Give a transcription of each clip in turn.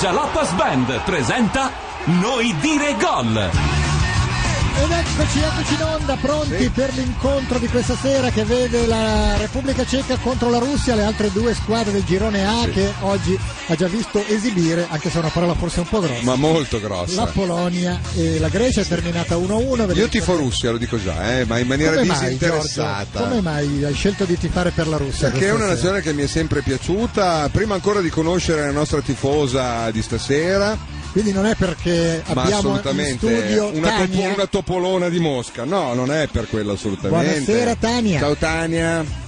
Jalapas Band presenta Noi dire gol. Ed eccoci, eccoci in onda, pronti per l'incontro di questa sera che vede la Repubblica Ceca contro la Russia, le altre due squadre del girone A che oggi ha già visto esibire, anche se è una parola forse un po' grossa, ma molto la grossa. Polonia e la Grecia è terminata 1-1. Io vedete- tifo Russia, lo dico già, eh, ma in maniera Come mai, disinteressata. Giorgio? come mai hai scelto di tifare per la Russia? Perché è una questa sera? nazione che mi è sempre piaciuta, prima ancora di conoscere la nostra tifosa di stasera, Quindi non è perché ma abbiamo in assolutamente studio una, topo- Tania. una topolona di Mosca. No, non è per quello assolutamente. Buonasera, Tania. Eh, Ciao Tania.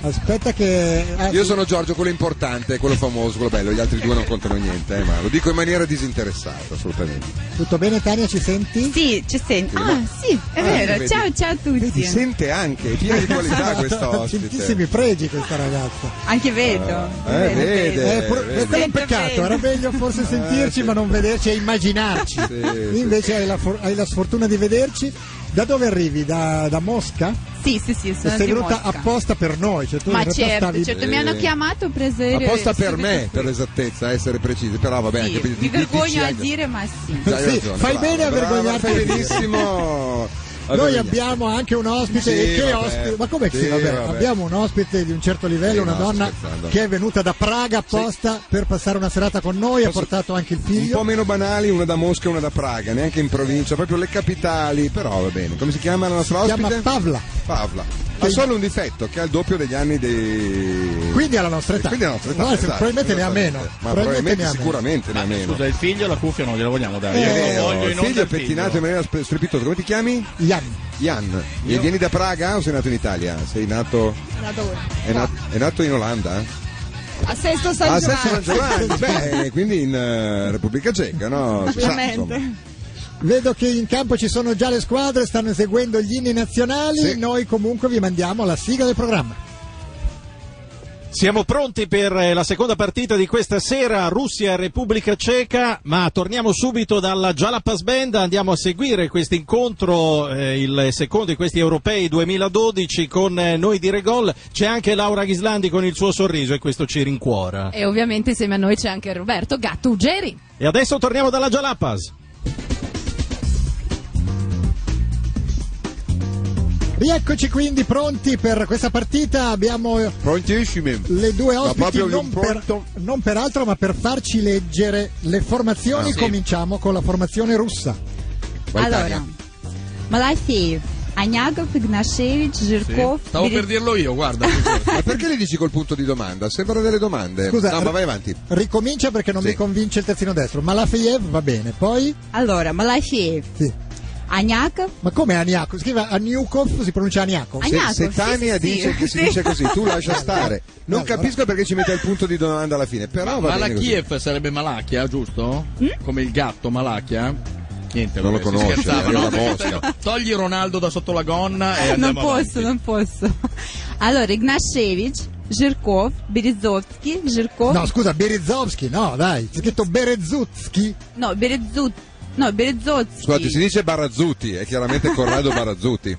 Aspetta che... ah, Io sono Giorgio, quello importante, quello famoso, quello bello, gli altri due non contano niente, eh, ma lo dico in maniera disinteressata, assolutamente. Tutto bene Tania, ci senti? Sì, ci senti. Ah, Ma- sì, è Ah, vero. vedi. Ciao, ciao a Vedi, tutti. sente anche, è piena di qualità questa Tantissimi ospite. pregi questa ragazza. Anche vedo. Eh, vedo, vede. vedo. Eh, pur- vedi. questo è un Sempre peccato, bene. era meglio forse sentirci ma non vederci e immaginarci. Eh, sì, Invece hai, la for- hai la sfortuna di vederci. Da dove arrivi? Da, da Mosca? Sì, sì, sì, sono Sei di venuta Mosca. apposta per noi. Cioè tu in Ma realtà certo, stavi- certo, mi hanno chiamato, ho preso il- Apposta per subito me, qui. per l'esattezza, essere precisi, però va bene, Sì, anche mi vergogno a dire, ma sì. Dai, hai Sì, ragione, fai brava, bene a brava, vergognarti. Fai benissimo. Noi a vergognarti. abbiamo anche un ospite, Sì, che vabbè. ospite- ma come che Sì, sì, vabbè? vabbè. Abbiamo un ospite di un certo livello, Sì, una no, donna sto scherzando. che è venuta da Praga apposta per passare una serata con noi, ha Posso- portato anche il Un po' figlio. meno banali, una da Mosca e una da Praga, neanche in provincia, proprio le capitali, però va bene. Come si chiama la nostra Si ospite? chiama Pavla, Pavla. Ha Sì. solo un difetto, che ha il doppio degli anni dei... quindi alla nostra età. Quindi la nostra età, No, esatto, probabilmente ne ha esattamente. meno. Ma probabilmente ne probabilmente, ha meno. sicuramente ne ha meno. Scusa, il figlio la cuffia non gliela vogliamo dare. È Io vero, lo voglio il in onda figlio è il pettinato in maniera sp- strepitosa. Come ti chiami? Ian. Jan. E vieni da Praga o sei nato in Italia? Sei nato... È, nato, è nato in Olanda? A Sesto San Ah, Giovanni. Sesto San Giovanni. Beh, quindi in eh, Repubblica Ceca, no? Si sa, Ovviamente. insomma. Vedo che in campo ci sono già le squadre, stanno eseguendo gli inni nazionali. Sì. Noi comunque vi mandiamo la sigla del programma. Siamo pronti per eh, la seconda partita di questa sera, Russia e Repubblica Ceca, ma torniamo subito dalla Jalapas Band, andiamo a seguire questo incontro, eh, il secondo di questi europei 2012 con eh, noi di Regol, c'è anche Laura Ghislandi con il suo sorriso e questo ci rincuora. E ovviamente insieme a noi c'è anche Roberto Gatto Ugeri. E adesso torniamo dalla Jalapas. Rieccoci quindi pronti per questa partita. Abbiamo Prontissimi. le due ospiti proprio non per, l'impronto. non per altro ma per farci leggere le formazioni. Ah, sì. Eh, Cominciamo con la formazione russa. Vai, Allora, Tania. Malaifeev, Agnagov, Ignashevich, Zhirkov. Stavo per dirlo io, guarda. Ma perché le dici col punto di domanda? Sembrano delle domande. Scusa, eh, no, ma ri- vai avanti. Ricomincia perché non Sì. mi convince il terzino destro. Ma la Feiev va bene. Poi Allora, Malaifeev, sì. Agnagov, Ma come Aniakov? Scrive Aniukov, si pronuncia Aniakov. Agna- Se, Gnacco, se sì, Tania sì, sì. dice che si Sì. dice così, tu lascia stare. Non No, capisco perché ci mette il punto di domanda alla fine, però Ah, va bene così. Mm? Malachiev sarebbe Malachia, giusto? Come il gatto Malachia? Niente, Non lo vabbè, si conosce, scherzava, è no? una mosca. Ah, Togli Ronaldo da sotto la gonna e non andiamo posso, avanti. non posso. Allora, Ignashevich, Zhirkov, Berezovsky, Zhirkov. No, scusa, Berezovski, no, dai, c'è scritto Berezutski. No, Berezut. No, Berezovsky. Scusate, si dice Barazzuti, è chiaramente Corrado Barazzuti.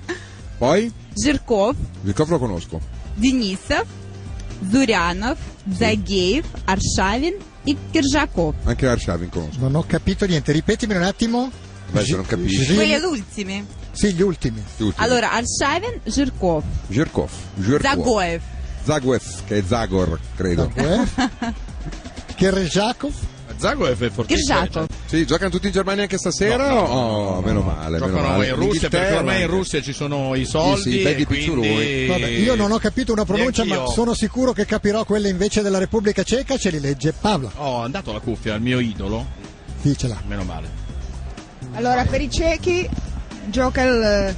Poi, Жирков, il cofro lo conosco. Денисов, Зурянов, Загеев, Аршавин и Киржаков. Anche Arshavin conosco. Non ho capito niente, ripetimelo un attimo. Beh, se non capisci. Gi- Quelli ultimi. Sì, gli ultimi. Tutti. Allora, Аршавин, Жирков, Zhirkov. Zhirkov. Загоев, Zaguev, che è Zagor, credo. eh. Kerjakov, Zagoev Ah, è fortissimo. Киржаков. Sì, giocano tutti in Germania anche stasera? No, no, oh, meno male. meno Giocano male. in Russia perché Inghilterra ormai in anche. Russia ci sono i soldi sì, i beghi e quindi... picciurui. Vabbè, io non ho capito una pronuncia, ma Neanch'io. sono sicuro che capirò quelle invece della Repubblica Ceca, ce li legge Pavla. Ho Oh, andato la cuffia al mio idolo, Dicela. meno male. Allora, per i ciechi gioca il eh,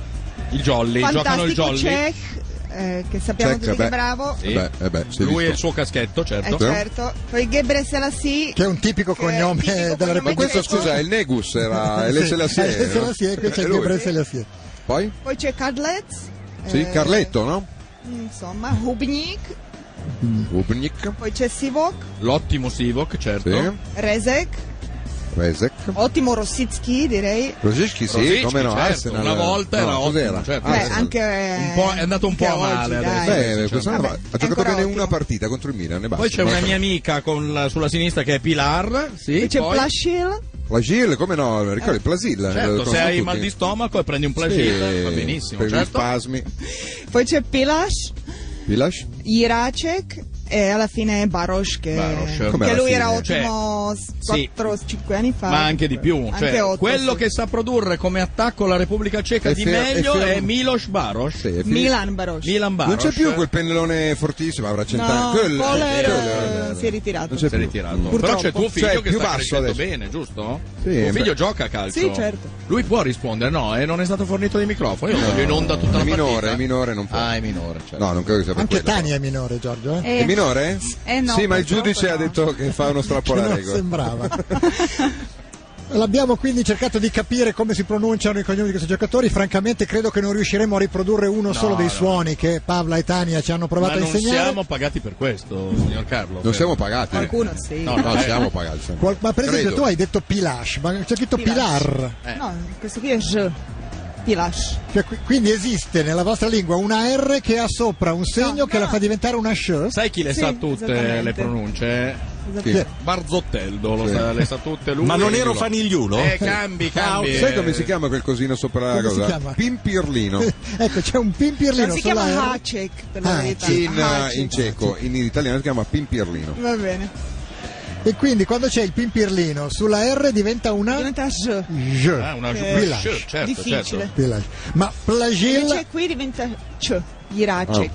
Il Jolly, giocano il fantastico Jolly. certo. Cech, eh, che sappiamo Cech, tutti che beh. è bravo, Sì. Eh beh, eh beh, si è Lui e visto. il suo caschetto, eh, Ecco. certo. certo. Poi Gebre Selassie, Che è un tipico Che è un cognome tipico della cognome Ma Repubblica Eh, questo, Ecco. scusa, è il Negus, era è Sì, l'Esselassie, è no? l'Esselassie, qui c'è È lui. Gebre Selassie. Poi? poi c'è Carletz, Sì, eh, Carletto, no? insomma, Hubnik, Rubnik. poi c'è Sivok, L'ottimo Sivok, certo. Sì. Rezek, Rezek. Ottimo Rossicki, direi. Eh, Rosicki sì, Rosicki, come no, certo. Arsenal. Una volta no, era cos'era? ottimo, certo. Beh, Arsenal. anche Un po'- è andato un po' anche a male oggi, adesso. dai. Eh, Beh, sì, quest'anno vabbè, ha è giocato ancora bene ottimo. una partita contro il Milan e basta. Poi c'è una Basta. mia amica con la- sulla sinistra che è Pilar. Sì, C'è poi- Plaschil, La Gil, come no, ricordi Plasil. eh, lo Certo, se conoscono hai tutti. mal di stomaco e prendi un Sì, placebo va benissimo, per gli certo. spasmi. poi c'è Pilas, Pilash? Jiracek e alla fine Baros che, Baros. che Come alla lui era fine? ottimo Cioè, sì. 4-5 anni fa. Ma anche di più, Anche cioè, otto, quello sì. che sa produrre come attacco la Repubblica Ceca È di fer- è meglio è, fermo. Milos Baros. Sì, è finito. Milan Baros. Milan Baros. Non c'è più quel pennellone fortissimo, avrà No, cent'anni. Quel- Poller, quel- eh, si è ritirato. Non c'è Si è ritirato. Mm. Però c'è tuo figlio Cioè, che più sta basso crescendo adesso. bene, giusto? Sì, tuo beh. figlio gioca a calcio. Sì, certo. Lui può rispondere, no, e non è stato fornito di microfono. Io lo voglio in onda tutta È la minore, partita. è minore, non può. Ah, è minore, certo. No, non credo che sia per Anche quello. Tania è minore, Giorgio. Eh? Eh, È minore? Eh no, sì, ma il purtroppo giudice no. ha detto che fa uno strappo Che alla non regola. sembrava. L'abbiamo quindi cercato di capire come si pronunciano i cognomi di questi giocatori. Francamente, credo che non riusciremo a riprodurre uno solo dei no. suoni che Pavla e Tania ci hanno Ma provato a non insegnare. siamo pagati per questo, signor Carlo. Non siamo pagati. Qualcuno sì. No, No, eh. siamo pagati. siamo. Qual- ma per esempio, Credo. tu hai detto Pilash, ma c'è scritto Pilash. Pilar. No, questo qui è J. Pilas. Cioè, qui- quindi esiste nella vostra lingua una R che ha sopra un segno No, che no. la fa diventare una sh. Sai chi le Sì, sa tutte esattamente. le pronunce? Sì. Barzotteldo lo Sì. sa- le sa tutte lui. Ma non e ero Giulio. fanigliulo? Eh, cambi, cambi. Ah, Sai come eh. si chiama quel cosino sopra la Come si cosa? chiama? Pimpirlino. ecco, c'è un pimpirlino Non Cioè, si sulla chiama R. Hacek, per la Ah, verità. In, Hacek. eh, in ceco, in italiano si chiama Pimpirlino. Va bene. E quindi quando c'è il pimpirlino sulla R diventa una Diventa J. J. Ah, una Eh, giù- Pilash. certo, certo. Difficile. Pilash. Ma Plagil, Invece qui diventa C. Jiracek.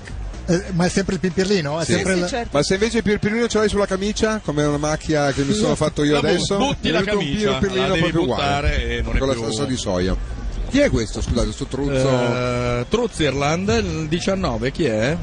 eh, ma è sempre il pimpirlino? È Sì. sempre Sì, il- certo. Ma se invece il pirpirlino ce l'hai sulla camicia, come una macchia che mi sono fatto io La bu- adesso, butti la è venuto un camicia, pirpirlino la devi proprio buttare e uguale, non è con la più- salsa di soia. Chi è questo? Scusate, sto truzzo. Eh, Truzzirland, il 19, chi è?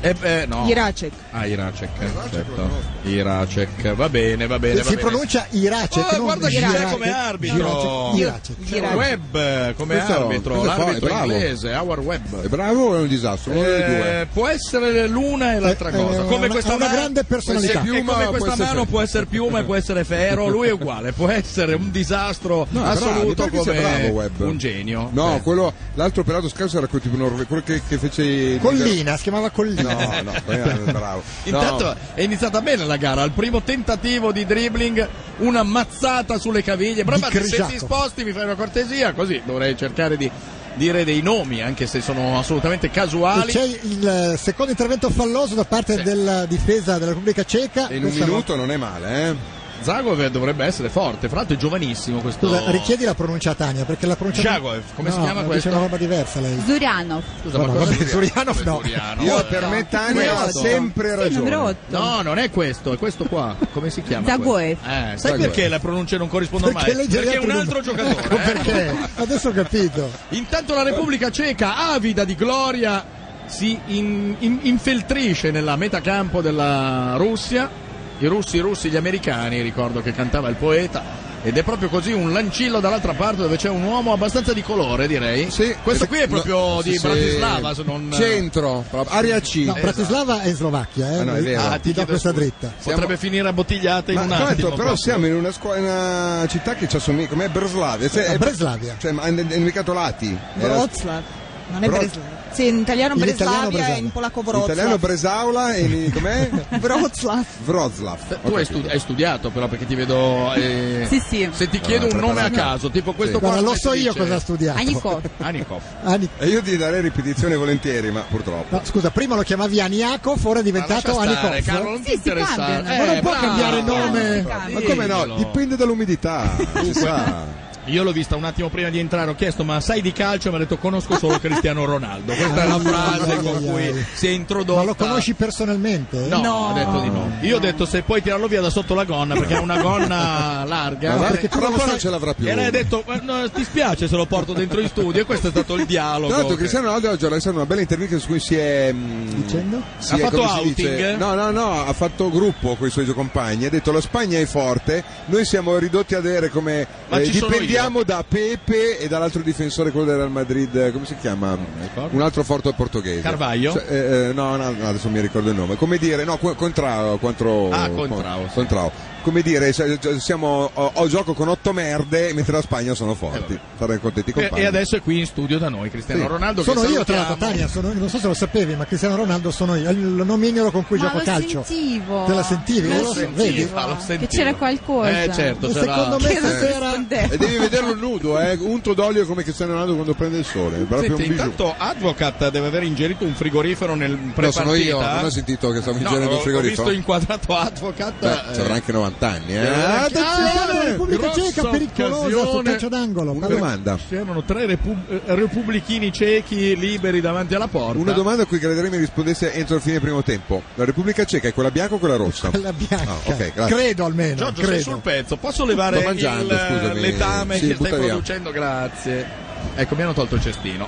Eh, eh, Oh. no. Jiracek. Ah, Iracek, certo. Iracek, va bene, va Eh, bene. va si bene. pronuncia Eh, Irace. Oh, che non guarda chi c'è Girace. come arbitro. Girace. Irace. C'è Webb come Questo- arbitro, questo è fo- l'arbitro è bravo. inglese, Howard Webb. È bravo o è un disastro? Uno delle due. Eh, può essere l'una e l'altra Eh, cosa. eh, Come una- questa una mano- grande può essere personalità. piuma, e come Piuma, questa può essere mano fe- può essere piuma e può essere ferro, lui è uguale, può essere un disastro No, è bravo, assoluto perché sei come bravo, Webb. un genio. No, Eh. quello, l'altro pelato scarso era quel tipo norve- quello che, che fece... Collina, si chiamava Collina. No, no, quello era bravo. Intanto No. è iniziata bene la gara, al primo tentativo di dribbling, una mazzata sulle caviglie. Però Di Marco, se Cresiaco. ti sposti mi fai una cortesia, così dovrei cercare di dire dei nomi, anche se sono assolutamente E casuali. c'è il eh, secondo intervento falloso da parte della difesa della Repubblica Ceca. In un Questa minuto non è male, eh? Zagoev dovrebbe essere forte, fra l'altro è giovanissimo questo. volta- Scusa, richiedi la pronuncia a Tania perché la pronuncia. Jagoev, eh, come si No, chiama dice questo? una roba diversa lei. Зурянов. Scusa, Vabbè, ma cosa vabbè, Zurianov no. Zurianov? Io Otto. per me Tania ha Otto. sempre Sì, numero ragione. 8. No, non è questo, è questo qua. Come si chiama? Zagoev. quello? Eh, sai Zagoev. perché le pronunce non corrispondono Perché mai? lei gli Perché è altri un non- altro giocatore. Ecco eh. perché. Adesso ho capito. Intanto la Repubblica Ceca, avida di gloria, si in- in- infiltrisce nella metacampo della Russia. I russi, i russi, gli americani, ricordo che cantava il poeta. Ed è proprio così un lancillo dall'altra parte dove c'è un uomo abbastanza di colore, direi. Sì. Questo qui è proprio No, di sì, Bratislava, sì. se non Centro, proprio, area C. Esatto. Eh, No, Bratislava è in Slovacchia, eh. Ah, no, è vero. Ah, ti Ah, do chiedo questa scusa. certo, dritta. Potrebbe finire a bottigliate in Ma un tanto, attimo. però proprio. siamo in una, scu- in una città che ci assomiglia, com'è Breslavia? Cioè, Ah, è- Eh, Breslavia. Cioè, ma è nel nel mercato Lati. Era- Wroclaw. Non è Bro- Breslavia. Sì, in italiano In italiano Breslavia e Breslavia. in polacco in italiano Wroclaw. Bresaula e in- com'è? Wroclaw. Wroclaw. Tu hai, studi- hai studiato però perché ti vedo... eh, Sì, sì. Se ti chiedo No, un nome a preparato. caso, tipo questo Sì. qua... Guarda, lo come so si io dice? cosa ha studiato. Аников. Anikov. Ani- E io ti darei ripetizione volentieri, ma purtroppo. No, scusa, prima lo chiamavi Aniakov, ora è Ma lascia diventato stare, Anikov. Carlo, non Sì, ti si interessa. cambiano. Eh, Ma non può bravo. cambiare si nome. cambia. Ma come no? Diglielo. Dipende dall'umidità, si sa. Io l'ho vista un attimo prima di entrare, ho chiesto ma sai di calcio? Mi ha detto conosco solo Cristiano Ronaldo. Questa è Ah, la frase con cui si è introdotta. Ma lo conosci personalmente? No, ha detto di no. Io ho detto se puoi tirarlo via da sotto la gonna perché ha una gonna larga. Ma Eh, perché tu però non lo sai, poi- ce l'avrà più. E lei ha detto "Ma no, ti spiace se lo porto dentro in studio e questo è stato il dialogo. Tra l'altro che- Cristiano Ronaldo oggi ha lanciato una bella intervista su cui si è... mm, mh, Dicendo? si Ha è- fatto come si outing? dice? No, no, no, ha fatto gruppo con i suoi compagni, ha detto la Spagna è forte, noi siamo ridotti ad avere come... eh, Ma ci sono dipendiamo da Pepe e dall'altro difensore, quello del Real Madrid, eh, come si chiama? ricordo. Un altro forte portoghese. Carvalho? Cioè, eh, eh, no, no, no, adesso mi ricordo il nome. Come dire, no, co- Contrao. Contro, Ah, Contrao, sì. Contrao. come dire, se- se- siamo ho, ho gioco con otto merde, mentre la Spagna sono forti. Sarei contenti i Eh, E, compagni. e adesso è qui in studio da noi Cristiano Sì. Ronaldo. che sono io tra l'altro salutiamo. Tania sono- non so se lo sapevi ma Cristiano Ronaldo sono io è il nomignolo con cui Ma gioco lo calcio sentivo. te la sentivi Lo Io lo so- sentivo. vedi Ah, lo sentivo. Che c'era qualcosa. Eh certo, E c'era- secondo me Che non stasera Eh, rispondeva. E Eh, devi vederlo nudo, eh, unto d'olio come Cristiano Ronaldo quando prende il sole. È proprio Senti, un bijou. intanto Advocat deve aver ingerito un frigorifero nel No, prepartita. sono io, non ho sentito che stavo No, ingerendo ho- il frigorifero. Ho visto inquadrato Advocat. eh, Beh, ci avrà anche 90 anni, eh. Ah, Attenzione, attenzione! Repubblica Grossa Ceca pericolosa sul occasione. calcio d'angolo Una domanda. C'erano tre repu- eh, repubblichini ciechi liberi davanti alla porta. Una domanda a cui crederei mi rispondesse entro il fine primo tempo. La Repubblica Ceca è quella bianca o quella rossa? la bianca Ah, ok, grazie. credo almeno Giorgio, sei credo. sul pezzo. Posso levare Sto mangiando, il scusami. letame Sì, che butta stai via. producendo? Grazie. Ecco, mi hanno tolto il cestino.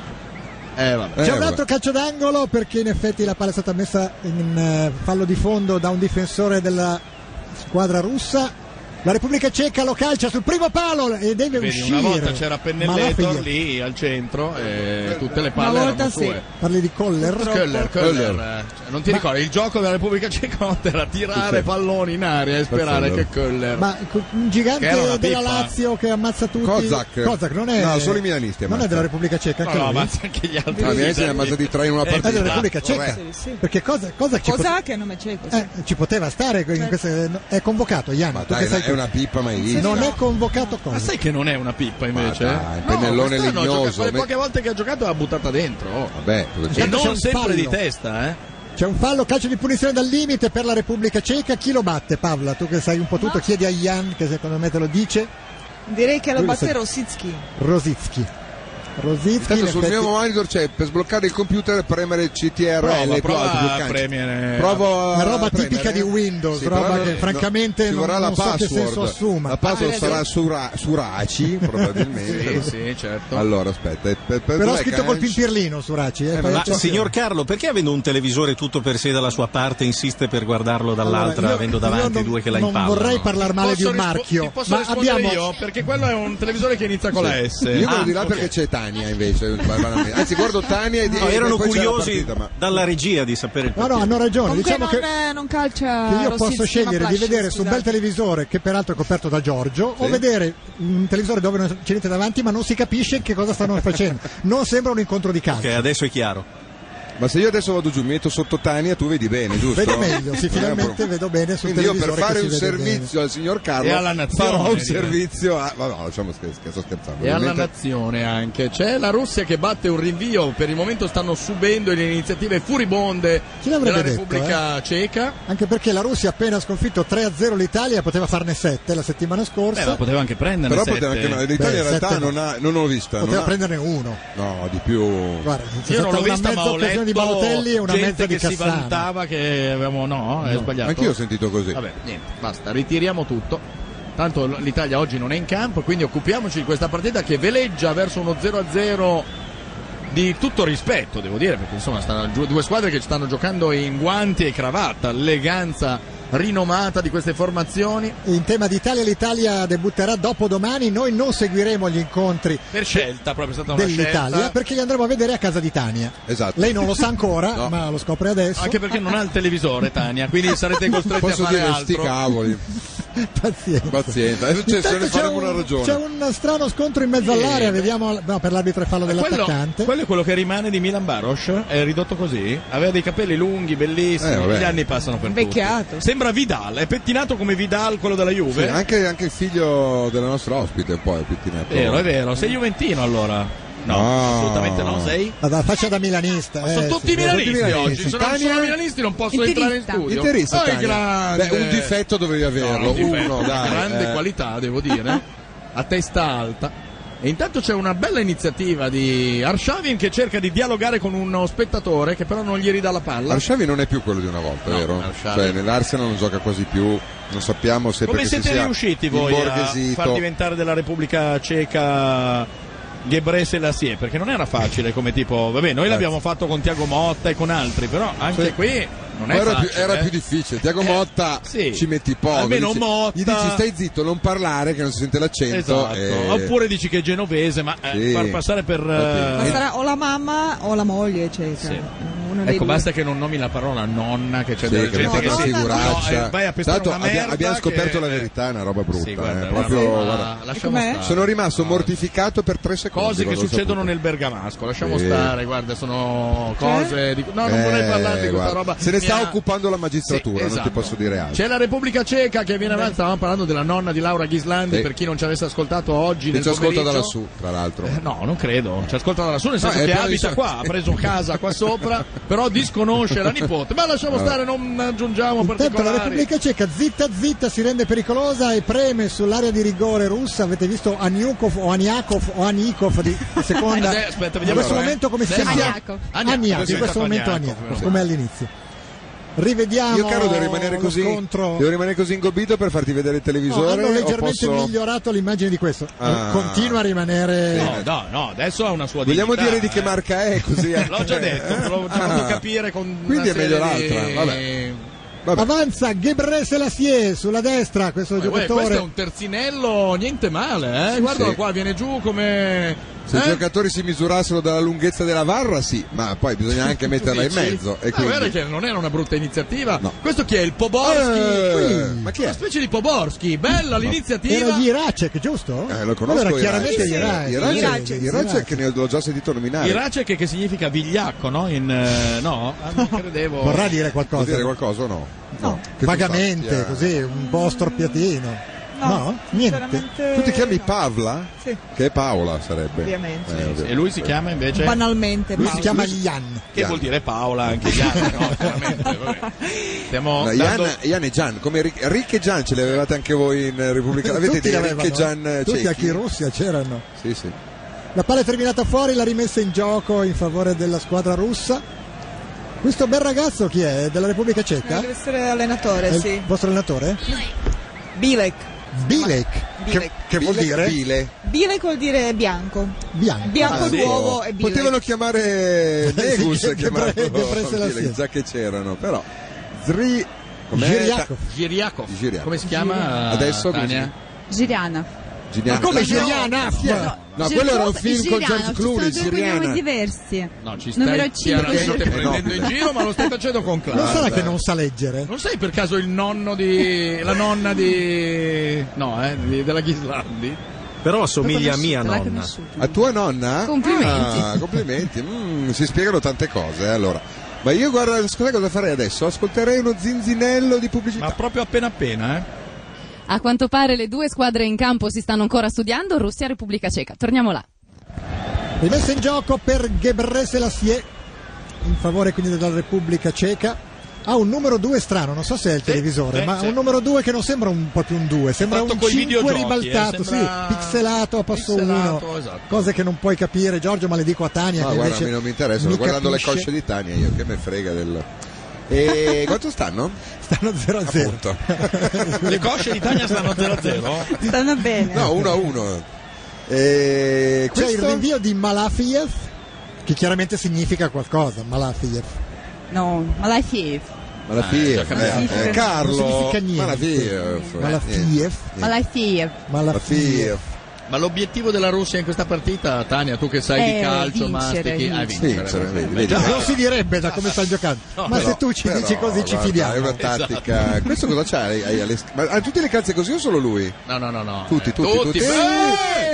Eh, vabbè. Eh, C'è un vabbè. altro calcio d'angolo perché in effetti la palla è stata messa in eh, fallo di fondo da un difensore della squadra russa. La Repubblica Ceca lo calcia sul primo palo e deve Vedi, uscire. una volta c'era Ma la Pennelletto figlia- lì al centro e tutte le palle Una erano volta sì. sue. Parli di Coller. Köller, Köller, Köller. eh, non ti ricordi, il gioco della Repubblica Ceca era tirare Sì. palloni in aria e sperare Köller. che Köller Ma co- un Che era gigante una della pippa. Lazio che ammazza tutti. Kozak. non è. No, solo i milanisti Non ammazzano. è della Repubblica Ceca, No, anche no, lui. ammazza anche gli altri. Ah, mi hai ammazzati tre in una Eh, È della partita. Repubblica Ceca. Sì, sì. Perché cosa, cosa ci Cosa che non mi c'è pot- eh, ci poteva stare in questa- no, è convocato Ian Ma tu che dai, sai è una pippa mai vista. non è convocato Ma cosa sai che non è una pippa invece? Ma dai, No, pennellone quest'anno ha giocato- legnoso. Le poche volte che ha giocato l'ha buttata dentro. oh. Vabbè, cosa E c'è? Intanto c'è non un sempre fallo. di testa, eh. C'è un fallo, calcio di punizione dal limite per la Repubblica Ceca. Chi lo batte, Pavla? Tu che sai un po' tutto, chiedi a Jan, che secondo me te lo dice. Eh. Direi che la Lui lo batte sa- Rosicki. Rosicki. Rosicki, in Intanto sul effetti- mio monitor c'è per sbloccare il computer premere CTRL Prova, e prova poi altro a bloccante. premere- Provo a Una roba premere. tipica di Windows, roba però che francamente ci non- vorrà la non so che password. senso assuma. Ah, La password sarà sura, Suraci, probabilmente. sì, certo. Allora, aspetta. eh, Per, per Però ho dov'è, scritto col Canci? pimpirlino su Raci. Eh, fai ma- attenzione. signor Carlo, perché avendo un televisore tutto per sé dalla sua parte insiste per guardarlo Allora, io- io non- Non vorrei parlare male di Posso un rispo- marchio, ti posso ma rispondere abbiamo. io? Perché quello è un televisore che inizia con la S. Io vado Ah, di là perché c'è Tania invece. banalmente. Anzi, guardo Tania e di No, e erano poi c'è la curiosi partita, ma- dalla regia di sapere il No, no, hanno ragione. Comunque diciamo non, che. eh, non calcia che io Rosicki, posso ma scegliere di Plasci, vedere su un bel scusate. televisore che peraltro è coperto da Giorgio o vedere un televisore dove non c'è niente davanti ma non si capisce che cosa stanno facendo non sembra un incontro di calcio perché adesso è chiaro. Ma se io adesso vado giù, mi metto sotto Tania, tu vedi bene, giusto? vedo meglio sì Non è un finalmente problema. vedo bene sul Quindi io per televisore che fare si un vede servizio bene. al signor Carlo E alla nazione, farò un direi. servizio a... Ma no, lasciamo scherzo, sto scherzando. E alla Ovviamente- nazione anche. C'è la Russia che batte un rinvio. Per il momento stanno subendo le iniziative furibonde Chi l'avrebbe della detto, eh? Repubblica Ceca. anche perché la Russia ha appena sconfitto 3-0 l'Italia poteva farne 7 la settimana Beh, scorsa Eh, ma poteva anche prendere. Però poteva anche... no, L'Italia Beh, in realtà sette no. non, ha, non l'ho vista. non poteva ha- prenderne uno No, di più... Guarda, c'è Io stata non l'ho una vista, mezza ma ho letto occasione di Balotelli e una gente mezza di che si Cassano vantava che avevamo. No, è sbagliato. Anch'io ho sentito così. Vabbè, niente, basta, ritiriamo tutto. Tanto l- l'Italia oggi non è in campo, quindi occupiamoci di questa partita che veleggia verso uno 0-0 di tutto rispetto, devo dire, perché insomma stanno giu- due squadre che stanno giocando in guanti e cravatta, eleganza rinomata di queste formazioni in tema d'Italia l'Italia debutterà dopo domani noi non seguiremo gli incontri per scelta, proprio è stata una dell'Italia scelta. perché li andremo a vedere a casa di Tania. Esatto. Lei non lo sa ancora, No. ma lo scopre adesso. Anche perché non ha il televisore, Tania, quindi sarete costretti Posso a fare dire sti altro. cavoli. Pazienza. Pazienza. Adesso ce- se Intanto ne c'è, faremo un, una ragione. c'è un strano scontro in mezzo Sì. all'area, vediamo no, per l'arbitro è fallo Eh. Quello, dell'attaccante. quello è quello che rimane di Milan Baros, è ridotto così, aveva dei capelli lunghi, bellissimi, Eh, vabbè. gli anni passano per Invecchiato. tutti. Sembra Vidal, è pettinato come Vidal quello della Juve. Sì, anche, anche il figlio della nostra ospite poi, Pittinato. È vero, è vero, sei Juventino allora? No, Mm. No. assolutamente no, sei? Ma dalla faccia da milanista. eh, sono tutti sì. milanisti tutti milanisti. oggi, se non Tania- sono milanisti non posso Interista. entrare in studio. Interista, Oh, è Tania. grande. Beh, un difetto dovevi No, averlo. non ti fermo, Uno, una dai. grande eh. qualità, devo dire, a testa alta. E intanto c'è una bella iniziativa di Arshavin che cerca di dialogare con uno spettatore che però non gli ridà la palla. Arshavi non è più quello di una volta, No, vero? Arshavin. Cioè, nell'Arsenal non gioca quasi più, non sappiamo se Come perché si siete sia riusciti voi a imborghesito. far diventare della Repubblica Ceca Ghebre Selassie? Perché non era facile come tipo, vabbè, noi l'abbiamo fatto con Tiago Motta e con altri, però anche Sì. qui non Ma è era, facile. più, era eh. più difficile. Tiago Eh, Motta sì. ci metti poco. Almeno dici- Motta- Gli dici stai zitto, non parlare che non si sente l'accento. Esatto. e- Oppure dici che è genovese, ma eh, Sì. far passare per Va bene. eh, Ma sarà o la mamma o la moglie, cioè, Sì. una uno dei Ecco, due. basta che non nomi la parola nonna, che c'è Sì, della che gente fa che una si figuraccia. No, eh, vai a pestare Tanto una abbia- merda abbiamo scoperto che- la verità, è una roba brutta. Sì, guarda, eh, guarda, proprio, ma- guarda. lasciamo Com'è? stare. Sono rimasto mortificato per tre secondi. Cose che quando l'ho succedono saputo. nel Bergamasco, lasciamo Sì. stare, guarda, sono cose di... No, non Eh, vorrei parlare di questa guarda. roba. Se ne Mi sta ha- occupando la magistratura, Sì, non esatto. ti posso dire altro. C'è la Repubblica Ceca che viene avanti, stavamo parlando della nonna di Laura Ghislandi, Sì. per chi non ci avesse ascoltato oggi Che nel ci ascolta pomeriggio. da lassù, tra l'altro. Eh, No, non credo. Ci ascolta da lassù, nel senso No, è che piano di abita sopra. qua, ha preso casa qua sopra, però disconosce la nipote. Ma lasciamo Vabbè. stare, non aggiungiamo Intanto la particolari. Repubblica Ceca zitta zitta si rende pericolosa e preme sull'area di rigore russa. Avete visto Aniukov o Aniakov o Anikov di seconda? Adesso, aspetta, vediamo in questo se- momento come si Adesso- chiama? Aniakov. Aniakov, Adesso in è questo stato momento Aniakov, Aniakov, meno come all'inizio. Rivediamo Io, caro, devo rimanere lo così. scontro. Devo rimanere così ingobito per farti vedere il No, televisore. hanno o leggermente posso... migliorato l'immagine di questo. Ah. Continua a rimanere. No, no, no, adesso ha una sua dignità. Eh. Vogliamo dire di che eh. marca è così? Ah. L'ho già detto, te l'ho già fatto capire con una Quindi è meglio serie di- Eh, l'altra, vabbè. Vabbè. Avanza Gebre Selassie sulla destra, questo Eh, uè, giocatore. questo è un terzinello, niente male, eh. Guardalo sì. qua, viene giù come. Se eh? i giocatori si misurassero dalla lunghezza della varra, sì, ma poi bisogna anche metterla in Dici? mezzo. E Ah, guarda quindi... che non era una brutta iniziativa. No. Questo chi è? Il Poborski? Eh, Qui. ma chi è? Una specie di Poborski, bella l'iniziativa. Era Jiracek, giusto? Eh, lo conosco. Allora, chiaramente Iracek. Jiracek. Iracek- Iracek, Iracek che ne l'ho già sentito nominare. Irace che significa vigliacco, no? In, eh, no? Ah, non credevo. Vorrà dire Vuol qualcosa? dire qualcosa o no? No. Che tu Vagamente, sappia. così, un po' storpiatino. No, niente. sinceramente Tu ti chiami no. Pavla? Sì. Che è Paola sarebbe. Ovviamente. Eh, ovvio. E lui si chiama invece. Banalmente, Lui Paolo. si chiama Ian. Che vuol dire Paola, anche Gian, no? Veramente, vabbè. Stiamo Ma dando- Ian, Ian e Gian, come Ric- Rick e Gian ce li avevate anche voi in eh, Repubblica. Avete Tutti dei Rick l'avevano, e Gian eh. eh, Tutti ciechi? anche in Russia c'erano. Sì, sì. La palla è terminata fuori, la rimessa in gioco in favore della squadra russa. Questo bel ragazzo chi è? Della Repubblica Eh, Ceca? Deve essere allenatore, È il Eh, sì. vostro allenatore? Bilek. Bilek, Bilek. Bile- Bilek. Bile. Bilek vuol dire bianco. Bianco. Bianco Ah, sì. d'uovo e Bilek. Potevano chiamare Negus, Sì, che chiamarlo pre- che prese la Bile, sera. già che c'erano, però Zri com'è? Giriaco. Giriakov. Giriakov. Come si chiama? Adesso come si Tania? chiama? Giriana. Giriana. Ma come No, Giriana? No, quello era un film con James Clooney, Ci sono due cognomi Giriana. diversi. No, ci stai Numero chiaramente 5. Eh, no. prendendo in giro, ma lo stai facendo con Non classe. sarà che non sa leggere? Non sei per caso il nonno di. la nonna di. no, eh, di- della Ghislandi? Però assomiglia a mia L'ha nonna. conosciuta. A tua nonna? Complimenti. Ah, complimenti. Mm, si spiegano tante cose, eh, allora. Ma io guarda, scusa cosa farei adesso? Ascolterei uno zinzinello di pubblicità. Ma proprio appena appena, eh? A quanto pare le due squadre in campo si stanno ancora studiando, Russia e Repubblica Ceca. Torniamo là. Rimessa in gioco per Gebre Selassie in favore quindi della Repubblica Ceca. Ha un numero 2 strano, non so se è il televisore, sì, ma sì. un numero 2 che non sembra un po' più un 2, sembra Fatto un coi 5 videogiochi, ribaltato, eh, sembra- sì, pixelato a passo Pixelato, 1. esatto. Cose che non puoi capire, Giorgio, ma le dico a Tania Ah, che guarda, a invece me non mi interessa, mi sto guardando capisce. le cosce di Tania io, che me frega del... E quanto stanno? stanno 0 a 0. Appunto. Le cosce d'Italia stanno 0-0. Stanno bene. No, uno a uno. E C'è questo? il rinvio di Malafiev che chiaramente significa qualcosa, Malafiev. No, Malafiev. Ah, Malafiev, Malafiev. eh, eh, Carlo, Non significa niente. Malafiev, eh, Malafiev. Malafiev. Malafiev. Malafiev. Ma l'obiettivo della Russia in questa partita, Tania, tu che sai di Eh, calcio, vincere, mastichi, ah, vincere. vincere. Vincere, vedi, vedi. Ma già- Non si direbbe da come stanno giocando, ma Però- se tu ci però, dici così ci guarda, È fidiamo. una tattica. Esatto. Questo cosa c'ha? Hai- hai alle- Ma ha tutte le calze così o solo lui? No, no, no, no. Tutti, Eh, tutti, tutti. Ehi,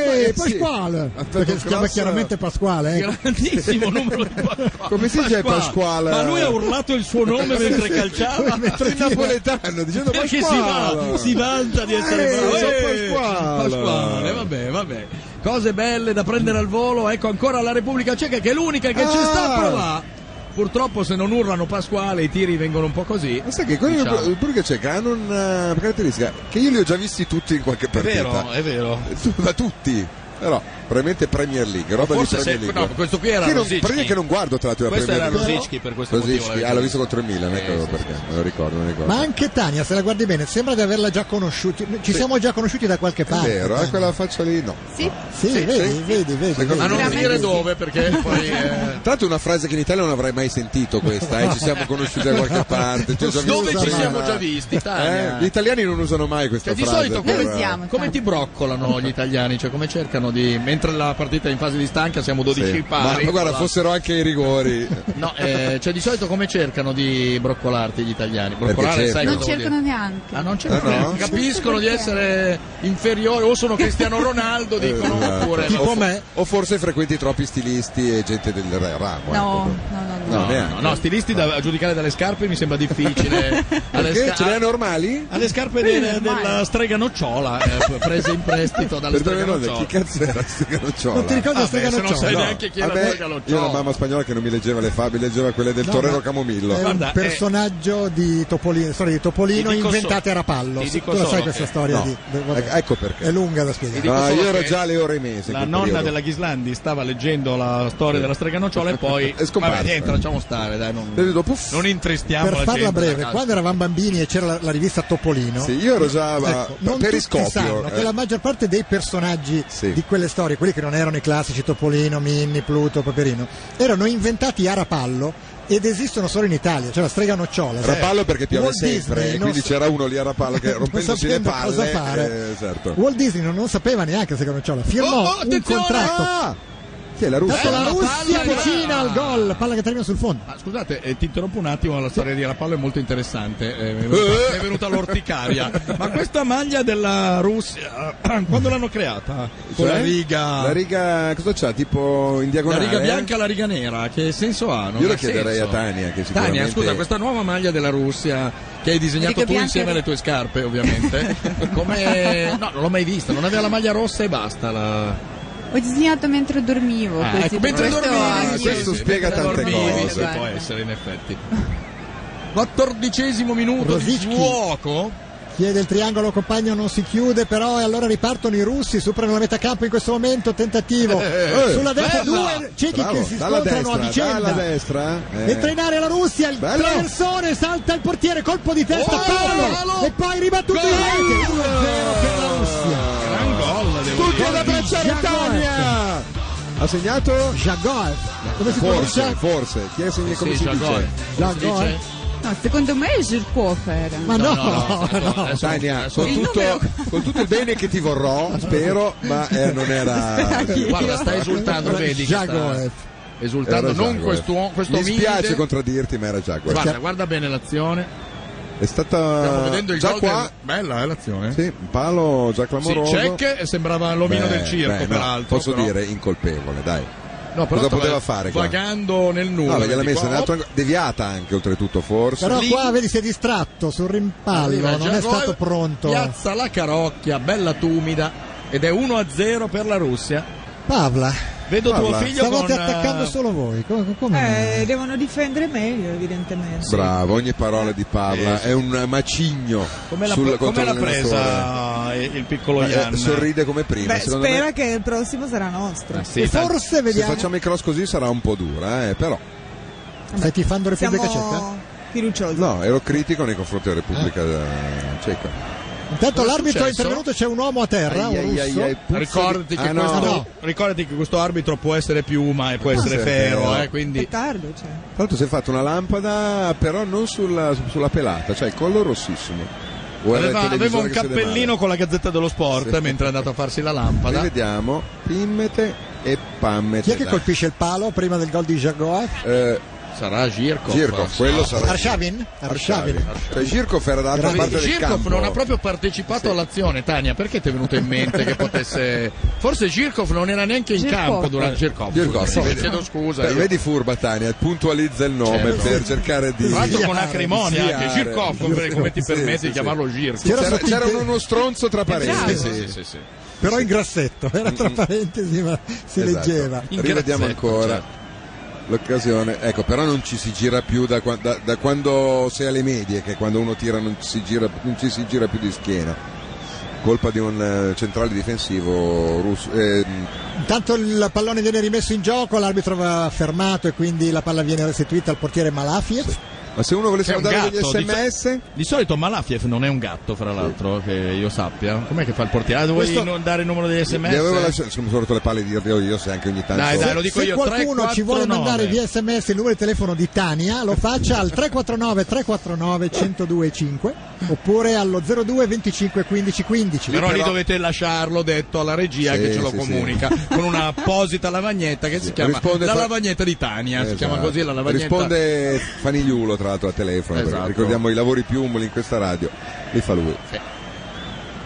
Eh, sì. Pasquale! Perché si chiama Class- chiaramente Pasquale. eh. Grandissimo numero di Pasquale. Come si dice Pasquale? Ma lui ha urlato il suo nome mentre calciava. Il napoletano dicendo Perché si, va, Pasquale. si vanta di essere Eh, bravo. sono Pasquale. Pasquale, vabbè, vabbè. Cose belle da prendere al volo. Ecco ancora la Repubblica Ceca che è l'unica che ci sta a Ah. provare. Purtroppo se non urlano Pasquale i tiri vengono un po' così. Ma sai che quelli Diciamo. del Burger Ceca hanno una caratteristica che io li ho già visti tutti in qualche È partita. vero, è vero. Tu- da tutti però probabilmente Premier League roba Forse di Premier se- League no, questo qui era che non, Rosicchi. perché che non guardo tra l'altro la Questo Premier era League Rosicchi per questo Rosicchi, motivo. ah l'ho visto contro il Milan Eh, ecco sì, perché me lo ricordo non ricordo Ma anche Tania, se la guardi bene, sembra di averla già conosciuti. Ci siamo già conosciuti da qualche è parte. vero eh, Tania. quella faccia lì no Sì. Sì, vedi, sì. vedi, vedi. Secondo Ma vedi. me- non Veramente dire sì. dove perché poi... eh, tra l'altro una frase che in Italia non avrei mai sentito questa eh, ci siamo conosciuti da qualche parte ci ho già visto Dove ci prima. siamo già visti, Tania? Eh, gli Eh, italiani non usano mai questa Cioè, di frase solito per- come, usiamo, come infatti. ti broccolano gli italiani? Cioè, come cercano cercano di. Mentre la partita è in fase di stanca, siamo 12 Sì. Ma, pari. ma guarda, La- fossero anche i rigori. No, eh, cioè di solito come cercano di broccolarti gli italiani? Broccolare, Perché sai Non cosa vuol cercano dire? neanche. Ah, non cercano. Ah, no? neanche. Capiscono di essere inferiori o sono Cristiano Ronaldo, dicono, Esatto. oppure o, fo- o forse frequenti troppi stilisti e gente del ramo. ecco. No, no, no, no. No, No, neanche. no, no, stilisti da a giudicare dalle scarpe mi sembra difficile. Alle Perché sca- ce li ha normali? alle scarpe de- Eh, ormai. della strega nocciola, eh, prese in prestito dalle strega Perdonami, chi nocciola. cazzo era Strega Nocciola? Non ti ricordi la Vabbè, strega se non nocciola? sai No, neanche chi era vabbè, Strega Io Nocciola. ho una mamma spagnola che non mi leggeva le fabie, leggeva quelle del No, Torero ma- Camomillo. È un Guarda, eh, personaggio di Topolino, storia di Topolino ti dico inventata so- a Rapallo. ti Se- dico Tu la sai solo questa che- storia No. di. de- vabbè. Ec- ecco perché. È lunga da No, spiegare. dico solo io ero che già alle ore mese. La nonna della Ghislandi stava leggendo la storia della strega nocciola e poi. È scomparsa. Vabbè, niente, lasciamo stare, dai. Non, Vedo, puff. non intristiamo Per la farla gente. breve, ragazzi. quando eravamo bambini e c'era la, la rivista Topolino, Sì, io ero già a Ecco, non periscopio. tutti sanno che eh. la maggior parte dei personaggi Sì. di quelle storie, quelli che non erano i classici Topolino, Minni, Pluto, Paperino, erano inventati a rapallo ed esistono solo in Italia, cioè la strega nocciola. sai? Rapallo perché piove Walt sempre, Disney e non quindi sa- c'era uno lì a Rapallo che non rompendosi le sapendo palle. cosa fare. eh, certo. Walt Disney non, non sapeva neanche la strega nocciola, firmò Oh, oh, un attenzione! contratto. Ah! Chi è la Cioè? Dato Russia? Eh, la la Russia palla, vicina al ragazzi. gol, palla che termina sul fondo. Ah, scusate, eh, ti interrompo un attimo, la storia di Rapallo è molto interessante, eh, mi è venuta, mi è venuta l'orticaria. Ma questa maglia della Russia, quando l'hanno creata? Con la Cioè? riga, La riga, cosa c'ha? Tipo in la diagonale? riga bianca e la riga nera, che senso ha? Non eh. Io lo ha chiederei senso. a Tania, che sicuramente... Tania, scusa, questa nuova maglia della Russia che hai disegnato Riga tu bianca insieme e- alle tue scarpe, ovviamente. Come... No, non l'ho mai vista, non aveva la maglia rossa e basta. La... Ho disegnato mentre dormivo. Ah, così, ecco, mentre questo dormivi, anche- questo spiega mentre tante dormivi, cose. sì, Può essere, in effetti. 14 minuto Rosicchi. di fuoco. Chiede il triangolo, compagno non si chiude, però e allora ripartono i russi, superano la metà campo in questo momento, tentativo. eh, Sulla destra bella! due ciechi Bravo, che si dalla scontrano a destra, dalla vicenda. destra. eh. Entra in area la Russia, il Bello! traversone, salta il portiere, colpo di testa, Oh, fallo fallo! e poi ribattuto in rete. 1-0 Gol! per la Russia. Gran gol, devo Tutto dire. da abbracciare Jagoev. Tania! Ha segnato? Jagoev, come si Forse, pronuncia? forse. Chi è segnato? Come Sì, si c'ha gol. dice? Jagoev. No, secondo me è Zirkov era. Ma no, no. Tania, con Il tutto, numero- con tutto il bene che ti vorrò, spero, ma eh, non era... Guarda, sta esultando, vedi che Jagoev. sta esultando. Era Non Jagoev. questo, questo Mi spiace Cioè- umilde. contraddirti, ma era Jaguar. Guarda, guarda bene l'azione. È stata Stiamo vedendo il Eh, già gol qua. del- Bella eh, l'azione. Sì, un palo già Sì, clamoroso. check e sembrava l'omino Beh, del circo, beh, no, peraltro. Posso però- dire incolpevole, dai. No, però cosa stava poteva fare qua? Vagando nel nulla. No, perché l'ha vedi messa qua. nell'altro angolo- deviata anche oltretutto forse. Però Lì- qua vedi si è distratto sul rimpallo, Arriva non è Jagoev, stato pronto. Piazza la carocchia, bella tumida, ed è 1-0 per la Russia. Pavla, Vedo Parla. tuo figlio stavate con, eh, attaccando solo voi. Come, come Eh, devono difendere meglio, evidentemente. Bravo, ogni parola di Pavla è un macigno Eh, Come l'ha, sul come contro l'ha l'allenatore. presa eh, il piccolo Ma, eh, Ian? sorride come prima, Beh, secondo spera me. che il prossimo sarà nostro. Ah, sì, e tanto- forse Se vediamo. facciamo i cross così sarà un po' dura, eh, però. Stai tifando Repubblica Siamo fiduciosi. No, ero critico nei confronti della Repubblica eh, Ceca. Ceca? Intanto Cosa è l'arbitro è successo? intervenuto, c'è un uomo a terra, un Ai, ai, ai, russo. ai, puzza Ricordati di- che, Ah, no. questo, No. ricordati che questo arbitro può essere piuma e può Può essere essere ferro, ferro. eh, quindi È tardo, cioè. Tra l'altro si è fatta una lampada, però non sulla, sulla pelata, cioè il collo rossissimo. O era il aveva, aveva televisore un che siede cappellino male. con la gazzetta dello sport Sì. mentre è andato a farsi la Poi lampada. vediamo, pimmete e pammete. Chi è che dai. colpisce il palo prima del gol di Jagoev? Eh, Sarà Girko. Girkov, quello sarà... Arshavin? Arshavin. Cioè Girkov era dall'altra Grande. parte del Girkov campo. non ha proprio partecipato all'azione, Tania. Perché ti è venuto in mente che potesse. Forse Girkov non era neanche in Girkov. campo durante Girkov. Girkov, scusa, Eh, sì, mi vedi. chiedo scusa. Beh, io- vedi furba Tania, puntualizza il nome Certo. per cercare di... Tra l'altro Sviare, con acrimonia anche sviare. Girkov, come- come ti Sì, permetti sì, di sì. chiamarlo Girkov. C'era C'era, sotto- c'era uno stronzo tra parentesi. Sì, sì, sì, sì. Però in grassetto, era tra parentesi, ma si Esatto. leggeva. In Rivediamo grassetto, ancora certo. l'occasione. Ecco, però non ci si gira più da, qua- da- da quando sei alle medie, che quando uno tira non ci si gira, non ci si gira più di schiena. Colpa di un eh, centrale difensivo russo. eh, Intanto il pallone viene rimesso in gioco, l'arbitro va fermato e quindi la palla viene restituita al portiere Malafiev. Ma se uno volesse È un mandare degli gatto, di so- sms? Di solito Malafiev non è un gatto, fra l'altro, che io sappia. Com'è che fa il portiere? Vuoi Questo- non dare il numero degli Gli avevo sms? lasciato, mi sono rotto le palle di dirlo io se anche ogni tanto. eh? Dai, dai, Se- lo dico se io, qualcuno ci vuole 349. mandare via sms il numero di telefono di Tania, lo faccia al 349 349 1025 oppure allo 02 25 15 15. Però, lì però- dovete lasciarlo detto alla regia Sì, che ce lo sì, comunica con una apposita lavagnetta che si chiama Risponde la fa- lavagnetta di Tania. Eh, Si Esatto. chiama così la lavagnetta. Risponde Fanigliulo tra l'altro al telefono, perché Esatto. ricordiamo i lavori più umili in questa radio, li fa lui.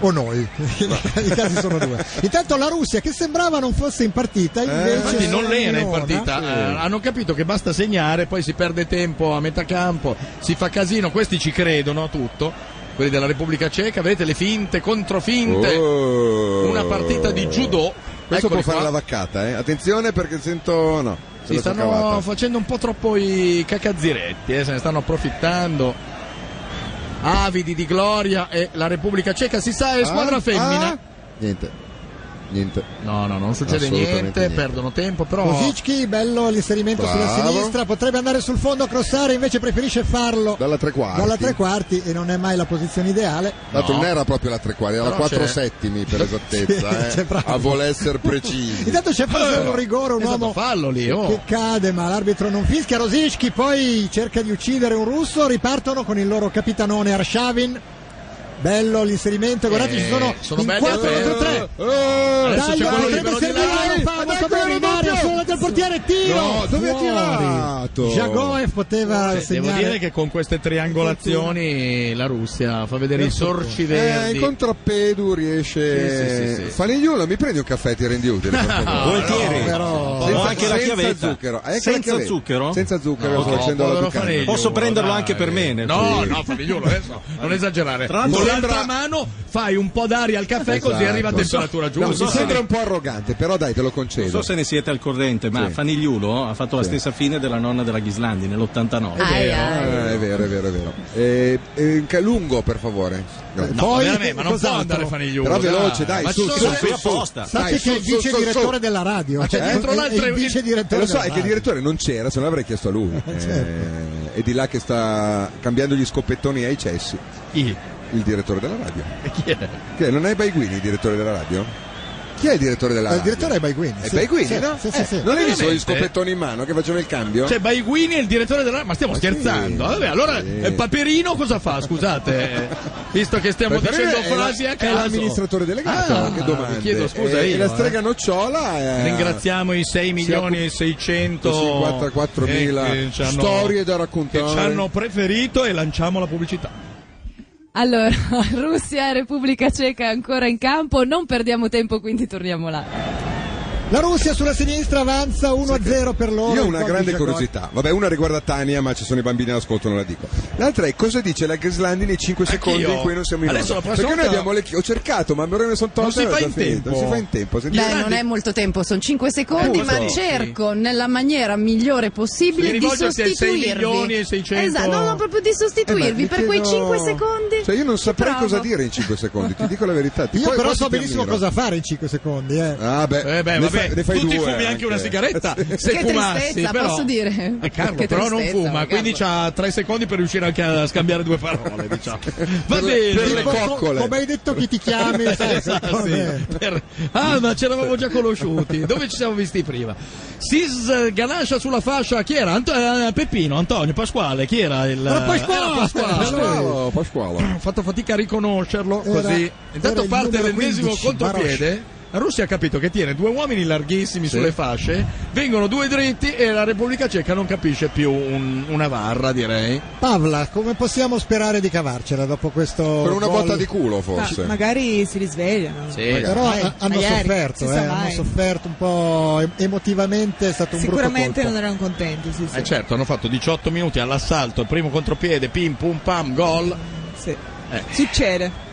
O noi, i casi sono due. Intanto la Russia che sembrava non fosse in partita, invece Eh, Infatti non l'era in Leone. partita, eh, hanno capito che basta segnare, poi si perde tempo a metà campo, si fa casino, questi ci credono a tutto, quelli della Repubblica Ceca, vedete le finte, controfinte, Oh. una partita di judo, Questo Eccoli può fare qua. la vaccata, eh. Attenzione perché sento no, se si la sono stanno cavata. facendo un po' troppo i cacazziretti, eh, se ne stanno approfittando. Avidi di gloria e la Repubblica Ceca si sa Eh, è squadra Ah, femmina. ah. Niente. Niente. No, no, non succede niente, Assolutamente niente. perdono tempo, però Kosicki, bello l'inserimento sulla Bravo. sinistra, potrebbe andare sul fondo a crossare, invece preferisce farlo Dalla tre quarti. dalla tre quarti e non è mai la posizione ideale. Tanto No. non era proprio la tre quarti, era la Però 4 c'è- settimi per Sì, esattezza, eh. c'è proprio. a voler essere precisi. Intanto c'è preso un rigore, un Eh, è stato uomo fallo lì, oh. che cade, ma l'arbitro non fischia. Rosicchi poi cerca di uccidere un russo. Ripartono con il loro capitanone Arshavin. Bello l'inserimento, guardate, Eh, ci sono, sono in belli eh. 4 aperti. contro 3. Oh. Adesso Dai, c'è quello potrebbe libero di servire, là. lo fa molto bene Mario, solo del portiere, tiro! No, Cioè, dove ha fuori. tirato? Jagoev poteva Cioè, Devo segnare. dire che con queste triangolazioni Colazioni la Russia fa vedere i sorci Eh, verdi. in contrappedu Sì, riesce. sì, sì, sì. Fanigliolo, mi prendi un caffè, ti rendi utile. per favore. Volentieri. Però Ho anche la chiavetta. zucchero. Eh, ecco Senza la chiavetta. zucchero? Senza zucchero, No, sto facendo la povero Tucano. Fanelli. Posso prenderlo dai. anche per me? nel No, frattempo? no, famigliolo, adesso non esagerare. Tra l'altro Con sembra- l'altra mano fai un po' d'aria al caffè così arriva a Esatto. temperatura No, giusta. mi sembra un po' arrogante, però dai, te lo concedo. Non so se ne siete al corrente, ma Sì. Fanigliulo ha fatto la Sì. stessa fine della nonna della Ghislandi nell'89. Ai, Eh, ai. Ah, è vero, è vero, è vero. Eh, eh, ca- lungo, per favore. No. No, Poi- veramente, ma non può cos'altro? andare fanigliolo. Però veloce, dai, ma su, ci su, sono Sono qui apposta. Sappi Dai, che è il su, su, vice su, direttore su. della radio, c'è eh? dietro È- l'altro è il e- vice Eh, direttore lo so, della è che il radio. direttore non c'era, se no l'avrei chiesto a lui. Eh, è di là che sta cambiando gli scoppettoni ai cessi. Chi? Il direttore della radio. Chi Eh. è? Che, non è Baiguini il direttore della radio? Chi è il direttore della Eh, radio? Il direttore è Baiguini. È sì. Baiguini, Sì, no? Sì, sì, Eh, sì. Non hai visto gli Veramente? scopettoni in mano che faceva il cambio? Cioè Baiguini è il direttore della... Ma stiamo Ma sì. scherzando? Vabbè, allora Sì. eh, Paperino cosa fa? Scusate, eh, visto che stiamo Perché dicendo è la- frasi a è caso. l'amministratore delegato, Ah, che domande. vi chiedo scusa E- e io, la eh. strega nocciola è... Ringraziamo i 6 milioni e 600 54.000 Eh, che ci hanno- storie da che ci raccontare. hanno preferito e lanciamo la pubblicità. Allora, Russia e Repubblica Ceca ancora in campo, non perdiamo tempo, quindi torniamo là. La Russia sulla sinistra avanza 1-0 per loro. Io ho il una gol di grande Jagoev. curiosità. Vabbè, una riguarda Tania, ma ci sono i bambini all'ascolto, non la dico. L'altra è cosa dice la Grislandi nei 5 Anch'io. secondi in cui non siamo in Adesso onda? la prossima Perché noi volta- abbiamo le chi- ho cercato, ma me ne sono tolto. Non si e fa era in già finito. tempo. Non si fa in tempo. Senti- Beh, non è molto tempo, sono 5 secondi, Eh, ma sì. cerco nella maniera migliore possibile Devi di rivolgerti ai sei milioni sostituirvi. e 600. Esatto, no, no, proprio di Eh, ma sostituirvi mi per quei chiedo- 5 secondi. Cioè, io non saprei Bravo. cosa dire in 5 secondi, ti dico la verità. Ti- Io poi- però poi so ti benissimo ammiro. cosa fare in 5 secondi. Eh. Ah, beh, Eh beh, ne vabbè, fai- ne fai tu ti due fumi anche, una sigaretta se Che fumassi, tristezza, però... posso dire? Eh, Carlo, Che però non tristezza, fuma, Carlo. quindi c'ha tre secondi per riuscire anche a scambiare due parole, diciamo. Va Per le- bene, per Tipo, Eh, le co- coccole. Come hai detto chi ti chiami? sai, Esatto, secondo sì. Per- Ah, ma ce l'avevamo già conosciuti. Dove ci siamo visti prima? Si sganascia sulla fascia. Chi era? Anto- eh, Peppino, Antonio, Pasquale. Chi era il. Era Pasquale! Era Pasquale. Pasqualo, Pasqualo. Oh, Ho fatto fatica a riconoscerlo. Era- così. era Intanto il parte numero l'ennesimo 15, contropiede. La Russia ha capito che tiene due uomini larghissimi sulle fasce, vengono due dritti e la Repubblica Ceca non capisce più un- una varra, direi. me. Pavla, come possiamo sperare di cavarcela dopo questo Per una gol? botta di culo, Ah, forse. magari si risvegliano. Eh, Però Dai, ha- hanno Eh, ma ieri, si sofferto, eh, sa hanno mai. sofferto un po' em- emotivamente, è stato un brutto Sicuramente non colpo. erano contenti, sì, sì. Eh certo, hanno fatto 18 minuti all'assalto, primo contropiede, pim pum pam, gol. Sì. Eh. Succede.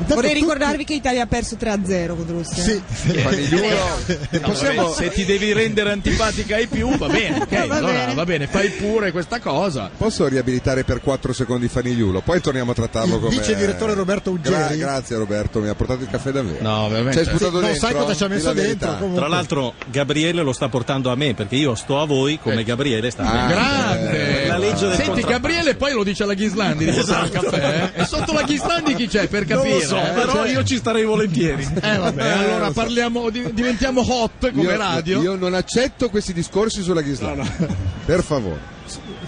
Intanto Vorrei tutti- ricordarvi che l'Italia ha perso 3-0 contro Russia. Sì, sì. No, vabbè, se ti devi rendere antipatica ai più, va bene, ok, Va allora bene. va bene, fai pure questa cosa. Posso riabilitare per 4 secondi Fanigliulo, poi torniamo a trattarlo Il come. vice direttore Roberto Uggeri. grazie Roberto, mi ha portato il caffè davvero. No, Cioè, certo. Ci hai veramente. sputato No, dentro. sai cosa ci ha Di messo la verità. dentro? Comunque. Tra l'altro Gabriele lo sta portando a me perché io sto a voi come Gabriele sta a me. Ah, Grande! eh, La pareggio Senti, del contratto. Esatto. Gabriele poi lo dice alla Ghislandi di portare il caffè. eh? E sotto la Ghislandi chi c'è per capire? non lo so, eh? però Cioè- io ci starei volentieri. Eh vabbè, allora parliamo, di- diventiamo hot come io, radio. Io non accetto questi discorsi sulla Ghislandi. Per favore.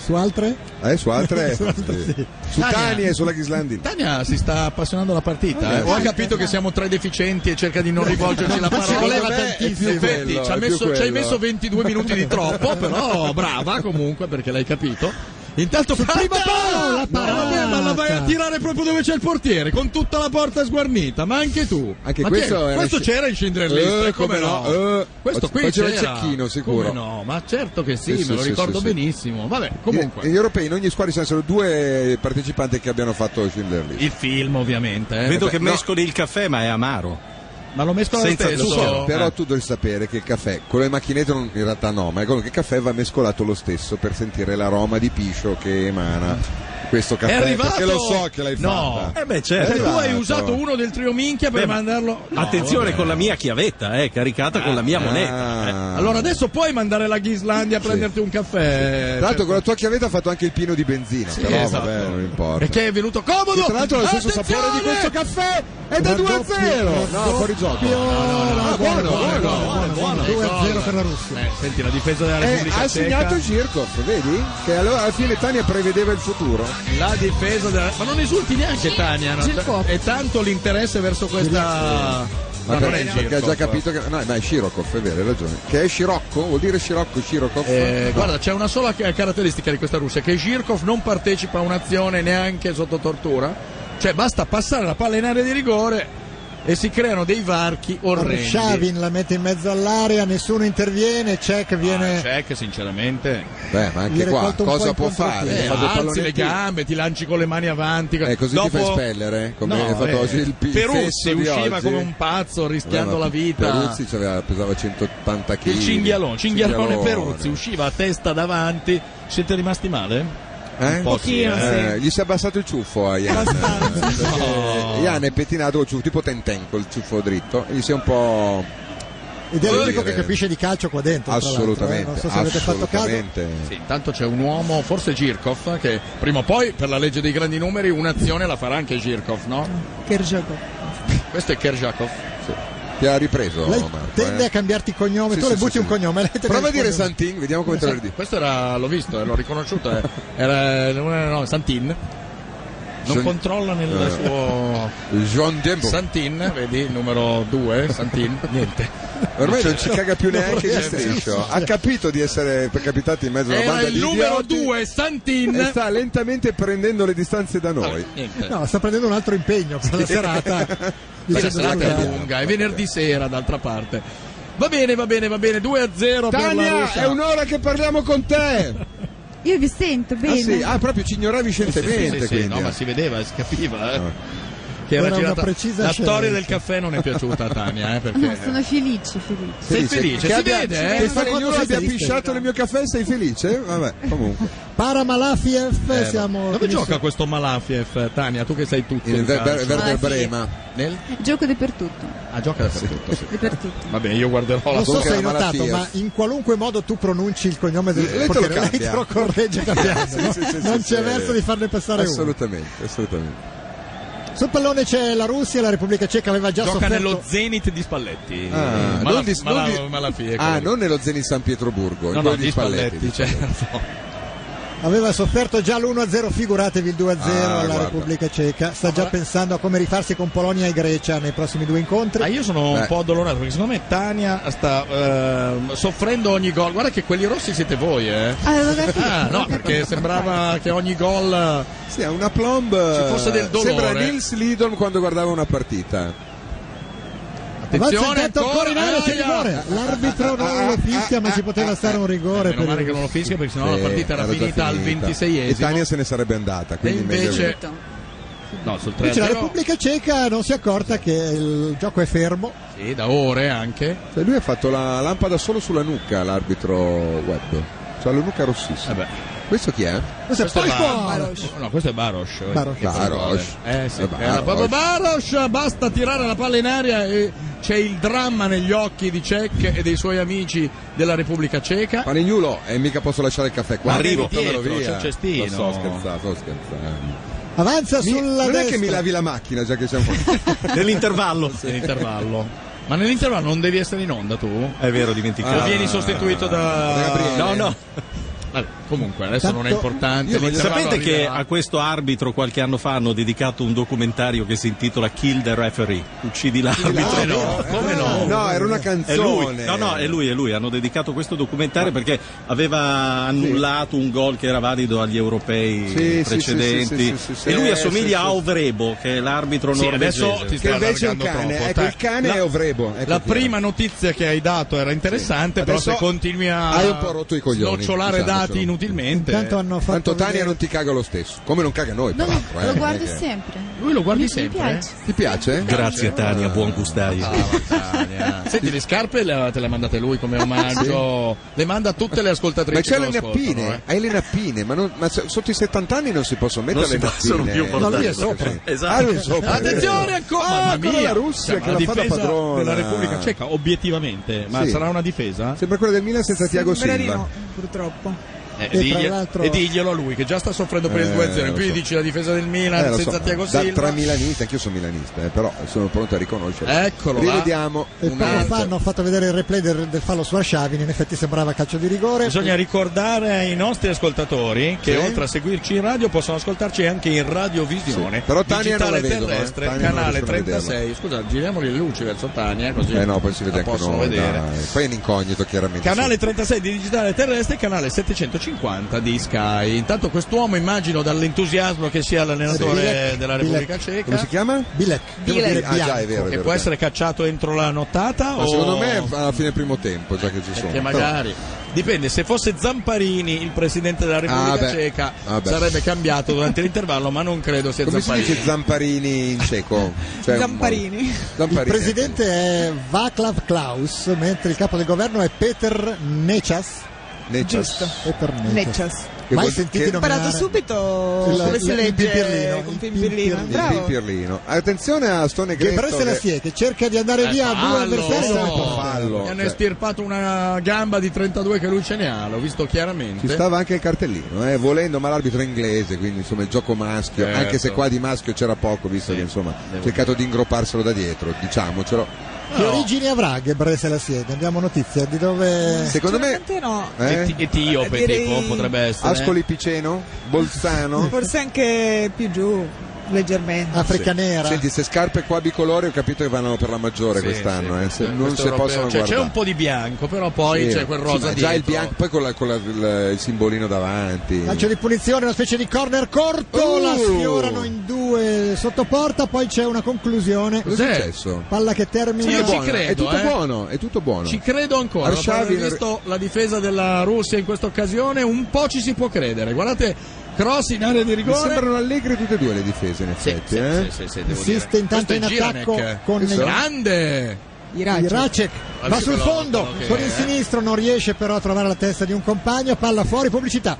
Su altre? Eh, su altre. eh, Su altre sì. Su Tania. Tania e sulla Ghislandi. Tania si sta appassionando alla partita. eh. Eh, Ho sì. capito che siamo tre deficienti e cerca di non rivolgerci la parola. Ci voleva Secondo me è tantissimo. più Infatti, quello, ci, ha è più messo- ci hai quello. messo 22 minuti di troppo, però brava comunque perché l'hai capito. Intanto parata! primo palo, la No, vabbè, ma la vai a parata. tirare proprio dove c'è il portiere, con tutta la porta sguarnita, ma anche tu. Anche Ma questo chi è? era Questo sci- c'era in Cinderella, Eh, come come no? no, eh. questo qui Faceva il c'era. cecchino, sicuro. Come no, ma certo che Sì, sì, me sì, lo sì, ricordo sì, Eh, sì. benissimo. Vabbè, comunque. Gli europei in ogni squadra ci sono due partecipanti che abbiano fatto Schindler List. Il film, ovviamente. eh. Vedo Vabbè, che no. mescoli il caffè, ma è amaro. Ma lo mescola Senza lo stesso. zucchero. Però Eh. tu devi sapere che il caffè, quello di macchinetto non- in realtà no, ma quello che il caffè va mescolato lo stesso per sentire l'aroma di piscio che emana questo È caffè. arrivato. Perché lo so che l'hai No. fatta. Eh beh, Eh, certo. tu hai Esatto. usato uno del trio minchia per Beh, ma- mandarlo. Eh, No, Attenzione vabbè. con la mia chiavetta, eh, caricata con la mia moneta. eh. Ah. Allora adesso puoi mandare la Ghislandia a prenderti un caffè. Cioè, Tra l'altro con la tua chiavetta ha fatto anche il pieno di benzina, Sì, però esatto. vabbè, non importa. Perché è venuto comodo. Sì, tra l'altro ha lo stesso Attenzione! sapore di questo caffè è da 2 a 0. No, fuori gioco. Ah, buono, buono, buono, buono. 2-0 per la Russia. Eh, senti, la difesa della Eh, Repubblica ha segnato Ceca. Girkov, vedi? Che allora alla fine Tania prevedeva il futuro. La difesa della. Ma non esulti neanche Tania. no? Girkov. È tanto l'interesse verso questa. Ma Ma non è perché, perché ha già Girkov. capito che. No, ma è Scirokov, è vero, hai ragione. Che è Scirocco? Vuol dire Scirocco, Scirokov? Eh, No. Guarda, c'è una sola ca- caratteristica di questa Russia, che Girkov non partecipa a un'azione neanche sotto tortura, cioè basta passare la palla in area di rigore e si creano dei varchi orrendi. Shavin la mette in mezzo all'area, nessuno interviene, Cech viene... Ah, C'è che sinceramente... Beh, ma gli anche era qua colto un po' cosa in può contropiede. fare? Eh, Ha fatto il alzi pallone le in più. gambe, ti lanci con le mani avanti. Eh, così Dopo- ti fai spellere, come No, ha fatto eh, oggi il il Peruzzi fesso di usciva oggi. Eh, come un pazzo Vabbè, rischiando ma la vita. Peruzzi c'aveva- pesava 180 kg. Il cinghialone, cinghialone Peruzzi uscì usciva a testa davanti. Siete rimasti male? Eh? pochino, Eh, Gli si è abbassato il ciuffo a Ian. eh, perché Ian è pettinato col ciuffo, tipo Tentenco, il ciuffo dritto. e Gli si è un po'. Ed è Volevo l'unico che dire- capisce di calcio qua dentro. tra l'altro, eh. Non Assolutamente, so se avete fatto caso. assolutamente. Sì, intanto c'è un uomo, forse Girkov, che prima o poi, per la legge dei grandi numeri, un'azione la farà anche Girkov, no? Questo è Kerjakov. Ti ha ripreso. Lei Marco, tende eh. a cambiarti il cognome, Sì, tu sì, le sì, butti sì. un cognome. lei te ne Prova a dire risponde- Santin, vediamo come te lo ridi. Questo era, l'ho visto, eh, l'ho riconosciuto, eh. era eh, no, no, Santin. Non Bisogna- controlla nel Eh. Boh. suo Jean Dembo. Santin, vedi, numero 2, Santin, niente. Ormai non ci caga più neanche di vorrei- striscio. Ha capito di essere capitato in mezzo a una Era banda il di Eh, numero idioti 2, Santin. E sta lentamente prendendo le distanze da noi. Niente. No, sta prendendo un altro impegno per la serata. Questa Dicendo serata scusa. è lunga, è venerdì sera d'altra parte. Va bene, va bene, va bene, 2 a 0 per la Tania, Russia. è un'ora che parliamo con te. Io vi sento Ah, bene. sì. ah proprio ci ignoravi Sì, sì, sì, scientemente. sì, no, quindi. ma si vedeva, si capiva. eh, Ah. Che eh. era Era una girata- precisa la scelta. storia del caffè non è piaciuta a Tania, eh, No, perché sono felice, felice. sei Che felice, si abbia- vede, Che eh. Falegnolo Sei abbia triste. pisciato nel mio caffè, sei felice? Eh, Vabbè, comunque. Para Malafiev, Eh, siamo... Dove finisci- gioca questo Malafiev, Tania? Tu che sai tutto. Il di Ver- calcio. Ver- Werder Ah, sì. Brema. Nel- Gioco dappertutto. Ah, gioca dappertutto. sì. Dappertutto. Vabbè, io guarderò la Non so bocca se hai della notato, malattia. ma in qualunque modo tu pronunci il cognome del Lei te lo portiere, lei cambia. te lo corregge cambiando. Sì, no? sì, sì, sì, non sì. c'è verso di farne passare uno. Assolutamente, assolutamente. Sul pallone c'è la Russia, la Repubblica Ceca aveva già Gioca sofferto. nello Zenit di Spalletti. Ah, Mala- non di- Mala- non di- Malafiev, Ah, quello. non nello Zenit San Pietroburgo, in No, no, quello diciamo. di Spalletti, certo. Aveva sofferto già l'1-0, figuratevi il 2-0 Ah, alla guarda. Repubblica Ceca. Sta già ma- pensando a come rifarsi con Polonia e Grecia nei prossimi due incontri. Ah, io sono un Beh. po' addolorato perché secondo me Tania sta ehm, soffrendo ogni gol. Guarda che quelli rossi siete voi, eh. Avevo capito. Ah, no, perché sembrava che ogni gol. eh, Sì, ha una plomb. eh, Ci fosse del dolore. Sembra Nils Lidon quando guardava una partita. Avanza Attenzione, intanto ancora in area, c'è eh, aia! rigore. L'arbitro non lo fischia, ma ci poteva stare un rigore. Meno male per che non lo fischia perché sennò Eh, la partita era già finita al finita. 26esimo. E Tania se ne sarebbe andata, E quindi meglio invece. che- No, sul 3 Invece la Repubblica Ceca non si è accorta che il gioco è fermo. Sì, da ore anche. Cioè, lui ha fatto la lampada solo sulla nuca, l'arbitro web. Cioè, la nuca rossissima. Vabbè. Questo chi è? Questo è Questo è poi Bar- fuori. No, questo è Baros. Baros. Che Baros. parole. Eh sì, Eh, Baros. era proprio Baros, basta tirare la palla in aria e c'è il dramma negli occhi di Cech e dei suoi amici della Repubblica Ceca. Palignulo, e eh, mica posso lasciare il caffè qua. Ma arrivo Portamelo dietro, c'è il cestino. Lo so, scherzando, sto scherzando. Avanza sulla non è destra. che mi lavi la macchina già che siamo Nell'intervallo. Nell'intervallo. Ma nell'intervallo non devi essere in onda tu? È vero, O dimenticato. vieni sostituito da Gabriele. No, no. Vabbè, comunque adesso non è Tanto- importante. Io voglio- l'intervallo Sapete che arriverà. a questo arbitro qualche anno fa hanno dedicato un documentario che si intitola Kill the Referee, uccidi l'arbitro. Come no? Come no? No, era una È canzone. lui, no, no, è lui, è lui. Hanno dedicato questo documentario perché aveva annullato un gol che era valido agli europei Sì, sì, precedenti. sì, sì, sì, sì, sì. e lui Eh, assomiglia sì, a sì. Ovrebo, che è l'arbitro Sì, norvegese. adesso ti Che stai invece è un allargando cane. troppo. ecco, dai. il cane La- è Ovrebo. ecco la prima notizia che hai dato era interessante, però Adesso se continui a hai un po' rotto i coglioni, diciamo, snocciolare diciamocelo. dati inutilmente. Intanto hanno fatto Tanto Tania vedere- non ti caga lo stesso, come non caga noi, No, peraltro, eh, lo non è guardo che- sempre. Lui lo guardi Mi- mi sempre. piace. Ti piace? Grazie Tania, buon Ah, gustaio. eh? Senti, le scarpe le- te le ha mandate lui come omaggio, le manda a tutte le ascoltatrici. Ma c'è che le lo ascoltano, eh. eh. nappine, hai le nappine, ma, non- ma so- sotto i 70 anni non si possono mettere Non le si possono nappine. più Ma lui è portare. sopra. Esatto. Ah, lui è sopra. Attenzione ancora! Mamma Ah, ancora mia! la Russia Cioè, che la ma fa da difesa padrona. della Repubblica Ceca, obiettivamente, ma Sì. sarà una difesa? Sembra quella del Milan senza Tiago Sembra di Silva. no, purtroppo. Eh, E digli- tra l'altro- e diglielo a lui che già sta soffrendo per il Eh, 2-0. lo Qui so. dici la difesa del Milan Eh, lo so, senza Tiago da- Silva. Tra milanisti, anch'io sono milanista, eh, però sono pronto a riconoscere. Eccolo là. Rivediamo E un poco altro. fa eh, hanno fatto vedere il replay del, del fallo su Arshavin, in effetti sembrava calcio di rigore. Bisogna ricordare ai nostri ascoltatori che Sì. oltre a seguirci in radio possono ascoltarci anche in radiovisione. Sì. Però Tania non la digitale vedono, eh. terrestre, Tania non canale riescono a 36. Scusa, giriamo le luci verso Tania così Eh no, poi si vede la anche possono noi, vedere. dai. Poi è in incognito, chiaramente. Canale 36 di digitale terrestre e canale 750 di Sky. Intanto quest'uomo immagino dall'entusiasmo che sia l'allenatore Bilek, della Bilek. Repubblica Come si Ceca chiama? Bilek, devo Bilek. dire Ah, già, bianco. è vero. è che vero, può dai. essere cacciato entro la nottata Ma o secondo me è alla fine primo tempo, già che ci sono. Che Oh. magari dipende, se fosse Zamparini il presidente della Repubblica Ah, beh. Ceca Ah, beh. sarebbe cambiato durante l'intervallo, ma non credo sia Come si Zamparini. dice Zamparini in ceco? Cioè, un- Zamparini. Il Zamparini. presidente è Vaclav Klaus, mentre il capo del governo è Peter Nechas. Necas. Peter Nechas. Neccias. Che Mai vuol- sentito che- Ho imparato nominare? subito Il- come il- si il legge Pirlino, con il Pimpirlino. Pirlino. Il Pin Bravo. Pirlino. Attenzione a Stone Gebre Greco. se la che- sie, che cerca di andare via a due Eh, Fallo! avversari. fallo, non può. fallo. Mi hanno Cioè- estirpato una gamba di 32 che lui ce ne ha, l'ho visto chiaramente. Ci stava anche il cartellino, eh, volendo, ma l'arbitro è inglese, quindi insomma il gioco maschio, Certo. anche se qua di maschio c'era poco, visto che insomma ha cercato di ingropparselo da dietro, diciamocelo. Che No. origini avrà Gebre se la sie? Ne abbiamo notizia di dove... Secondo me, Sicuramente no. eh, E Etiope Direi- tipo potrebbe essere. eh? Ascoli Piceno, Bolzano. Forse anche più giù, leggermente. Africa nera. Senti, se scarpe qua bicolore ho capito che vanno per la maggiore quest'anno, eh, se Questo non si europeo. possono Cioè, guardare. C'è un po' di bianco, però poi Sì, c'è quel sì, rosa ma dietro. già il bianco, poi con, la- con la- il, il simbolino davanti. Calcio di punizione, una specie di corner corto, Uh. la sfiorano in due sotto porta, poi c'è una conclusione. Cosa Cos'è? è successo? Palla che termina. Sì, È io ci buono, Eh, credo, Cioè, è tutto eh. buono, è tutto buono. Ci credo ancora, dopo Arshavin- aver visto la difesa della Russia in questa occasione, un po' ci si può credere. Guardate, cross in area di Mi rigore. sembrano allegre tutte e due le difese, in Sì, effetti. sì, eh. sì, sì, sì, devo Insiste dire. intanto Questo è in attacco Giranek. con Questo- Grande! Irace. Iracek. Ah, Va sì, sul quello- fondo, quello che con è, il eh. sinistro non riesce però a trovare la testa di un compagno, palla fuori, pubblicità.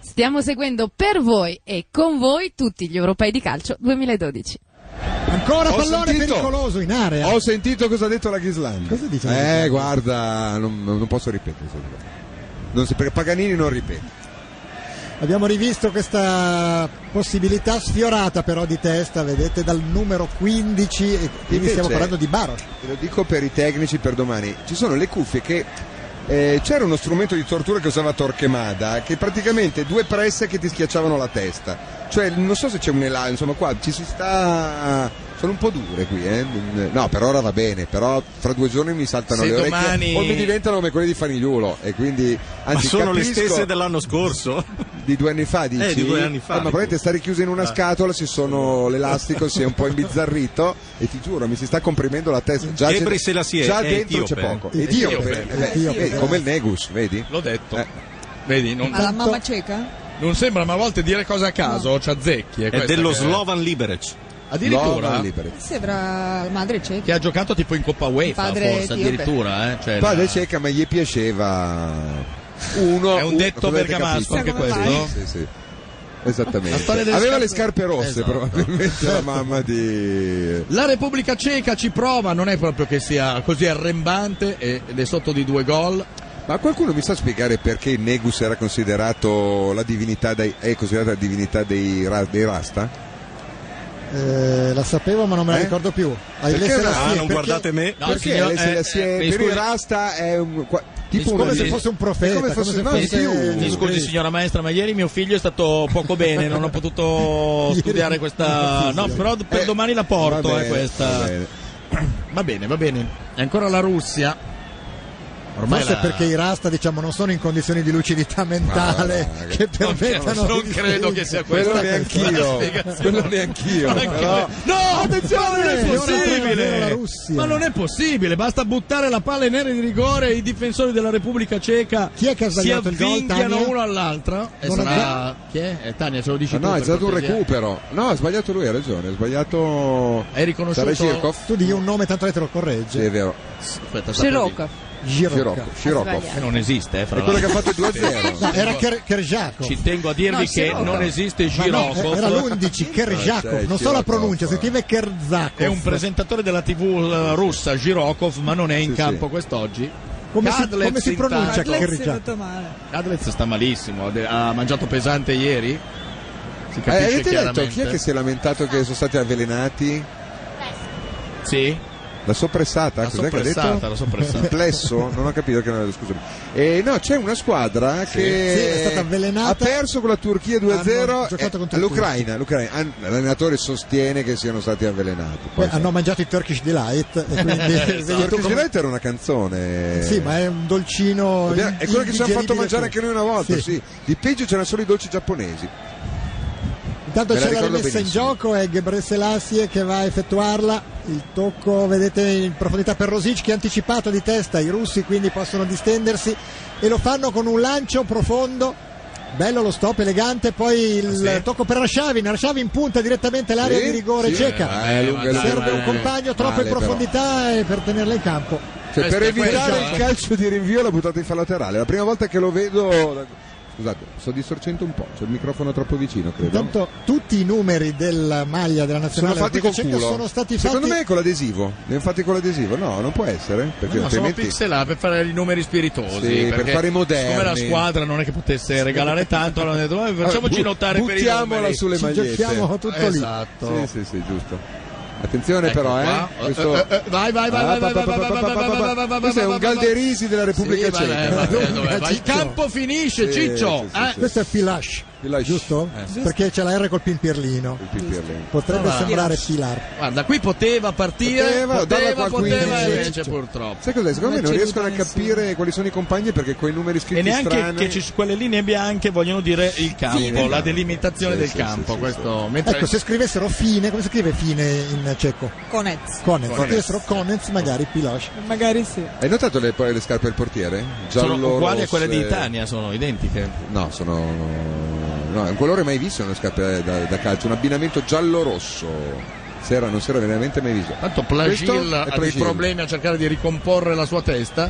Stiamo seguendo per voi e con voi tutti gli europei di calcio 2012. Ancora Ho pallone sentito. pericoloso in area. Ho sentito cosa ha detto la Ghislandi. Eh. Cosa dice la Ghislandi? Eh, guarda, non, non posso ripetere. se vuoi. Non si- perché Paganini non ripete. Abbiamo rivisto questa possibilità sfiorata però di testa, vedete, dal numero 15, e quindi Invece- stiamo parlando di Baros. Te lo dico per i tecnici per domani. Ci sono le cuffie che. eh, c'era uno strumento di tortura che usava Torquemada, che praticamente due presse che ti schiacciavano la testa. Cioè, non so se c'è un elano, insomma, qua ci si sta. Sono un po' dure qui, eh. No, per ora va bene, però fra due giorni mi saltano Se le orecchie domani- o mi diventano come quelle di Fanigliulo. E quindi. Ma Anzi, sono le Eh, capisco- stesse dell'anno scorso? Di due anni fa, dici? Eh, di due anni fa, Ah, ma dico. probabilmente sta richiusa in una scatola, si sono, l'elastico si è un po' imbizzarrito e ti giuro, mi si sta comprimendo la testa. Già, Ebre c'è- se la si è, già è dentro etiope. c'è poco. Etiope. Etiope. Eh, beh, Etiope. vedi, come il Negus, vedi? L'ho detto. Eh. Vedi, non, Alla mamma cieca? non sembra, ma a volte dire cose a caso eh, ci azzecchi. È dello slow Slovan Liberec. Addirittura No, liberi. Eh, Sembra madre cieca. che ha giocato tipo in Coppa UEFA, Padre forse etiope. addirittura. Eh? Cioè, Padre la- cieca, ma gli piaceva uno. È un detto cosa avete bergamasco capito? anche questo? Sì, sì, sì. La Esattamente. storia delle Aveva scarpe- le scarpe rosse Esatto. probabilmente la mamma di... La Repubblica Ceca ci prova, non è proprio che sia così arrembante e- ed è sotto di due gol. Ma qualcuno mi sa spiegare perché Negus era considerato la divinità dei, è considerata la divinità dei, ra- dei Rasta? Eh, la sapevo ma non me la Eh? ricordo più. Ai Perché Lesser no? Assie, Ah, non perché- guardate me. No, perché signor- lei se la eh, si è- eh, per mi il scusi- Rasta è un, qua- tipo scusi- una- Come se fosse un profeta, È come fosse- no, fosse- di più. Mi scusi signora maestra, ma ieri mio figlio è stato poco bene, non ho potuto Ieri- studiare questa... No, però per Eh, domani la porto, va eh, bene, questa. va bene. Va bene, va bene. E ancora la Russia. Ormai Forse la- perché i Rasta diciamo non sono in condizioni di lucidità mentale Ma no, che permettano non di credo che distinguere. sia questa Quello la neanch'io, spiegazione. quello neanch'io. però- No, attenzione, non è Eh, possibile. la Russia. Ma non è possibile, basta buttare la palla in area di rigore e i difensori della Repubblica Ceca Chi è che ha si sbagliato il gol, avvinghiano Tania? uno all'altro. E Non è sarà... Chi è? Eh, Tania, se lo dici Ah, tu no, è per stato un cortesia. recupero. No, ha sbagliato lui, ha ragione. Ha sbagliato. Hai riconosciuto- Sarajirkov? Tu digli un nome tanto lei te lo Sì, corregge. è vero. Aspetta, sta per Sciroca. Scirocco. Girocco. Scirocco. dire. Eh, non esiste, eh, fra È quello che l'altro. ha fatto il 2-0. No, era Ker- Kerjakov. Ci tengo a dirvi No, che Scirocco. non esiste Ma no, eh, Girocco. era Eh, l'11 Kerjakov, sei non so la Kirjakov. pronuncia, sentiva Kerzakov. È un presentatore della TV russa, Girokov, ma non è in Sì, campo sì. quest'oggi. come si, Kadlec come si in pronuncia Ecco, tanto. Lei si è Kerjakov? fatto male. Kadlec sta malissimo, de- ha mangiato pesante ieri. Si Eh, capisce avete letto chiaramente. chi è che si è lamentato che sono stati avvelenati? Sì, La soppressata? l'ha Cos'è che ha soppressata, detto? l'ha soppressata. Plesso? Non ho capito che non scusami. Eh, no, c'è una squadra che Sì, è stata avvelenata. ha perso con la Turchia 2-0 Hanno giocato eh, contro la all'Ucraina. l'Ucraina. An- L'allenatore sostiene che siano stati avvelenati. Poi, Beh, hanno mangiato i Turkish Delight e quindi Esatto. vedi tu Turkish come- Delight era una canzone. Sì, ma è un dolcino Dobbiamo- È quello che ci hanno fatto indigeribile. mangiare anche noi una volta, Sì. sì. Di peggio c'erano solo i dolci giapponesi. Intanto Me la c'è la ricordo rimessa in benissimo. gioco, è Gebre Selassie che va a effettuarla, il tocco vedete in profondità per Rosic che è anticipato di testa, i russi quindi possono distendersi e lo fanno con un lancio profondo, bello lo stop elegante, poi il Ah, sì? tocco per Rashavin, Rashavin punta direttamente l'area Sì, di rigore sì. cieca, Ah, è lunga, Eh, è lunga, serve dai, un eh, compagno troppo male, in profondità e per tenerla in campo. però. Cioè, per Questo è evitare quello, il eh. calcio di rinvio l'ha buttato in fallo laterale. La prima volta che lo vedo. Scusate, sto distorcendo un po'. C'è il microfono troppo vicino, credo. Intanto tutti i numeri della maglia della sono nazionale fatti col Repubblica Ceca culo. sono stati fatti Secondo me è con l'adesivo. Li hanno fatti con l'adesivo. No, non può essere. Perché No, no, sono altrimenti. pixelati per fare i numeri spiritosi. Sì, per perché fare i moderni. Siccome la squadra non è che potesse regalare tanto, hanno detto "Vabbè, facciamoci Vabbè, bu- notare per i Buttiamola numeri. sulle ci magliette. giochiamo tutto lì. esatto. Sì, sì, sì, giusto. Attenzione Ecco però, qua. eh. Questo... Ah, Eh, eh, eh, vai, vai, vai, vai, vai, vai, vai, vai, vai, vai, vai, vai, Questo è un vai, vai, Galderisi della Repubblica Sì, vai, vai, vai, Ceca. vai, dov'è? Vai, Il Ciccio. campo finisce, Sì, Ciccio. sì, sì, eh? sì. Questo è Pilash, Pilash. Eh, giusto? Perché c'è la R col pimpirlino. Il Pipirlin. Potrebbe Allora. sembrare Pilar. Guarda, qui poteva partire, Poteva, poteva, poteva, dalla qua 15, e invece Ciccio. purtroppo. Sai cos'è? Secondo me non c'è riescono a nessuno. capire quali sono i compagni perché quei numeri scritti E neanche strani. che ci- quelle linee bianche vogliono dire il campo, esatto. la delimitazione Sì, del sì, campo. sì, sì, questo, mentre... Ecco, se scrivessero fine, come si scrive fine in ceco? Conez. Conez. Se scrivessero Conez, magari Pilash. Magari sì. Hai notato le, poi le scarpe del portiere? sono Giallo, uguali a rosse. quelle di Tania, sono identiche. No, sono. No, è un colore mai visto nelle scarpe da, da calcio, un abbinamento giallo-rosso. Sera, non si era veramente mai visto. Tanto Questo Plagil è ha dei Plagil. problemi a cercare di ricomporre la sua testa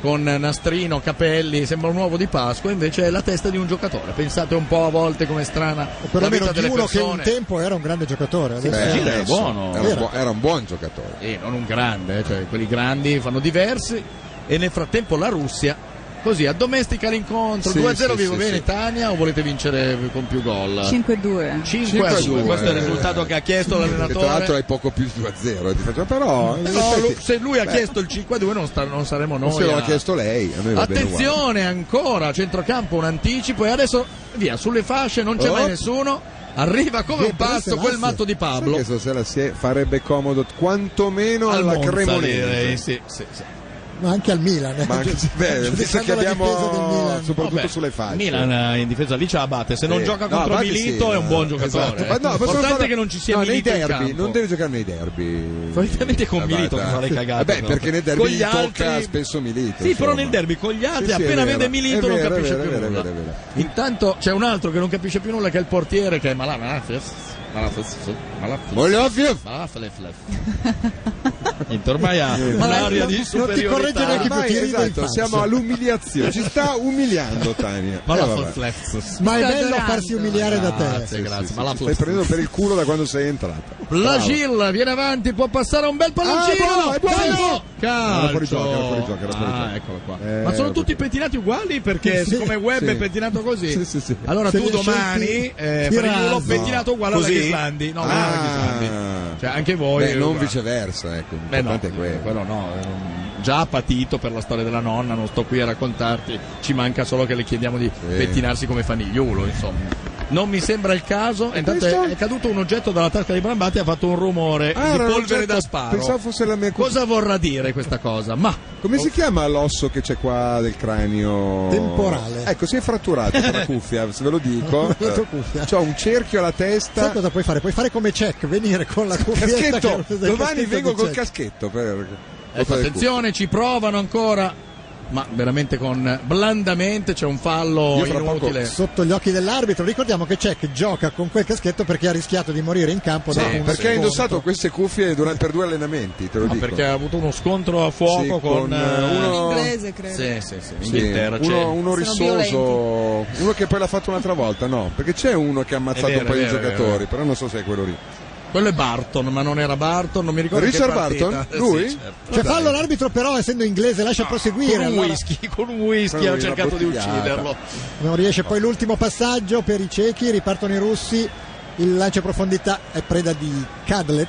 con nastrino, capelli, sembra un uovo di Pasqua, invece è la testa di un giocatore. Pensate un po' a volte come è strana O la perlomeno vita di delle uno che un persone. tempo era un grande giocatore. Adesso Beh, boh. sì, è- era Eh, adesso, buono. Era un, Era. buon- era un buon giocatore. Sì, non un grande, eh, cioè quelli grandi fanno diversi e nel frattempo la Russia così addomestica l'incontro Sì, 2-0 sì, vi va sì, bene sì. Tania o volete vincere con più gol? 5-2. 5 a 2, 5-2, questo è il eh. risultato che ha chiesto Che tra l'altro l'allenatore. hai poco più di 2-0. eh, Ti faccio, però. in No, effetti, lu- se lui ha beh, chiesto il 5 a 2 non, sta- non saremo noi. se lo ha a- chiesto lei, a me va bene uguale. Attenzione ancora, centrocampo un anticipo e adesso via sulle fasce, non c'è Oh. mai nessuno. Arriva come Via, un pazzo Perez, quel Lazio. matto di Sai Pablo. che stasera si è- farebbe comodo quantomeno Al alla Monza, direi, Cremonese. sì, sì, sì. Ma anche al Milan. eh. Ma anche, beh, Giudicando visto che la difesa del abbiamo Milan. soprattutto Vabbè, sulle facce. Milan eh, in difesa lì ce la batte. Se non Sì. gioca No, contro Abate sì, Milito è un no, buon giocatore. esatto. Ma eh. no, possiamo L'importante fare- è che non ci sia no, nei Milito in derby, campo. non deve giocare nei derby. Eh, Solitamente con Milito che fa le cagate, Vabbè, no? perché nei Con derby gli tocca altri- spesso Milito. Sì, però insomma. nel derby con gli altri Sì, sì, è appena vero, vede Milito è non vero, è capisce vero, più è vero, nulla. è vero, è vero. Intanto c'è un altro che non capisce più nulla che è il portiere che è Malafes. Malafes. Malafes. Voglio ovvio. Malafes. Niente, ormai ha un'aria di superiorità. Ormai, esatto, siamo all'umiliazione. Ci sta umiliando Tania. Ma Eh, la vabbè. Flex. Ma è Sto bello adorando. farsi umiliare da Ah, te. Grazie, grazie. Sì, ma la ci Stai Flex. prendendo per il culo da quando sei entrata. La Gil viene avanti, può passare un bel palloncino. Ah, buono, è buono. Calcio! Era fuori Calcio! gioco, era fuori gioco, era fuori gioco. Ah, eccolo qua. Eh, Ma sono era tutti pettinati uguali perché Sì, siccome Web sì. è pettinato così. Sì, sì, sì. Allora Se tu li domani scelti, eh, tira- Friulo no. pettinato uguale alla Così? Ghislandi. No, uguale alla Ghislandi. Ah. Cioè anche voi Beh, non uguale. viceversa, ecco. Beh no, L'importante è quello. ehm, quello no, eh, già patito per la storia della nonna, non sto qui a raccontarti, ci manca solo che le chiediamo di pettinarsi come fanigliulo, insomma. Non mi sembra il caso, e intanto è, questo? è caduto un oggetto dalla tasca di Brambati e ha fatto un rumore Ah, di era un polvere oggetto- da sparo. Pensavo fosse la mia cosa. Cosa vorrà dire questa cosa? Ma ecco, Come si chiama l'osso che c'è qua del cranio? Temporale. Ecco, si è fratturato con la cuffia, se ve lo dico. La tua cuffia. C'ho un cerchio alla Sai testa. cosa puoi fare? Puoi fare come check, venire con la cuffietta. Caschetto! che- Domani caschetto vengo di col check. caschetto. Per... ecco, attenzione, ci provano ancora, ma veramente con blandamente c'è un fallo Io fra poco- inutile. Sotto gli occhi dell'arbitro, ricordiamo che Check gioca con quel caschetto perché ha rischiato di morire in campo Sì, dopo un Perché ha sconto. indossato queste cuffie durante- per due allenamenti, te lo No, dico. Ah, perché ha avuto uno scontro a fuoco Sì, con, con, eh, eh, uno- Inglese, credo. Sì, sì, sì, cioè, in Sì, Inghilterra c'è. uno, uno violenti. rissoso, uno che poi l'ha fatto un'altra volta, no, perché c'è uno che ha ammazzato È vero, un paio è di vero, è giocatori, vero. però non so se è quello lì. Quello è Barton, ma non era Barton, non mi ricordo Richard che partita. Barton? Eh, sì, Lui? certo. Cioè, fallo l'arbitro, però, essendo inglese, lascia proseguire. Con un allora. whisky, con un whisky Quello ha era cercato di bottigliata. ucciderlo. Non riesce poi l'ultimo passaggio per i cechi, ripartono i russi. Il lancio a profondità è preda di Kadlec,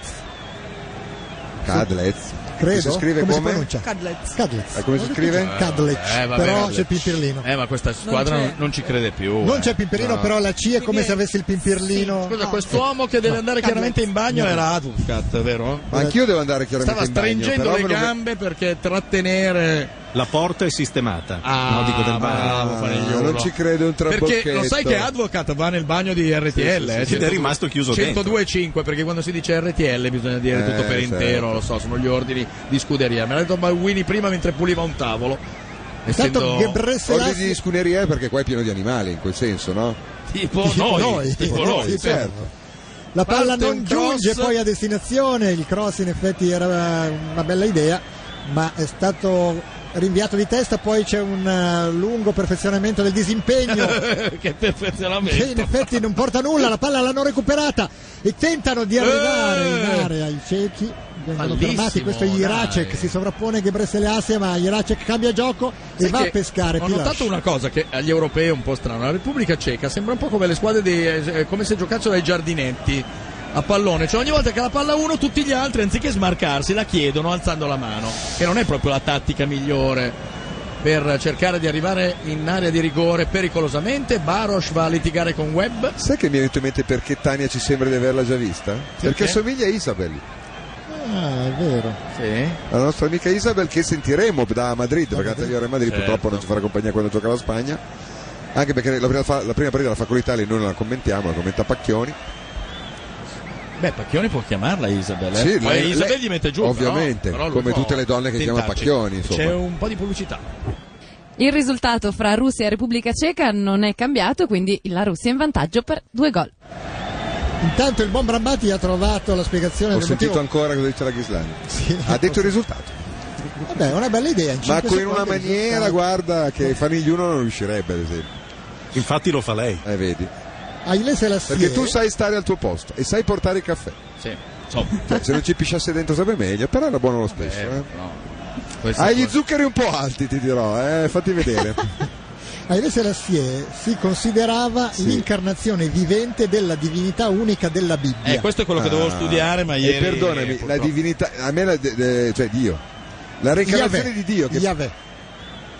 Cadlez. credo. Si scrive come, come? si pronuncia? Cadlez. Cadlec. Eh, come si scrive? Cadlec. Eh, vabbè, però Kadlec. c'è Pimpirlino. Eh, ma questa squadra non, non ci crede più. non eh. c'è Pimpirlino, però la C è come se avesse il Pimpirlino. Ah, Scusa, quest'uomo che deve andare chiaramente in bagno era Adulcat, vero? Ma anch'io devo andare chiaramente Stava in bagno, stringendo però le me lo- gambe perché trattenere. La porta è sistemata. Ah, no, dico del bagno. bravo, Fanigliolo. non ci credo un trabocchetto. Perché lo sai che Advocat va nel bagno di RTL? eh, certo. Ed è 102. rimasto chiuso dentro. 102.5 perché quando si dice RTL bisogna dire Eh, tutto per certo. intero, lo so, sono gli ordini di scuderia. Me l'ha detto Winnie prima mentre puliva un tavolo. Intanto Essendo Ordini Gebreselassie di scuneria perché qua è pieno di animali in quel senso, no? tipo Tipo noi, noi, tipo tipo noi, noi, certo. La palla Parte non un giunge cross. poi a destinazione, il cross in effetti era eh, una bella idea, ma è stato rinviato di testa, poi c'è un eh, lungo perfezionamento del disimpegno che che in perfezionamento. effetti non porta a nulla, la palla l'hanno recuperata e tentano di arrivare Eh! in area i cechi. Vengono Fallissimo, fermati, questo è dai. Jiracek, si sovrappone Gebreselassie, ma Jiracek cambia gioco e Sai va che a pescare Ho Pilar. notato una cosa che agli europei è un po' strana. La Repubblica Ceca sembra un po' come le squadre di, eh, come se giocassero ai giardinetti a pallone. Cioè ogni volta che la palla uno, tutti gli altri, anziché smarcarsi, la chiedono alzando la mano. Che non è proprio la tattica migliore per cercare di arrivare in area di rigore pericolosamente. Baros va a litigare con Webb. Sai che mi è venuto in mente perché Tania ci sembra di averla già vista? Perché somiglia a Isabel, Ah, è vero. Sì. la nostra amica Isabel che sentiremo da Madrid, perché la tagliare a Madrid Certo. purtroppo non ci farà compagnia quando gioca la Spagna. Anche perché la prima, fa- la prima partita la fa con l'Italia e noi non la commentiamo, la commenta Pacchioni. Eh, Beh, Pacchioni può chiamarla Isabel. Eh? Sì, Poi lei- Isabel lei- gli mette giù. ovviamente, però- però lui come può tutte le donne che chiama tentarci. Pacchioni, insomma. C'è un po' di pubblicità. Il risultato fra Russia e Repubblica Ceca non è cambiato, quindi la Russia è in vantaggio per due gol. Intanto il buon Brambati ha trovato la spiegazione Ho del sentito motivo. ancora cosa dice la Ghislani. Sì. Ha detto il risultato. Ah, Vabbè, è una bella idea. in Ma cinque con una secondi maniera, risulta- guarda, che Fanigliuno non riuscirebbe, ad esempio. Infatti lo fa lei. Eh, vedi. Aile se la Perché sie- tu sai stare al tuo posto e sai portare il caffè. Sì. Insomma. Cioè, se non ci pisciasse dentro sarebbe meglio, però era buono lo stesso. Eh, eh. no. Questo Hai è gli quello. zuccheri un po' alti, ti dirò, eh, fatti vedere. Haile Selassie si considerava l'incarnazione vivente della divinità unica della Bibbia. Eh, questo è quello che dovevo studiare, ma Ah, E ieri. eh, perdonami, la purtroppo- divinità, a me la, de- de- cioè Dio. La reincarnazione Yahweh. di Dio. Che, Yahweh.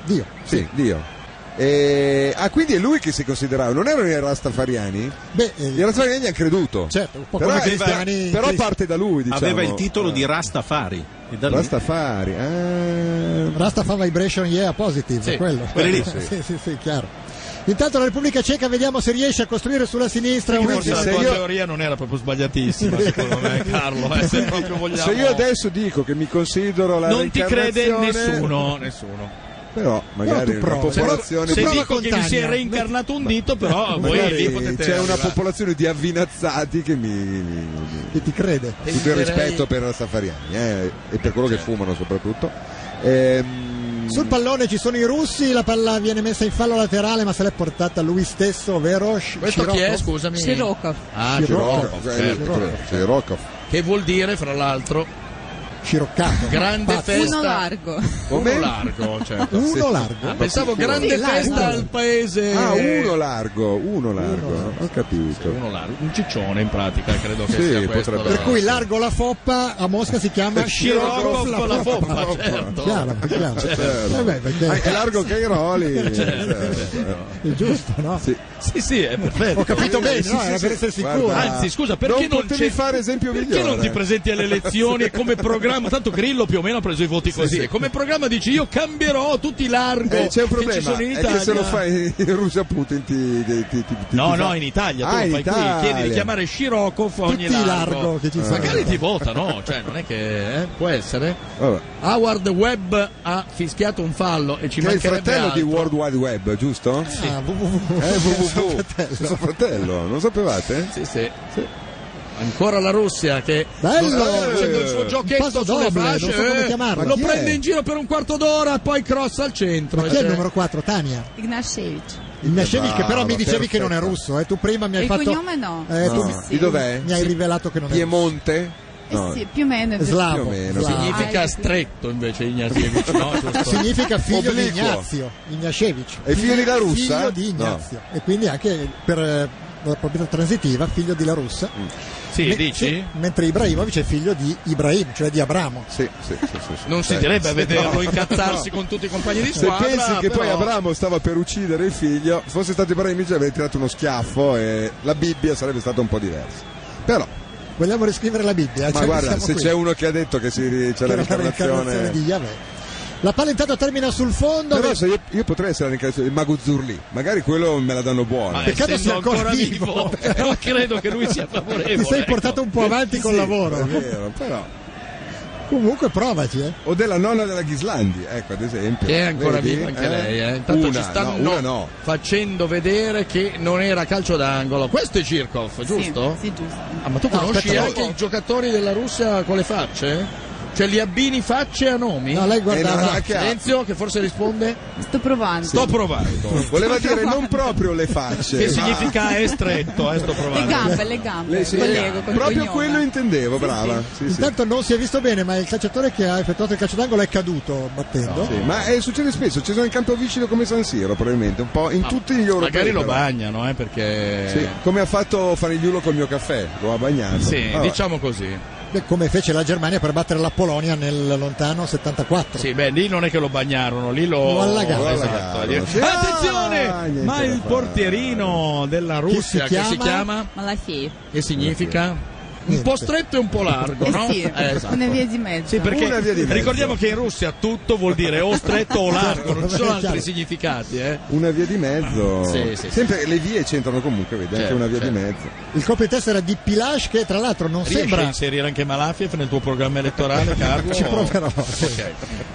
Dio. Sì, Dio. E- ah, quindi è lui che si considerava, non erano i Rastafariani? Beh, eh, Gli Rastafariani hanno creduto. certo, un po' Però, come eh, cristiani. però cristi- parte da lui, diciamo. Aveva il titolo di Rastafari. E da lì- Rastafari. ah. Rasta fa vibration yeah positive, Sì, quello. quelli lì, sì. sì. sì, sì, chiaro. Intanto la Repubblica Ceca vediamo se riesce a costruire sulla sinistra un Forse la se tua io- teoria non era proprio sbagliatissima, secondo me, Carlo. eh, se proprio vogliamo. Se io adesso dico che mi considero la non ti crede reincarnazione- nessuno, nessuno. Però magari tu una prova. popolazione Se Prova dico con che mi si è Tania. reincarnato un dito, però voi magari lì potete c'è una arrivare. popolazione di avvinazzati che mi, mi- mi- che ti crede. tutto il rispetto per Safariani eh, e per quello che Certo. fumano soprattutto Ehm, Sul pallone ci sono i russi, la palla viene messa in fallo laterale, ma se l'è portata lui stesso, vero? Sh- Questo chi è, Shirokov? scusami? Scirocco. Ah, Scirocco, Scirocco, eh, certo. Scirocco, Scirocco. Che vuol dire, fra l'altro, Sciroccato. grande Pazzo. festa. Uno largo. Uno Come? largo, certo. Uno Sì. largo. Ah, pensavo grande Sì, festa largo. al paese. ah uno largo uno largo ho Sì, capito Eh. uno largo. Un ciccione in pratica, credo che Sì, sia questo. potrebbe la- Per cui largo la foppa a Mosca si chiama Scirocco Scirocco con la foppa, certo. Chiaro, chiaro. Certo. Eh beh, anche perché largo che i roli Eh, certo. è giusto, no? Sì. Sì, sì, è Ho perfetto. capito Eh, bene, sì, no? sì, Era sì. per essere Guarda, sicuro. Anzi, scusa, perché non non, potevi c'è- fare esempio perché migliore? non ti presenti alle elezioni e come programma? Tanto Grillo più o meno ha preso i voti così. sì. Come programma dici io cambierò tutti i largo Eh, c'è un che ci problema, sono in è Italia. che se lo fai in Russia Putin ti, ti, ti, ti- ti No, fa- no, in Italia, tu Ah, lo in fai Italia. qui, chiedi di chiamare Scirocco a ogni Tutti i largo che ci sono. Magari ti vota, no? Cioè, non è che eh, può essere. Vabbè. Howard Webb ha fischiato un fallo e ci Che è il mancherebbe fratello di altro. Eh, World Wide Web, giusto? Ah, www. Eh, www. Suo fratello. Suo fratello, non sapevate? Sì, sì. Ancora la Russia che Bello! sta facendo il suo Passo giochetto sulle doble, fasce, non so come eh, chiamarlo. lo Chi è? prende in giro per un quarto d'ora, poi cross al centro. Ma chi è Eh, il numero 4? Tania? Ignashevich. Il Nascevic, che però mi Brava, dicevi che non è perfetta. russo, eh? tu prima mi hai Il fatto. cognome no. Eh, tu mi- No. Di dov'è? mi hai rivelato che non è russo. Piemonte? Eh sì, più o meno. è vero. Slavo. Più o meno, slavo. Ah, sì. Significa stretto invece Ignazievic, no? Giusto? Significa figlio di Obliquo. Ignazio, Ignascevic. E figlio di La Russa? Figlio di Ignazio. E quindi anche per eh, la proprietà transitiva, figlio di La Russa. Mm. Sì, Me- sì, dici? mentre Ibrahimovic è figlio di Ibrahim, cioè di Abramo. Sì, sì, sì, sì, sì. Non si Dai. direbbe a vederlo No. incazzarsi con tutti i compagni di Se squadra. pensi che poi però- Abramo stava per uccidere il figlio, fosse stato Ibrahimovic avrebbe tirato uno schiaffo e la Bibbia sarebbe stata un po' diversa. Però, Eh, Vogliamo riscrivere la Bibbia? ma Cioè, guarda, siamo se qui. c'è uno che ha detto che si ri- c'è Che la era reincarnazione... di Yahweh. La palla intanto termina sul fondo. Però vedi- se io, io potrei essere la reincarnazione di Mago Zurli, magari quello me la danno buona. Eh, Ah, Peccato essendo sia ancora vivo, però credo che lui sia favorevole. ti sei ecco. portato un po' avanti col Sì, È lavoro. vero, però. Comunque provaci, eh. O della nonna della Ghislandi, ecco ad esempio. Che è ancora Vedi? viva anche Eh? lei, eh. Intanto Una, ci stanno no, una no. facendo vedere che non era calcio d'angolo. Questo è Cirkov, giusto? Sì, sì, giusto. Ah, ma tu No, conosci aspetta, anche no. i giocatori della Russia con le facce? Cioè li abbini facce a nomi? No, lei Eh, no, guardava. no, che ha- Silenzio che forse risponde. Sto provando. Sto provando. Voleva dire non proprio le facce. Ah, che ma- significa è stretto, eh, sto Le provando. gambe, le gambe. Lei si- Collego col proprio cognome. quello intendevo, brava. Sì, sì. Intanto non si è visto bene, ma il calciatore che ha effettuato il calcio d'angolo è caduto battendo. Sì, ma eh, succede spesso, ci sono in campo vicino come San Siro, probabilmente, un po' in tutti gli europei. Magari lo però. bagnano, eh, perché... Sì, come ha fatto Fanigliulo col mio caffè, lo ha bagnato. Sì, Vabbè. diciamo così. Beh, come fece la Germania per battere la Polonia nel lontano 74. Sì, beh, lì non è che lo bagnarono, lì lo, Lo allagarono. Esatto. Lo allagarono. Lì- Attenzione! Ah, niente ma da il fare. portierino della Russia si che si chiama? chiama? Malafie. Che significa? Un Niente. po' stretto e un po' largo, Eh no? sì, Eh, esatto. una via di mezzo. Sì, Una via di perché mezzo. ricordiamo che in Russia tutto vuol dire o stretto o largo, non ci sono Chiaro. altri significati, eh. Una via di mezzo. Sì, sì, Sempre le vie c'entrano comunque, vedi, anche Certo, una via certo. di mezzo. Il colpo di testa era di Pilash che tra l'altro non Riesci a sembra... inserire anche Malafiev nel tuo programma elettorale, Carlo? Ci proverò. Ok.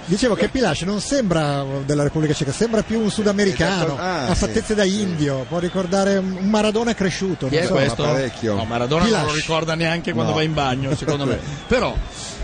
Dicevo che Pilash non sembra della Repubblica Ceca, sembra più un sudamericano, Esatto. Ah, ha sì, fattezze da indio, può ricordare un un Maradona cresciuto. Chi non è so. questo? ma parecchio. No, Maradona Chi non lo lascia? ricorda neanche quando No. va in bagno, secondo me. Però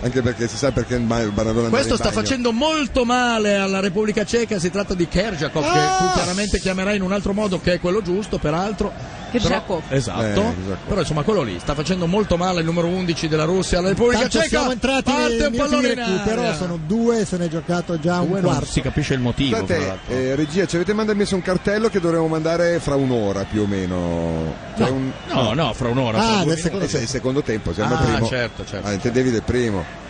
Anche perché si sa perché il Bar- Maradona questo andava sta in bagno. facendo molto male alla Repubblica Ceca, si tratta di Kerjakov Ah! che tu chiaramente chiamerai in un altro modo che è quello giusto, peraltro. Però- Kerjakov. esatto. Eh, Kerjakov. Però insomma quello lì sta facendo molto male il numero 11 della Russia alla Repubblica Tanto Ceca. siamo entrati nei Parte un minuti di pallone in recupero, aria. sono due, se ne è giocato già un Due, non quarto. si capisce il motivo. tra Scusate, l'altro. eh, regia, ci avete mandato messo un cartello che dovremmo mandare fra un'ora più o meno. Cioè un- No, no, fra un'ora. Ah, fra due del minuti. secondo Eh, sì, il secondo tempo, siamo Ah, al primo. certo, certo. Ah, intendevi del primo.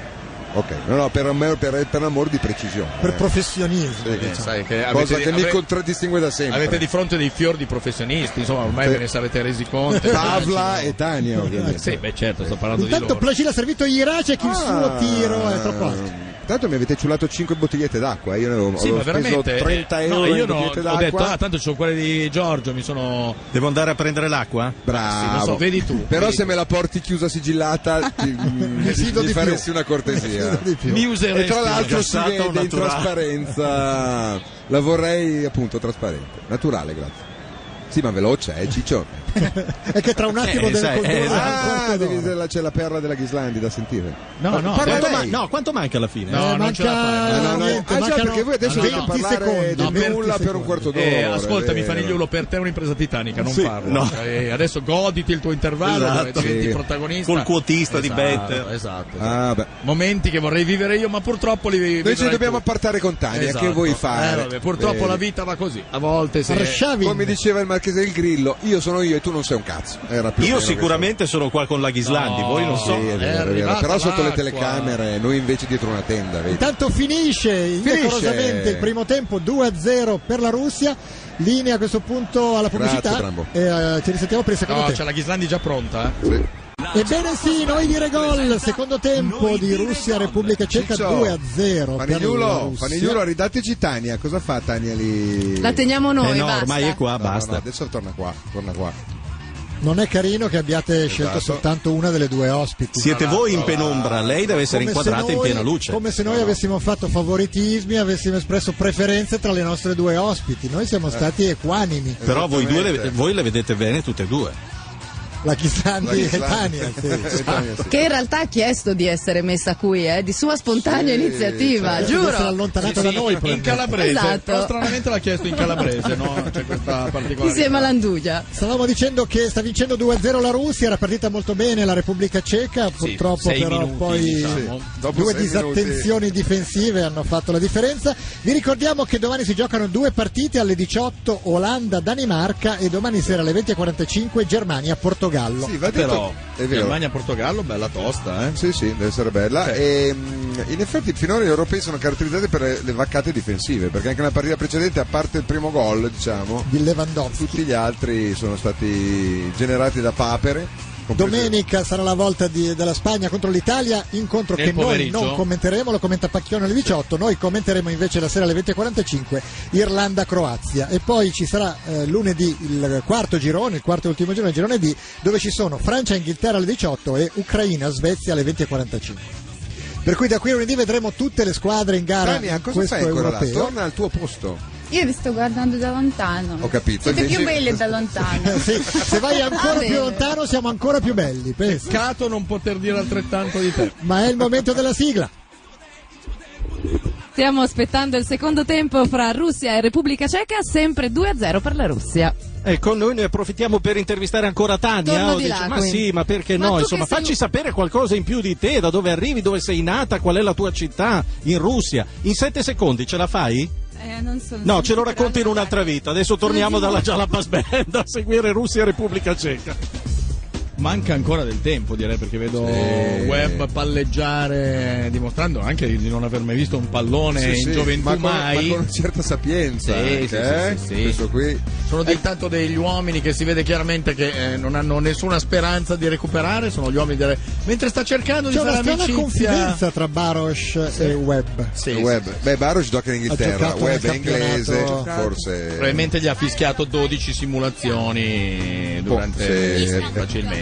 Ok, no, no, per, amor- per, per amor di precisione. Per eh. professionismo. Sì, diciamo. Eh, Sai che Cosa avete- che mi avete- contraddistingue da sempre. Avete di fronte dei fior di professionisti, insomma, ormai Sì. ve ne sarete resi conto. Pavla e Tania, ovviamente. Sì, beh, certo, sto parlando di Intanto loro. Placil ha servito Iracek, il Ah. suo tiro è troppo alto. Tanto mi avete ciulato 5 bottigliette d'acqua, eh, io ne avevo, Sì, avevo ma speso veramente 30 eh, euro no, io in no, bottigliette ho detto, d'acqua. ah, tanto ci sono quelle di Giorgio, mi sono Devo andare a prendere l'acqua? Bravo. ah, sì, lo so, vedi tu, Però vedi se me la porti chiusa sigillata ti, mi fido di più. faresti una Sì, cortesia. di più. mi useresti E tra l'altro si Gassato vede in naturale. trasparenza. La vorrei appunto trasparente. Naturale, grazie. Sì, ma veloce, eh, Ciccio. È che tra un attimo Eh, deve sai, condurre eh, un quarto Ah, devi- d'ora. c'è la perla della Ghislandi da sentire. No, no, Quanto beh, Eh, lei. ma- no, quanto manca alla fine? No, Eh, non ce la fai. manca Ah, no, no. niente, Ah, già, mancano perché voi adesso no, no, dovete 20 parlare secondi, di 20 nulla per un secondi. quarto d'ora. Eh, ascoltami vero? Fanigliolo, per te è un'impresa titanica, non Sì, farlo. no. Eh, adesso goditi il tuo intervallo Esatto. dove diventi Sì. protagonista. Col quotista di Esatto, Better. Esatto. Ah, beh. Momenti che vorrei vivere io, ma purtroppo li vivi. Noi ci dobbiamo appartare con Tania, che vuoi fare? Eh, vabbè, purtroppo Eh, la vita va così. A volte se Arshavin. Come diceva il marchese del Grillo, io sono io e tu non sei un cazzo. Era più o meno Io sicuramente sono qua con la Ghislandi, No. voi non questo. so. Eh, Sì, eh, è vero, È è vero. arrivata Però sotto le l'acqua. telecamere, noi invece dietro una tenda, vedi? Intanto finisce indecorosamente il primo tempo 2-0 per la Russia. Linea a questo punto alla Grazie, pubblicità. Trambo. e, eh, ci risentiamo per il secondo No, c'è tempo. la Ghislandi già pronta. eh. Ebbene sì, noi dire gol. Secondo tempo Noi di dire Russia gol. Repubblica Ceca Ciccio, 2-0 per la Fanigliolo, Russia. Fanigliolo, ridateci Tania. Cosa fa Tania lì? La teniamo noi, eh no, basta. ormai è qua, No, no, no, basta. adesso torna qua, torna qua. Non è carino che abbiate scelto Esatto. soltanto una delle due ospiti. Siete voi in penombra, lei deve essere Come se inquadrata in noi- piena luce. Come se noi avessimo fatto favoritismi, avessimo espresso preferenze tra le nostre due ospiti. Noi siamo stati equanimi. Però voi due le, Esattamente. voi le vedete bene tutte e due. La La Chislandi e Ghislandi. Tania. sì. E Tania, sì. Che in realtà ha chiesto di essere messa qui, eh, di sua spontanea Sì, iniziativa, certo. Deve essere giuro. allontanata Sì, da noi. in probabilmente. calabrese. Esatto. Però Stranamente l'ha chiesto in calabrese, no? C'è questa particolarità. Insieme all'Andugia. Stavamo dicendo che sta vincendo 2-0 la Russia, era partita molto bene la Repubblica Ceca, purtroppo sei però minuti, poi diciamo. sì, Dopo due sei disattenzioni difensive hanno fatto la differenza. Vi ricordiamo che domani si giocano due partite alle 18 Olanda-Danimarca e domani sera alle 20.45 Germania-Portogallo. Sì, va detto. Però è vero. Germania-Portogallo, bella tosta, eh. Sì, sì, deve essere bella. E, mh, in effetti finora gli europei sono caratterizzati per le, le vaccate difensive, perché anche nella partita precedente, a parte il primo gol, diciamo, Di Lewandowski. tutti gli altri sono stati generati da papere. compreso- Domenica sarà la volta di- della Spagna contro l'Italia, incontro Nel che pomeriggio. noi non commenteremo, lo commenta Pacchione alle 18, noi commenteremo invece la sera alle 20.45 Irlanda-Croazia e poi ci sarà eh, lunedì il quarto girone, il quarto e ultimo girone, il girone D, dove ci sono Francia-Inghilterra alle 18 e Ucraina-Svezia alle 20.45. Per cui da qui a lunedì vedremo tutte le squadre in gara Tania, in cosa questo fai ancora là? europeo. Torna al tuo posto. Io vi sto guardando da lontano. Ho capito, Siete invece- più belle da lontano. Eh, sì, se vai ancora Ah, più bene. lontano siamo ancora più belli, pensa. Peccato non poter dire altrettanto di te. Ma è il momento della sigla. Stiamo aspettando il secondo tempo fra Russia e Repubblica Ceca, sempre 2-0 per la Russia. E Eh, con noi ne approfittiamo per intervistare ancora Tania. Torno Ho di detto, là, ma quindi. sì, ma perché Ma no? tu Insomma, che sei- facci sapere qualcosa in più di te, da dove arrivi, dove sei nata, qual è la tua città in Russia. In sette secondi ce la fai? Eh, non sono No, ce lo sicura, racconti in non un'altra vita. Adesso torniamo dalla Jalapas Band a seguire Russia e Repubblica Ceca. Manca ancora del tempo, direi, perché vedo Sì. web palleggiare, dimostrando anche di non aver mai visto un pallone Eh, in Sì, sì, gioventù ma con, mai. ma con una certa sapienza. Sì, anche, sì, eh? sì, sì, sì. Questo qui. Sono del tanto degli uomini che si vede chiaramente che eh, non hanno nessuna speranza di recuperare, sono gli uomini delle... mentre sta cercando C'è di una fare strana amicizia. confidenza tra Baros e Webb. Sì, il sì, web. sì. Beh, Baros gioca in Inghilterra, giocato nel web è inglese, campionato. forse. Probabilmente gli ha fischiato 12 simulazioni Boh, durante sì. sì, facilmente.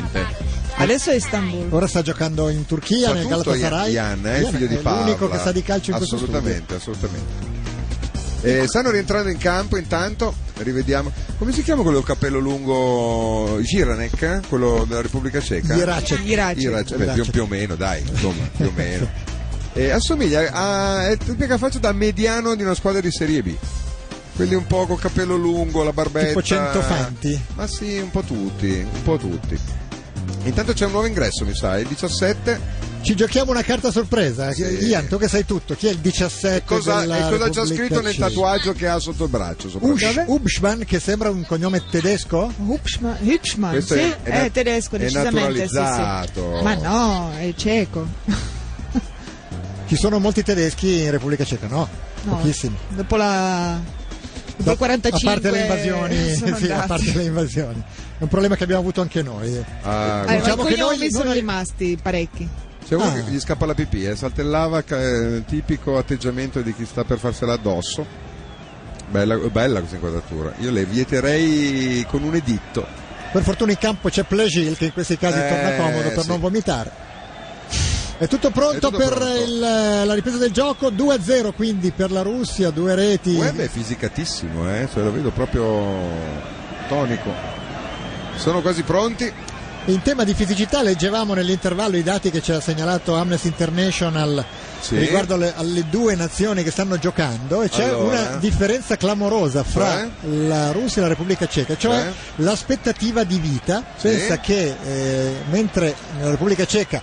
Adesso è Istanbul. Ora sta giocando in Turchia, Sa nel Cioè, tutto Ian, Galatasaray. Ian, eh, il Ian figlio di Paola. È l'unico che sa di calcio in questo studio. Assolutamente, assolutamente. Eh, stanno rientrando in campo intanto, rivediamo. Come si chiama quello col cappello lungo Giranek, eh? quello della Repubblica Ceca? Iracek. Iracek. Iracek, beh, più, più o meno, dai, insomma, più o meno. Eh, assomiglia a è tipica faccia da mediano di una squadra di Serie B. Quelli un po' col cappello lungo, la barbetta. Tipo Centofanti. Ma sì, un po' tutti, un po' tutti. Intanto c'è un nuovo ingresso, mi sa, il 17. Ci giochiamo una carta sorpresa. Sì. Ian, tu che sai tutto, chi è il 17? Cosa, della e cosa c'ha Repubblica scritto nel Ceca? tatuaggio che ha sotto il braccio? soprattutto? Ush, Ubschmann, che sembra un cognome tedesco? Hupschman, Ah, Hübschmann. Questo sì, è- è, è Eh, nat- tedesco, è decisamente. sì, sì. naturalizzato. Ma no, è cieco. Ci sono molti tedeschi in Repubblica Ceca, no? No, Pochissimi. Dopo la. Dopo Do- il 45. a parte le invasioni, sono sì, a andati. parte le invasioni. È un problema che abbiamo avuto anche noi. Ah, Eh, ma Diciamo i che noi- cognomi sono noi- rimasti parecchi. sì, C'è uno Ah. che gli scappa la pipì, eh, saltellava, ca- eh, tipico atteggiamento di chi sta per farsela addosso. Bella, bella questa inquadratura. Io le vieterei con un editto. Per fortuna in campo c'è Plagil che in questi casi Eh, torna comodo per sì. non vomitare. È tutto pronto È tutto per pronto. il, eh, la ripresa del gioco, 2-0 quindi per la Russia, due reti. Web è fisicatissimo, eh, cioè lo vedo proprio tonico. Sono quasi pronti. In tema di fisicità leggevamo nell'intervallo i dati che ci ha segnalato Amnesty International Sì. riguardo alle, alle due nazioni che stanno giocando e c'è Allora. una differenza clamorosa fra Cioè? la Russia e la Repubblica Ceca, cioè, Cioè? l'aspettativa di vita. Sì. Pensa che eh, mentre nella Repubblica Ceca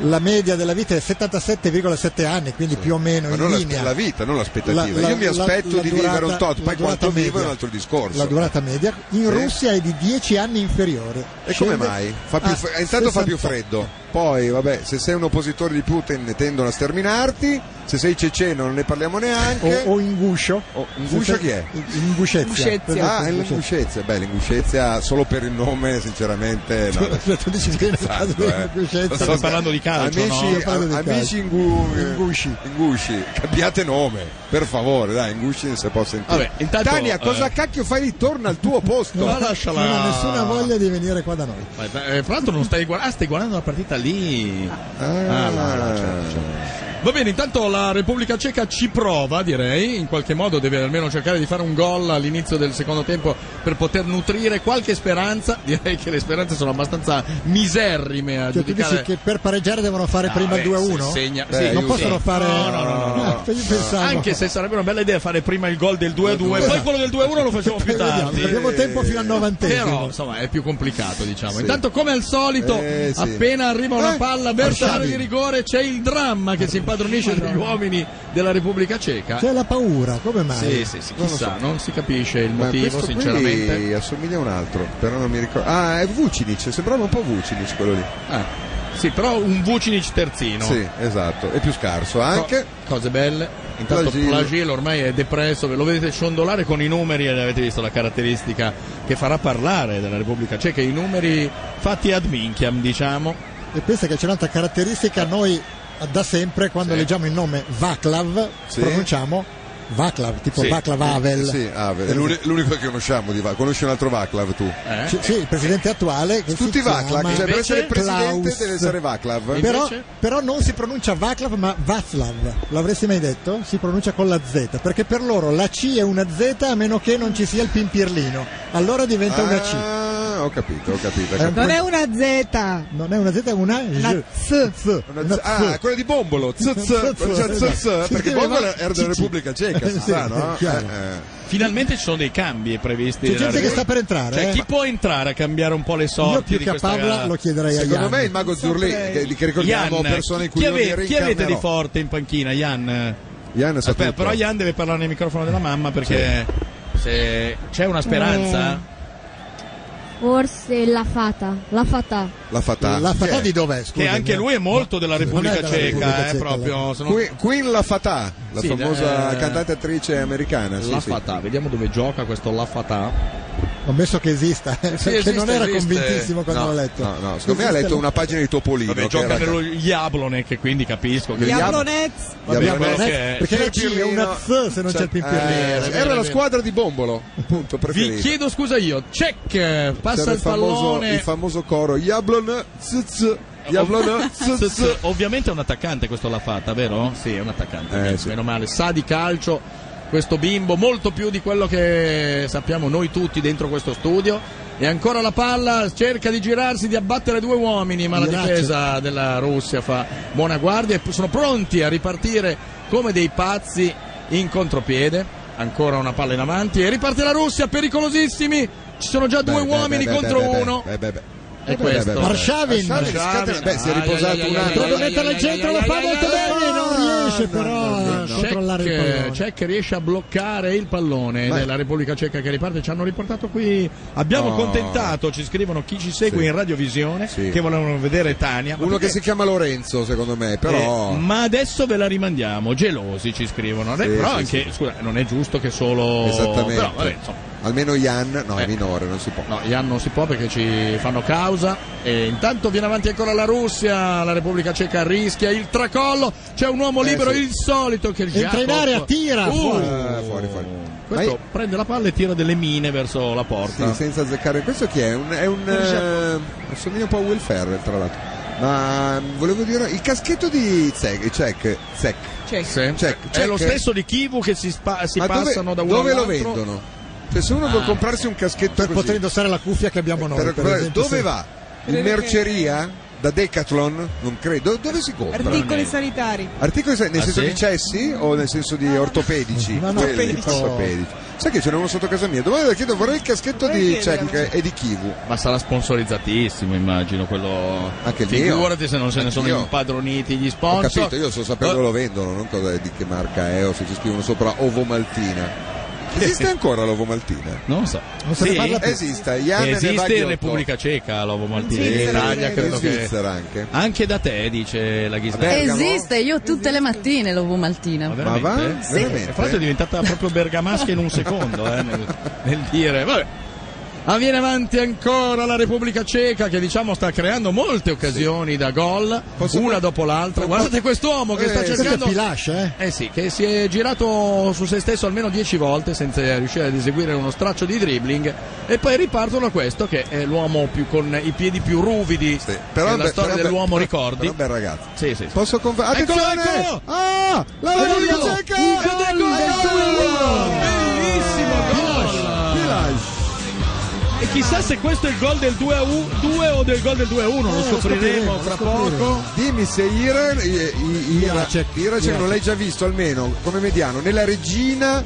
la media della vita è 77,7 anni, quindi più o meno Ma in non la, linea. la vita, non l'aspettativa. La- la- Io mi la- aspetto la di durata- vivere un tot, la poi quanto durata vivo è un media. altro discorso. La durata media in Sì. Russia è di 10 anni inferiore. E come mai? Fa più a fre- intanto fa più 68. freddo. Poi, vabbè, se sei un oppositore di Putin tendono a sterminarti, se sei ceceno non ne parliamo neanche. O, o inguscio? O- inguscio chi è? Inguscezia. Inguscezia. Ah, è l'inguscezia. Beh, l'inguscezia solo per il nome, sinceramente. No, Tu dici che nel caso eh. dell'inguscezia- Sto parlando di calcio, amici, no? Sto parlando di amici calcio. ingu- Ingusci. ingusci, cambiate nome, per favore, dai, ingusci se posso sentire. Vabbè, intanto, Tania, eh, cosa cacchio fai? Ritorna al tuo posto. Ma Non lasciala. ha nessuna voglia di venire qua da noi. Ma, eh, Fra l'altro non stai guardando, ah, stai guardando la partita lì. Ah, Ah, là, là, certo, certo. Va bene, intanto la Repubblica Ceca ci prova, direi, in qualche modo deve almeno cercare di fare un gol all'inizio del secondo tempo per poter nutrire qualche speranza. Direi che le speranze sono abbastanza miserrime a Cioè, tu dici giudicare. Ah, che per pareggiare devono fare prima il beh, 2-1? se segna- Eh, sì, non io possono sì. fare. No, no, no, no, no, Ah, io pensavo. Anche se sarebbe una bella idea fare prima il gol del 2-2, poi quello del 2-1 lo facciamo Poi più Eh, vediamo, tardi. Abbiamo tempo fino al Però novantesimo. insomma è più complicato diciamo. Intanto come al solito Eh, sì. appena arriva una Eh, palla verso l'area di Arshavin. rigore c'è il dramma che si eh, impadronisce degli uomini della Repubblica Ceca. C'è la paura, come mai? Sì, sì, sì, Non lo chissà, non si capisce il Ma motivo questo qui sinceramente. assomiglia a un altro, però non mi ricordo. Ah, è Vucinic, sembrava un po' Vucinic quello lì. Ah, Sì, però un Vucinic terzino. Sì, esatto, è più scarso Co- anche. cose belle. Intanto Plagil. Plagil ormai è depresso, ve lo vedete ciondolare con i numeri e avete visto la caratteristica che farà parlare della Repubblica Ceca, i numeri fatti ad minchiam, diciamo. E pensa che c'è un'altra caratteristica, noi da sempre quando Sì. leggiamo il nome Vaclav Sì. pronunciamo Vaclav, tipo Sì. Vaclav Havel. Sì, ah. Havel, è l'uni- l'unico che conosciamo di Vaclav. Conosci un altro Vaclav tu? Eh? C- sì, il presidente attuale. Che Tutti si Vaclav, chiama cioè per essere il presidente Klaus. deve essere Vaclav. Invece- Però, però non si pronuncia Vaclav ma Vaclav, l'avresti mai detto? Si pronuncia con la Z, perché per loro la C è una Z a meno che non ci sia il pimpirlino, allora diventa una C. Ah, ho capito, ho capito. ho È un capito. Non è una Z. Non è una Z, è una Una J. Z. Z. Una Una z- ah, Z. quella di Bombolo, z- z- Z- z- z- z- Sì, perché sì, Bombolo ma- era della Cici. Repubblica Ceca, si Sì, sa, no? è chiaro. Eh, eh. Finalmente ci sono dei cambi C'è previsti. nella gente che Repubblica- sta per entrare. Cioè, eh. chi può entrare a cambiare un po' le Io sorti più di che a questa Paola gara? lo chiederei a Secondo Jan. me il mago Zurli, che, che ricordiamo, Ian, persona in cui chi, io mi ave- chi avete di rincarnerò. forte in panchina, Ian? Ian sa Aspetta, tutto. però Ian deve parlare nel microfono della mamma perché se c'è una speranza. Mm. Forse la fata, la fata. La fatà. La Chi fatà è? di dov'è? Che scusami? eh. anche lui è molto della Repubblica Non è della Repubblica Ceca, eh, Ceca, proprio. se Cioè, non- Queen, Queen La Fatà, la Sì, famosa eh, cantante e attrice americana. sì, La sì. Fatà, vediamo dove gioca questo La Fatà. Ho messo che esista, eh, perché esiste, non era esiste. convintissimo quando No, l'ho letto. no, no, secondo me ha Esiste letto la- una pagina di Topolino. Vabbè, che gioca era- nello Jablone, che quindi capisco che Gli Diavolo. Ablonets. Gli abbiamo- Diavolo. Eh, che- perché la C è Pirlino- una Z se non c'è il Eh, pimpirlino. vero, era vero. la squadra di Bombolo, punto Vi preferito. chiedo scusa io, check, passa C'era il il famoso, pallone. il famoso coro Jablon zz, Jablon Z- z- zz. Ovviamente è un attaccante questo l'ha fatta, vero? Sì, è un attaccante. Eh, meno, sì. meno male, sa di calcio questo bimbo molto più di quello che sappiamo noi tutti dentro questo studio. E ancora la palla, cerca di girarsi, di abbattere due uomini, ma la Miraccio. difesa della Russia fa buona guardia e p- sono pronti a ripartire come dei pazzi in contropiede. Ancora una palla in avanti e riparte la Russia, pericolosissimi. Ci sono già due Beh, beh, uomini beh, beh, contro beh, beh, uno. beh, beh, beh. E questo. beh, beh. Arshavin. Arshavin, scatena- Ah, Beh, Ah, si è riposato un Prova a attimo. metterla in centro, lo fa molto bene, non riesce però a controllare il Cech, pallone. Cech riesce a bloccare il pallone Vai. della Repubblica Ceca che riparte. Ci hanno riportato qui. Abbiamo No. contentato, ci scrivono chi ci segue Sì. in radiovisione Sì. che volevano vedere Tania. Ma Uno che perché- si chiama Lorenzo, secondo me, però Eh, ma adesso ve la rimandiamo, gelosi ci scrivono. Re- Sì, però sì, anche, sì. scusa, non è giusto che solo. Esattamente. Però, vabbè, insomma. Eh. Almeno Jan, no, è minore, non si può. No, Jan non si può perché ci fanno causa. E intanto viene avanti ancora la Russia, la Repubblica Ceca rischia il tracollo. C'è un uomo Eh, libero, sì. il solito che Uh. Entra in area, tira, fuori. Ah, fuori, fuori. Questo prende la palla e tira delle mine verso la porta. Sì, senza azzeccare. Questo chi è? Un, è un. eh, assomiglia un po' a Will Ferrell, tra l'altro. Ma mm, volevo dire, il caschetto di Zek, Zek, Zek. cioè, Sì. Zek, È lo Zek. stesso di Kivu che si, spa- si Cioè Ma dove- passano da uno Dove lo all'altro. vendono? Cioè, se uno vuol Ah. comprarsi un caschetto per così, poter indossare la cuffia che abbiamo noi. per- per per- esempio, dove se- va? In merceria? Da Decathlon? Non credo. Dove si compra? Articoli sanitari. Articoli sai, nel Ah, senso sì? di cessi o nel senso di ortopedici? No, no, Quelli, ortopedici. ortopedici. Sai che ce n'è uno sotto casa mia? Domani chiedo, vorrei il caschetto Vorrei di chiedere, Cech e di Kivu. Ma sarà sponsorizzatissimo, immagino, quello... Anche il mio. Figurati se non se ne Anche sono io. impadroniti gli Ho sponsor. capito, io sto sapendo dove lo vendono, non cosa di che marca è o se ci scrivono sopra Ovo Maltina. Esiste ancora l'Ovo Maltina? Non lo so. Non se ne parla più. Esiste, Jan ne va Esiste in ghiotto. Repubblica Ceca l'uovo maltese, In in Svizzera, Italia direi. credo in che... Svizzera anche. Anche da te, dice la Ghisla. Vabbè. Bergamo? Esiste, io tutte le mattine l'uovo maltina. Ma Ma va? veramente? Veramente? E Fra l'altro è diventata proprio bergamasca in un secondo eh, nel, nel dire. Vabbè. Ah, viene avanti ancora la Repubblica Ceca che diciamo sta creando molte occasioni da gol, Posso- una dopo l'altra. Guardate quest'uomo che Eh, sta questo Questo è cercando... Pilash, eh? Eh sì, che si è girato su se stesso almeno dieci volte senza riuscire ad eseguire uno straccio di dribbling e poi ripartono a questo che è l'uomo più con i piedi più ruvidi Sì, nella beh- storia però beh- dell'uomo, però- ricordi? Però bel ragazzo. sì, sì, sì. Posso confermare? Eccolo, Attenzione! eccolo! Ah! La Repubblica Eccolo! Ceca! Un gol del Svizzera! Eh, Bellissimo gol! Pilash! E chissà se questo è il gol del 2 a 2 o del gol del 2 a 1, lo Eh, lo scopriremo scopriremo, fra lo scopriremo. poco. Dimmi se Iran, I- I- Ira- Iracek. Iracek non l'hai già visto almeno come mediano nella Regina,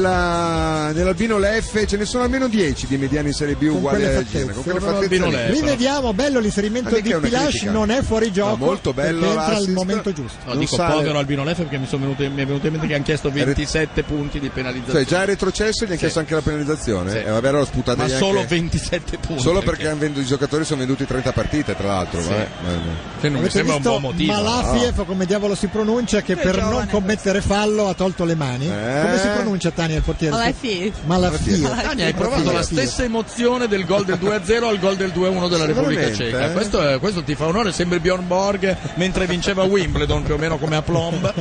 nella, nell'Albino Leffe, ce ne sono almeno 10 di mediani in Serie B uguali quelle alla Regina. fattezze, Con quelle però fattezze l'Albino lì. Eh, Lì però- vediamo, bello Ma l'inserimento mica di è una Pilash, critica. non è fuori gioco. Ma molto bello perché entra al l'assist. momento giusto. No, Non dico sale. povero Albino Leffe perché mi, sono venuto, mi è venuto in mente che hanno Eh, chiesto 27 punti di penalizzazione. Cioè, già è retrocesso e gli ha chiesto anche la penalizzazione. Sì. E vabbè, allora sputate ma anche- solo 27 cioè, punti. Solo perché han venduto- i giocatori sono venduti 30 partite, tra l'altro. eh. vabbè. Che non mi Avete sembra un visto buon motivo. Ah. Malafiev, come diavolo si pronuncia, che per non commettere fallo ha tolto le mani. Eh. Come si pronuncia Tania il portiere? Malafiev. Malafiev. Tania, hai provato la stessa emozione del gol del 2-0 al gol del 2-1 della Repubblica Sicuramente, Ceca. eh. Questo, è- questo ti fa onore, sembri Bjorn Borg mentre vinceva Wimbledon più o meno come a plomb.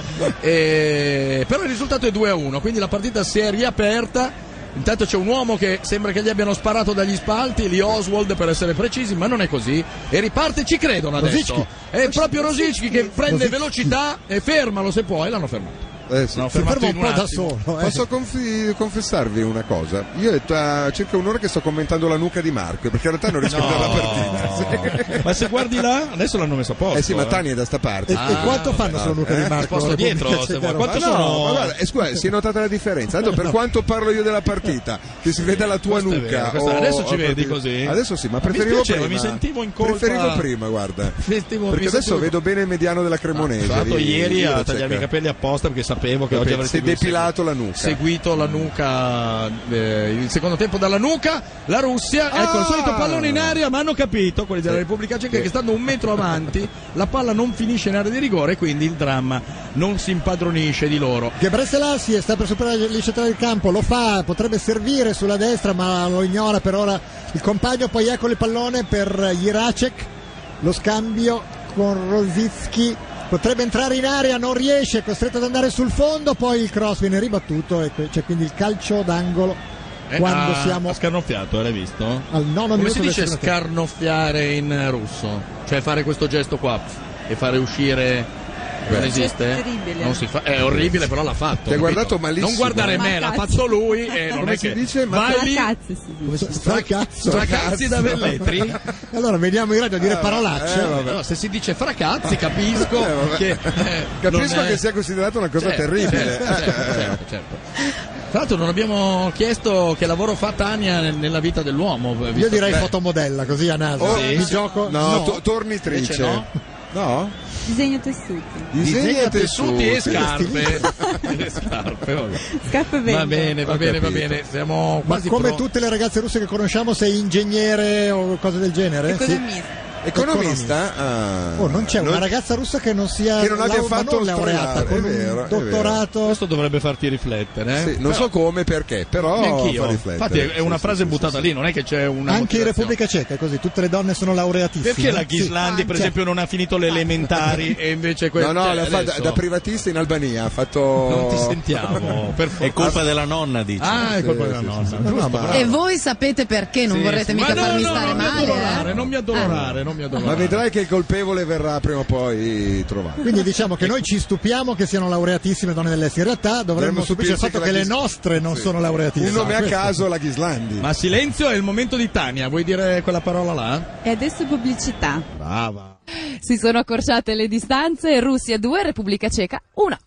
E- Però il risultato è 2-1, quindi la partita si è riaperta. Intanto c'è un uomo che sembra che gli abbiano sparato dagli spalti, lì Oswald per essere precisi, ma non è così. E riparte, ci credono adesso. Rosicchi. È proprio Rosicchi che prende Rosicchi. velocità e fermalo se puoi, l'hanno fermato. Eh, sì. L'hanno Si fermato ferma in un un po' da attimo. solo. eh. Posso confi- confessarvi una cosa? Io è da circa un'ora che sto commentando la nuca di Marco, perché in realtà non riesco a vedere la partita. Ma se guardi là, adesso l'hanno messo a posto. Eh sì, ma Tani è da sta parte. E, Ah, e quanto fanno solo Luca Di Marco? Posto Eh, dietro, Repubblica se Ceca, vuoi. Roma? Quanto Ma no, sono- ma guarda, eh, scusa, si è notata la differenza. Tanto per quanto parlo io della partita, che si vede la tua Questo è nuca. vero, questo- adesso ci o- vedi proprio- così? Adesso sì, ma Mi preferivo spiaceva, prima. mi sentivo in colpa. Preferivo prima, guarda. Sentivo- mi perché adesso sentivo- vedo bene il mediano della Cremonese. Tra l'altro di- ieri di a Iroceca. tagliarmi i capelli apposta perché sapevo che oggi avrei Si è depilato la nuca. Certo. seguito la nuca eh, il secondo tempo dalla nuca la Russia Ah! ecco il solito pallone in aria ma hanno capito quelli della Repubblica Ceca che stando un metro avanti la palla non finisce in area di rigore quindi il dramma non si impadronisce di loro Gebreselassie sta per superare l'iscetto del campo, lo fa, potrebbe servire sulla destra, ma lo ignora per ora il compagno. Poi ecco il pallone per Jiracek, lo scambio con Rosicki. Potrebbe entrare in area, non riesce, è costretto ad andare sul fondo. Poi il cross viene ribattuto e que- c'è quindi il calcio d'angolo Eh, quando ha- siamo ha scarnoffiato l'hai visto? al nono come minuto si del dice secondo tempo. scarnoffiare in russo? cioè fare questo gesto qua e fare uscire non esiste? terribile. Non si fa, è orribile, però l'ha fatto. Ti ha capito? guardato malissimo. Non guardare Ma me, l'ha cazzo. fatto lui. E non Come è si che dice? Ma- vai lì, Cazzo, si dice. Stra- cazzo. fracazzi da Velletri. Allora vediamo in radio a dire eh, parolacce. vabbè. Allora, se si dice fracazzi, capisco Eh, vabbè. che. eh, Capisco non è- che sia considerata una cosa Certo, terribile. Eh, certo, certo, certo, certo. Tra l'altro, non abbiamo chiesto che lavoro fa Tania nel- nella vita dell'uomo. visto- Io direi Beh, fotomodella così a naso. Oh, Mi gioco. No, no. to- tornitrice. Invece no. No? Disegno tessuti. disegna tessuti e tessuti. scarpe. E scarpe, vabbè. Scarpe Va verde. bene, va Ho bene, va capito. bene. Siamo Ma quasi come pro- tutte le ragazze russe che conosciamo sei ingegnere o cose del genere? Che cosa Sì. mi? Economista? Ah. Oh, non c'è una Non- ragazza russa che non sia che non abbia lau- ma fatto non il laureata, laureare, con è un vero, è vero. dottorato. Questo dovrebbe farti riflettere. Sì, non Però- so come e perché, però eh. Neanch'io. fa riflettere. Infatti è è una Sì, frase sì, sì, buttata sì. lì, non è che c'è una Anche in motivazione. Repubblica Ceca è così, tutte le donne sono laureatissime. Perché la Sì. Ghislandi, per Cioè, esempio, non ha finito le elementari? E invece No, questo no, l'ha fatta adesso- da privatista in Albania, ha fatto... Non ti sentiamo. È colpa della nonna, dice. Ah, è colpa della sì, nonna. sì, sì. giusto, No, no, bravo. ma- Sì, E voi sapete perché, non vorrete sì. mica Ma no, farmi no, stare non mi male. addolorare, eh. Non mi addolorare, non mi Ma addolorare. vedrai che il colpevole verrà prima o poi trovato. Quindi diciamo Ecco. che noi ci stupiamo che siano laureatissime donne dell'estero. In realtà dovremmo Dovremmo stupirci del stupirci fatto che che la le Ghis- nostre non Sì. sono laureatissime. Un nome a Questo- caso, la Ghislandi. esatto. Ma silenzio è il momento di Tania, vuoi dire quella parola là? E adesso pubblicità. Brava. Si sono accorciate le distanze, Russia 2, Repubblica Ceca 1.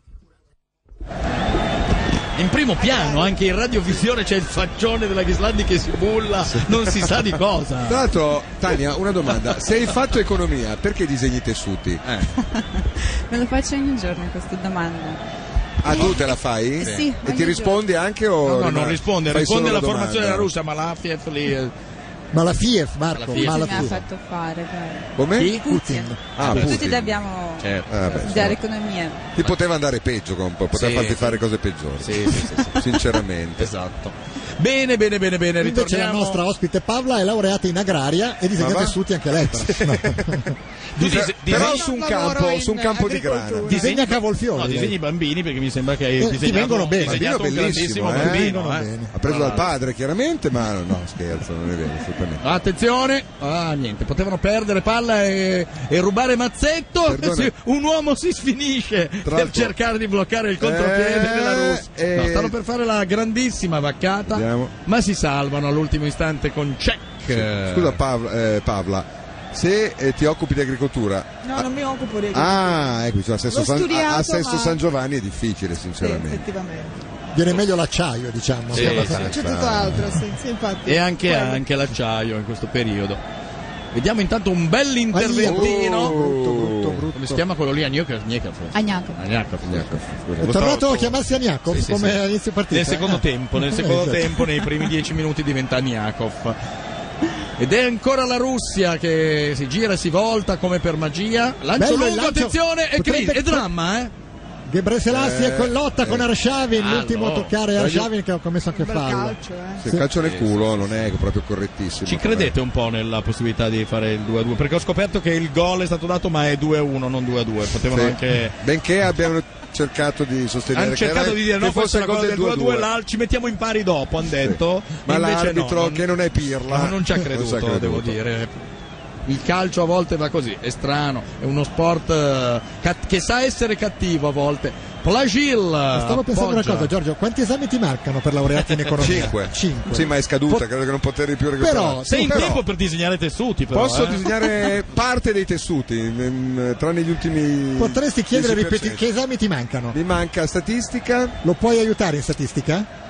In primo piano, anche in radiovisione c'è il faccione della Ghislandi che si bulla, non si sa di Tra cosa. l'altro, Tania, una domanda. Se hai fatto economia, perché disegni tessuti? Eh. Me lo faccio ogni giorno questa domanda. Ah, tu te la fai? Sì, E ogni ti giorno. rispondi anche o... No, no, rimani- non risponde, fai risponde solo alla la domanda? formazione della russa, ma la FIF lì... eh, Ma la FIEF, Marco, Ma la FIEF. ma la Mi ha FIEF. fatto fare. guarda. Come? Putin. Ah, Putin. Tutti dobbiamo Certo. Ah, beh, studiare economia. Ti poteva andare peggio, compa, poteva Sì. farti fare cose peggiori. Sì, sì, sì, sì. Sinceramente. Esatto. Bene, bene, bene, bene, Invece la ritorniamo. nostra ospite Pavla è laureata in agraria e disegna Ma va? tessuti anche lei. però. No. Tu dis- Però- disegni- Cioè, però su un Lavoro campo, in su un campo di grana. agricoltura. Disegna cavolfiori. Eh. No, lei. disegni i bambini perché mi sembra che hai Eh, ti disegnato vengono bene, disegnato bambino un bellissimo, grandissimo eh, bambino. vengono eh. bene. Ha preso dal padre, chiaramente, ma no, scherzo, non è vero, assolutamente. Attenzione, ah niente, potevano perdere palla e, e rubare Mazzetto. Perdone. Sì, Un uomo si sfinisce per l'altro- cercare di bloccare il contropiede Eh, della Russia. No, eh. stanno per fare la grandissima vaccata, Vediamo. ma si salvano all'ultimo istante con check. Scusa Pav- eh, Pavla, se eh, ti occupi di agricoltura... No, non mi occupo di agricoltura. Ah, ecco, cioè, a Sesto, L'ho San, a- studiato, a Sesto ma- San Giovanni è difficile, Sì, sinceramente. effettivamente. Viene meglio l'acciaio, diciamo. Sì, Abbastanza- sì. C'è tutto altro, sì, sì, infatti. E anche, Quello. anche l'acciaio in questo periodo. Vediamo intanto un bell'interventino. Oh, brutto, brutto, brutto. Uh, Come si chiama quello lì? Agniakov? Agniakov. Agnacco. Agniakov, Ecco, scusa. È tornato a chiamarsi Aniakov Sì, sì, come sì. all'inizio partita. Nel secondo eh? tempo, nel Eh, secondo esatto. tempo, nei primi dieci minuti diventa Niakov. Ed è ancora la Russia che si gira e si volta come per magia. Lancio Bello il lungo, lancio. attenzione, e, Potrebbe- Cris- e dramma, eh? Gebreselassie Eh, con lotta con Arshavin, ah, l'ultimo a no. toccare Arshavin che ha commesso anche Un bel fallo. calcio, eh. Se calcio nel culo non è proprio correttissimo. eh. Ci credete un po' nella possibilità di fare il 2-2? Perché ho scoperto che il gol è stato dato ma è 2-1, non 2-2. Potevano Sì. anche... Benché abbiano cercato di sostenere Hanno che cercato era- di dire no, che fosse forse la la cosa gol del 2-2, 2-2. là ci mettiamo in pari dopo, hanno detto. Ma Invece l'arbitro no, che non è Pirla Ma non ci ha non creduto, ci ha creduto. devo dire. Il calcio a volte va così, è strano, è uno sport eh, cat- che sa essere cattivo a volte. Plagil! Eh, Stavo pensando una appoggia. cosa, Giorgio, quanti esami ti mancano per laureati in economia? 5. Cinque. Sì, ma è scaduta, credo che non poterli più recuperare. Però- Sei in Però- tempo per disegnare tessuti però. Posso eh? disegnare parte dei tessuti, mm, tranne gli ultimi. Potresti chiedere 10%. ripeti, che esami ti mancano? Mi manca statistica. Lo puoi aiutare in statistica?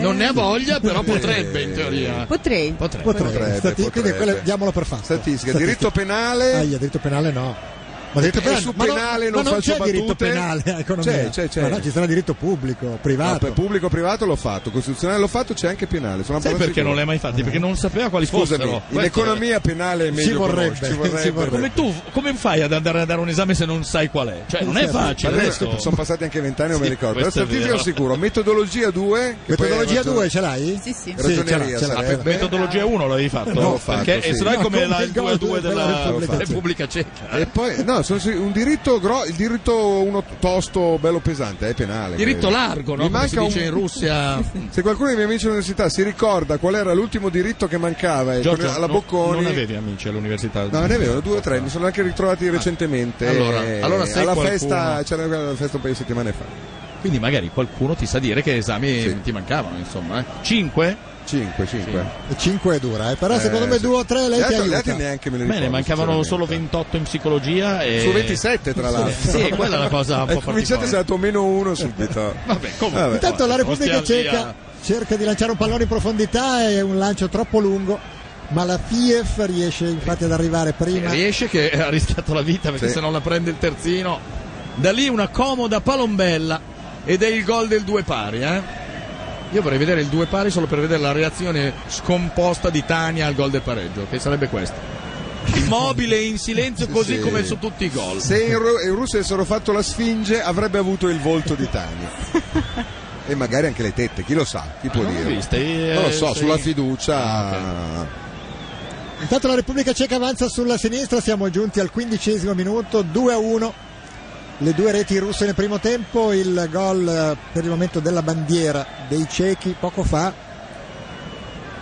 Non ne ha voglia, però Eh. potrebbe in teoria. Potrei. Potrebbe. Potrebbe. Potrebbe, Stati- potrebbe. Quindi quello- diamolo per fatto. Statistica, diritto penale. Aia, diritto penale no. Ma diritto E penale, su ma no- penale ma non non faccio c'è diritto battute? penale a economia. C'è, c'è, c'è. Ma no, ci sarà diritto pubblico, No, privato. per pubblico privato l'ho fatto, costituzionale l'ho fatto, c'è anche penale. Sono Sai abbastanza perché non sicuro. l'hai mai fatti? Perché non sapeva quali Scusami, fossero. in Questo è- economia penale è meglio vorrebbe, conosci- ci vorrebbe. Come tu, come fai ad andare a dare un esame se non sai qual è? Cioè, non è Eh, certo. Ma facile. adesso questo. sono passati anche vent'anni, non Sì, mi ricordo. La questo è statistica vero. sono sicuro. Metodologia 2. Metodologia 2 ce l'hai? Sì, sì. Ragioneria, ce l'ha, Ah, ce l'ha. sarebbe. Metodologia 1 l'avevi fatto? Eh, L'ho fatto, perché eh, sì. e se no è No, come come la, il il gol 2-2 della della Repubblica Repubblica, Ceca. Ceca. E poi, no, sono sic- un diritto gro- il diritto uno tosto, bello pesante, è penale. Diritto credo. largo, no? Mi Come si manca dice un- in Russia. Se qualcuno dei miei amici dell'università si ricorda qual era l'ultimo diritto che mancava e Giorgio, con- alla no- Bocconi. non avevi amici all'università? No, ne avevo due o tre, mi sono anche ritrovati Ah. recentemente. Allora- eh, allora se alla qualcuno- festa, c'era una festa un paio di settimane fa. Quindi magari qualcuno ti sa dire che esami Sì. ti mancavano, insomma. Eh. 5? 5, 5. 5 è dura, eh, però secondo me 2 o 3 lei ti gli aiuta. altri neanche me li Bene, ricordo. ne mancavano solo sinceramente. 28 in psicologia e... Su 27, tra l'altro. Sì, quella è la cosa un E po' cominciate particolare. salto meno uno subito. Vabbè, comunque. Vabbè. Intanto la Repubblica Non stiamo lì a- Ceca cerca di lanciare un pallone in profondità è un lancio troppo lungo, ma la FIEF riesce infatti ad arrivare prima. Riesce che ha rischiato la vita perché Sì. se non la prende il terzino. Da lì una comoda palombella ed è il gol del due pari, eh. Io vorrei vedere il due pari solo per vedere la reazione scomposta di Tania al gol del pareggio, che sarebbe questo. immobile in silenzio così Sì. come su tutti i gol. Se in, Ru- in Russia avessero fatto la sfinge avrebbe avuto il volto di Tania. e magari anche le tette, chi lo sa, chi può non dire. l'ho vista, eh, non lo so, sì. sulla fiducia... Ah, Intanto la Repubblica Ceca avanza sulla sinistra, siamo giunti al quindicesimo minuto, 2 a 1. Le due reti russe nel primo tempo, il gol eh, per il momento della bandiera dei cechi poco fa,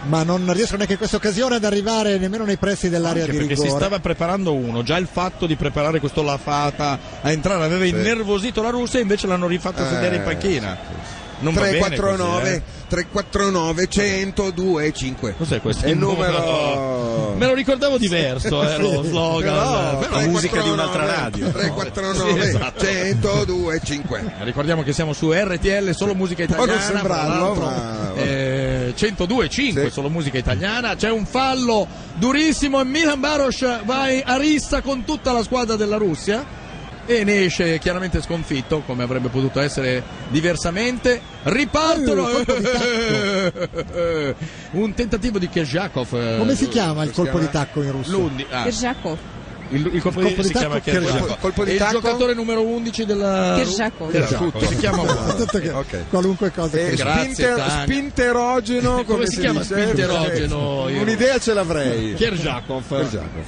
ma non riescono neanche in questa occasione ad arrivare nemmeno nei pressi dell'area Anche di perché rigore. si stava preparando uno, già il fatto di preparare questo Lafata a entrare aveva innervosito la Russia e invece l'hanno rifatto Eh, sedere in panchina. Non va bene così, 349 eh. 349 102 5 Cos'è questo? È il No, numero Me lo ricordavo diverso, eh, lo slogan, Però, eh, la musica di un'altra 349, radio. 349 Sì, esatto. 102 5 Eh, Ricordiamo che siamo su RTL, solo musica Può non italiana. sembrarlo, tra ma- l'altro, eh, 102.5, solo musica italiana. C'è un fallo durissimo e Milan Baros va in- a rissa con tutta la squadra della Russia e ne esce chiaramente sconfitto, come avrebbe potuto essere diversamente. Ripartono! Eh, colpo di un tentativo di Kerjakov. eh, Come si chiama il si colpo chiama? di tacco in russo? L'undi- ah, Kirjakov. il, il colpo, Il di, colpo di si chiama tacco Kerjakov. Kerjakov. Colpo di E il tacco? giocatore numero 11 della Kerjakov. Kerjakov, Tutto. si chiama uguale. Tanto che Ok. Qualunque cosa. Eh, che- Grazie, spinter- Tania. spinterogeno come, Come si chiama dice? spinterogeno? Perché Io- un'idea ce l'avrei certo. Kerjakov. Kerjakov,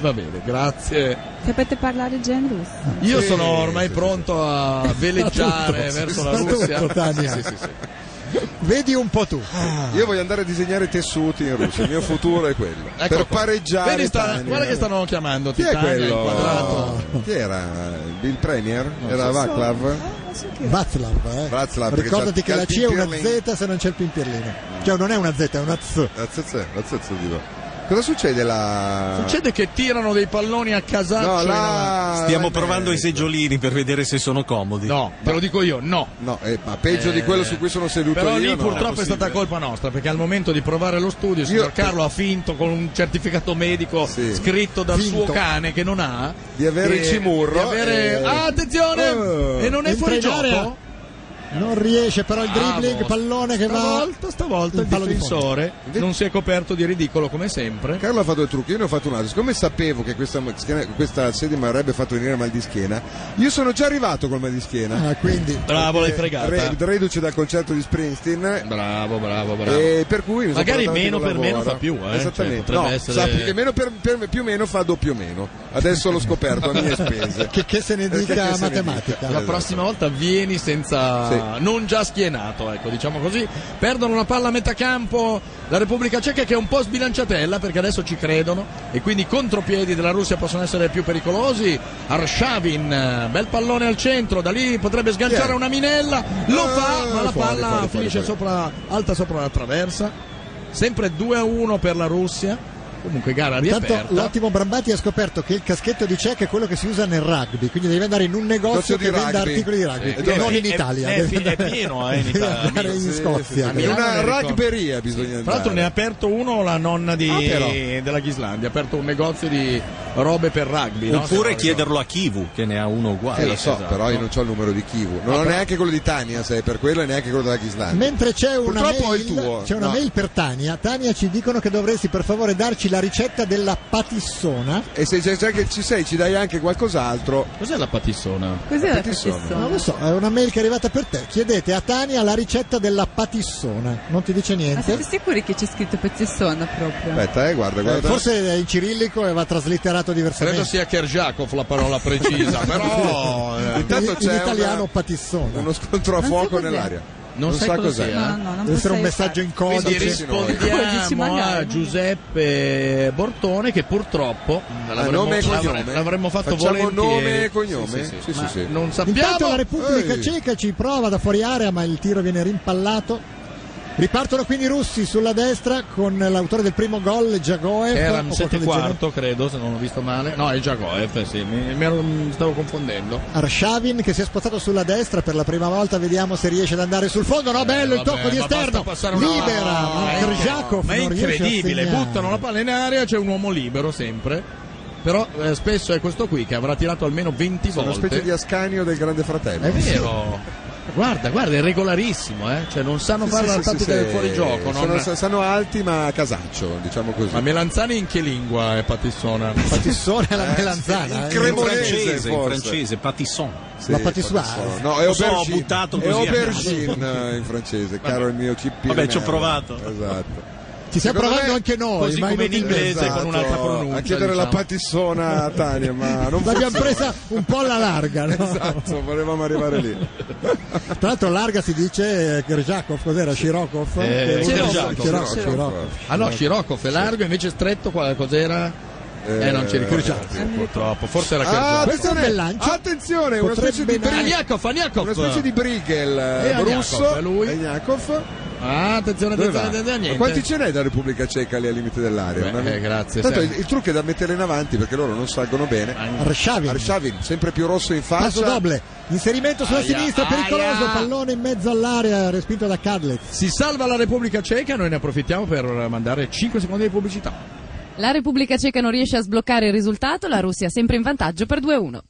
Va bene, grazie. Sapete parlare già in russo? Io Sì, sono ormai sì, pronto a veleggiare Tutto, verso sì, la sta Russia. tutto, Tania. Sì, sì, sì, sì. Vedi un po' tu. Ah, io voglio andare a disegnare tessuti in Russia il mio futuro è quello Ecco per qua. pareggiare Vedi, sta- Tania. guarda che stanno chiamando chi è Titania quello? inquadrato. chi era? il premier? era Eh? Vaclav? Václav, eh. Václav, perché Ricordati c'ha- che c'ha la il C è una Pimpirling. Z se non c'è il pimpirlino. Cioè non è una Z, è una Z. Azzazza, azzazza, dico. cosa succede la Succede che tirano dei palloni a casaccio. no in la Stiamo la- provando i seggiolini per vedere se sono comodi. No, ve lo dico io, no. No, eh, ma peggio di quello su cui sono seduto Però io. lì no. purtroppo è stata colpa nostra perché al momento di provare lo studio il signor Carlo ha finto con un certificato medico Sì. scritto dal Finto. suo cane che non ha Di avere che- il cimurro, di avere- eh. Ah, attenzione! Eh. e non è Entra fuori in gioco? area. Non riesce però il Bravo. dribbling, pallone che va. Stavolta, stavolta Il il palo di difensore non si è coperto di ridicolo come sempre. Carlo ha fatto il trucco, io ne ho fatto un altro. Siccome sapevo che questa, schiena- questa sedia mi avrebbe fatto venire mal di schiena, io sono già arrivato col mal di schiena. Ah, quindi Bravo, l'hai Re- reduce dal concerto di Springsteen. Bravo, bravo, bravo. E per cui mi sono Magari portato meno via il per meno lavoro. fa più, eh. Cioè, Esattamente. potrebbe no, essere- sappi che meno per, per- più meno fa doppio meno. Adesso l'ho scoperto a mie spese. che, che se ne Perché che dica se ne matematica. dica. La prossima volta vieni senza. Sì. non già schienato, ecco, diciamo così. Perdono la palla a metà campo la Repubblica Ceca che è un po' sbilanciatella perché adesso ci credono e quindi i contropiedi della Russia possono essere più pericolosi. Arshavin, eh, bel pallone al centro, da lì potrebbe sganciare Chi è? una minella, lo Ah, fa, ma la fuori, palla fuori, fuori, finisce fuori. sopra- alta sopra la traversa. Sempre 2 a 1 per la Russia. Comunque gara riaperta. Intanto l'ottimo Brambati ha scoperto che il caschetto di check è quello che si usa nel rugby, quindi devi andare in un negozio Negozio che di venda rugby. Eh, articoli di rugby, Sì. E e dov'è? non in È- Italia. è- Devi è pieno, eh, in devi Italia. andare in Scozia. In una Milano ne ricordo. rugberia bisogna andare. Tra l'altro ne ha aperto uno la nonna di- Ah, però. della Ghislandia, ha aperto un negozio di robe per rugby. no? Se Oppure non chiederlo a Kivu, che ne ha uno uguale. Eh, lo so, esatto. però io non ho il numero di Kivu. Ah, Non ho neanche quello di Tania, se è per quello, e neanche quello della Ghislanda. Mentre c'è una, Purtroppo ho mail, il tuo, c'è una no. mail per Tania, Tania ci dicono che dovresti per favore darci la ricetta della patissona. E se già, già che ci sei, ci dai anche qualcos'altro. ricordo. Cos'è la patissona? Così la Perché sono? facessero. Non lo so, è una mail che è arrivata per te. Chiedete a Tania la ricetta della patissona. Non ti dice Ma siete niente? sicuri che c'è scritto Pezzissona proprio? Aspetta, eh, guarda, Eh, guarda. forse è in cirillico e va traslitterato Credo diversamente. sia Kerjakov la parola precisa, però eh, In- Intanto in c'è italiano una- patissona. uno scontro a Non so fuoco cos'è. nell'aria. non, sai sa cosa cos'è. sia. No, no, non Deve essere un potrei messaggio farlo. in Quindi codice. sì, noi. Dici rispondiamo magari, a magari. Giuseppe Bortone che purtroppo l'avremmo, nome e cognome? l'avremmo- l'avremmo fatto Facciamo volentieri. nome e cognome? Sì, sì, sì. Sì, sì, Ma sì. Non Intanto la sappiamo. Repubblica Ehi. Ceca ci prova da fuori area, ma il tiro viene rimpallato. Ripartono quindi i russi sulla destra con l'autore del primo gol, Jagoev. Era un o 7 qualcosa del genere. quarto, credo, se non ho visto male. No, è Giacoef, sì, mi, mi ero- mi stavo confondendo. Arshavin che si è spostato sulla destra per la prima volta, vediamo se riesce ad andare sul fondo. No, bello il Eh, vabbè, tocco di ma basta esterno, passare una- libera. No, Ma è Krjakov Ma è non riesce a incredibile, segnare. buttano la palla in area, c'è un uomo libero sempre. Però eh, spesso è questo qui che avrà tirato almeno 20 Una volte. specie di ascanio del grande fratello. È vero. Guarda, guarda, è regolarissimo, eh. Cioè, non sanno Sì, fare sì, sì, la tattica sì, del sì. fuorigioco. Sono, non... sono alti ma casaccio, diciamo così. Ma Melanzani in che lingua è Patissona? Patissona è la melanzana. in eh. cremonese, francese, in forse. francese, patisson. Sì, La patissoire. patissoire. No, è Lo so, aubergine. ho buttato È così a aubergine eh, in francese, caro il mio CP. Vabbè, ci ho Rinello. provato. Esatto. Ci stiamo Secondo provando me- anche noi, così ma come in inutilmente. inglese, con un'altra pronuncia, Esatto. A chiedere la diciamo. patissona a Tania, ma non L'abbiamo funziona. presa un po' alla larga, no? Esatto, volevamo arrivare lì. Ah, Tra l'altro larga si dice eh, Gerjakov, cos'era? Shirokov? Eh, Che- Shirokov, Shirokov, Shirokov. Shirokov. Ah no, Scirocco, è largo, invece stretto, qual- cos'era? Eh, non ci ricordiamo più, purtroppo. Forse era Ah, Kerjac. Questo è un bel lancio. Attenzione, una Potrebbe specie di nare- bri- Aniakov, Aniakov. una specie di Brigel eh, Aniakov, russo. è lui. Aniakov. Ah, attenzione, Dove attenzione, va? attenzione, Ma niente. Quanti ce n'è da Repubblica Ceca lì al limite dell'area? Beh, Una- eh, grazie, Tanto il, Sam. il trucco è da mettere in avanti perché loro non salgono bene. Arshavin. Arshavin, sempre più rosso in Passo faccia. doble. Inserimento sulla Aia, sinistra, pericoloso, aia. pallone in mezzo all'area, respinto da Kadlec. Si salva la Repubblica Ceca, noi ne approfittiamo per mandare 5 secondi di pubblicità. La Repubblica Ceca non riesce a sbloccare il risultato, la Russia è sempre in vantaggio per 2-1.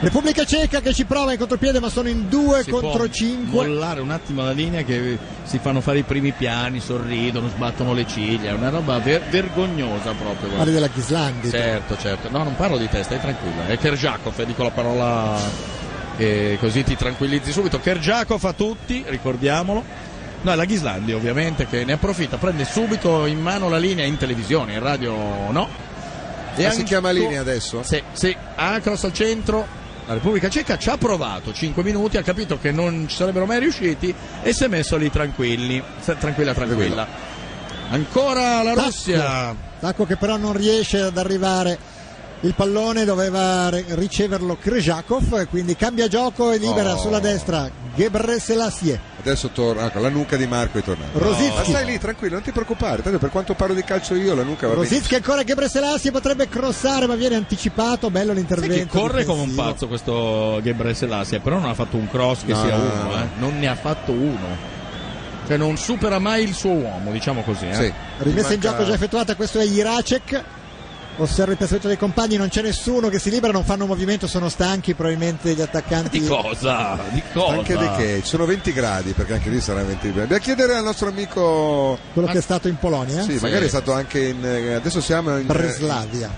Repubblica Ceca che ci prova in contropiede, ma sono in 2 Si contro può 5. Mollare un attimo la linea che si fanno fare i primi piani, sorridono, sbattono le ciglia, è una roba ver- vergognosa proprio. guarda. Parli della Ghislandi. Certo, certo. No, non parlo di te, stai tranquilla. È Kerjakov, eh, dico la parola eh, così ti tranquillizzi subito. Kerjakov a tutti, ricordiamolo. No, è la Ghislandi ovviamente che ne approfitta, prende subito in mano la linea in televisione, in radio no. E Ma anche- si chiama linea adesso? Sì, sì, a cross al centro. La Repubblica Ceca ci ha provato 5 minuti, ha capito che non ci sarebbero mai riusciti e si è messo lì tranquilli. Sta- Tranquilla, tranquilla. Ancora la Russia. Tacco che però non riesce ad arrivare il pallone, doveva re- riceverlo Krejakov, quindi cambia gioco e libera Oh. sulla destra Gebre Selassie. Adesso torna. Ecco, la nuca di Marco è tornata. Ma Rosicki. stai lì tranquillo, non ti preoccupare. Tanto per quanto parlo di calcio io, la nuca va bene. Rosicchi ancora Gebre Selassie potrebbe crossare ma viene anticipato, bello Sai l'intervento. che corre difensivo. come un pazzo questo Gebre Selassie, però non ha fatto un cross che No, sia no, uno, no. eh. non ne ha fatto uno. Cioè non supera mai il suo uomo, diciamo così. Eh. Sì. Rimessa in Manca- gioco già effettuata, questo è Jiracek. Osserva il piazzamento dei compagni, non c'è nessuno che si libera, non fanno movimento, sono stanchi probabilmente gli attaccanti. Di cosa? Di cosa? Anche di che? Ci sono 20 gradi, perché anche lì sarà 20 gradi. Da chiedere al nostro amico. Quello che è stato in Polonia, eh? Sì, magari è stato anche in. eh, Adesso siamo in. eh, Breslavia.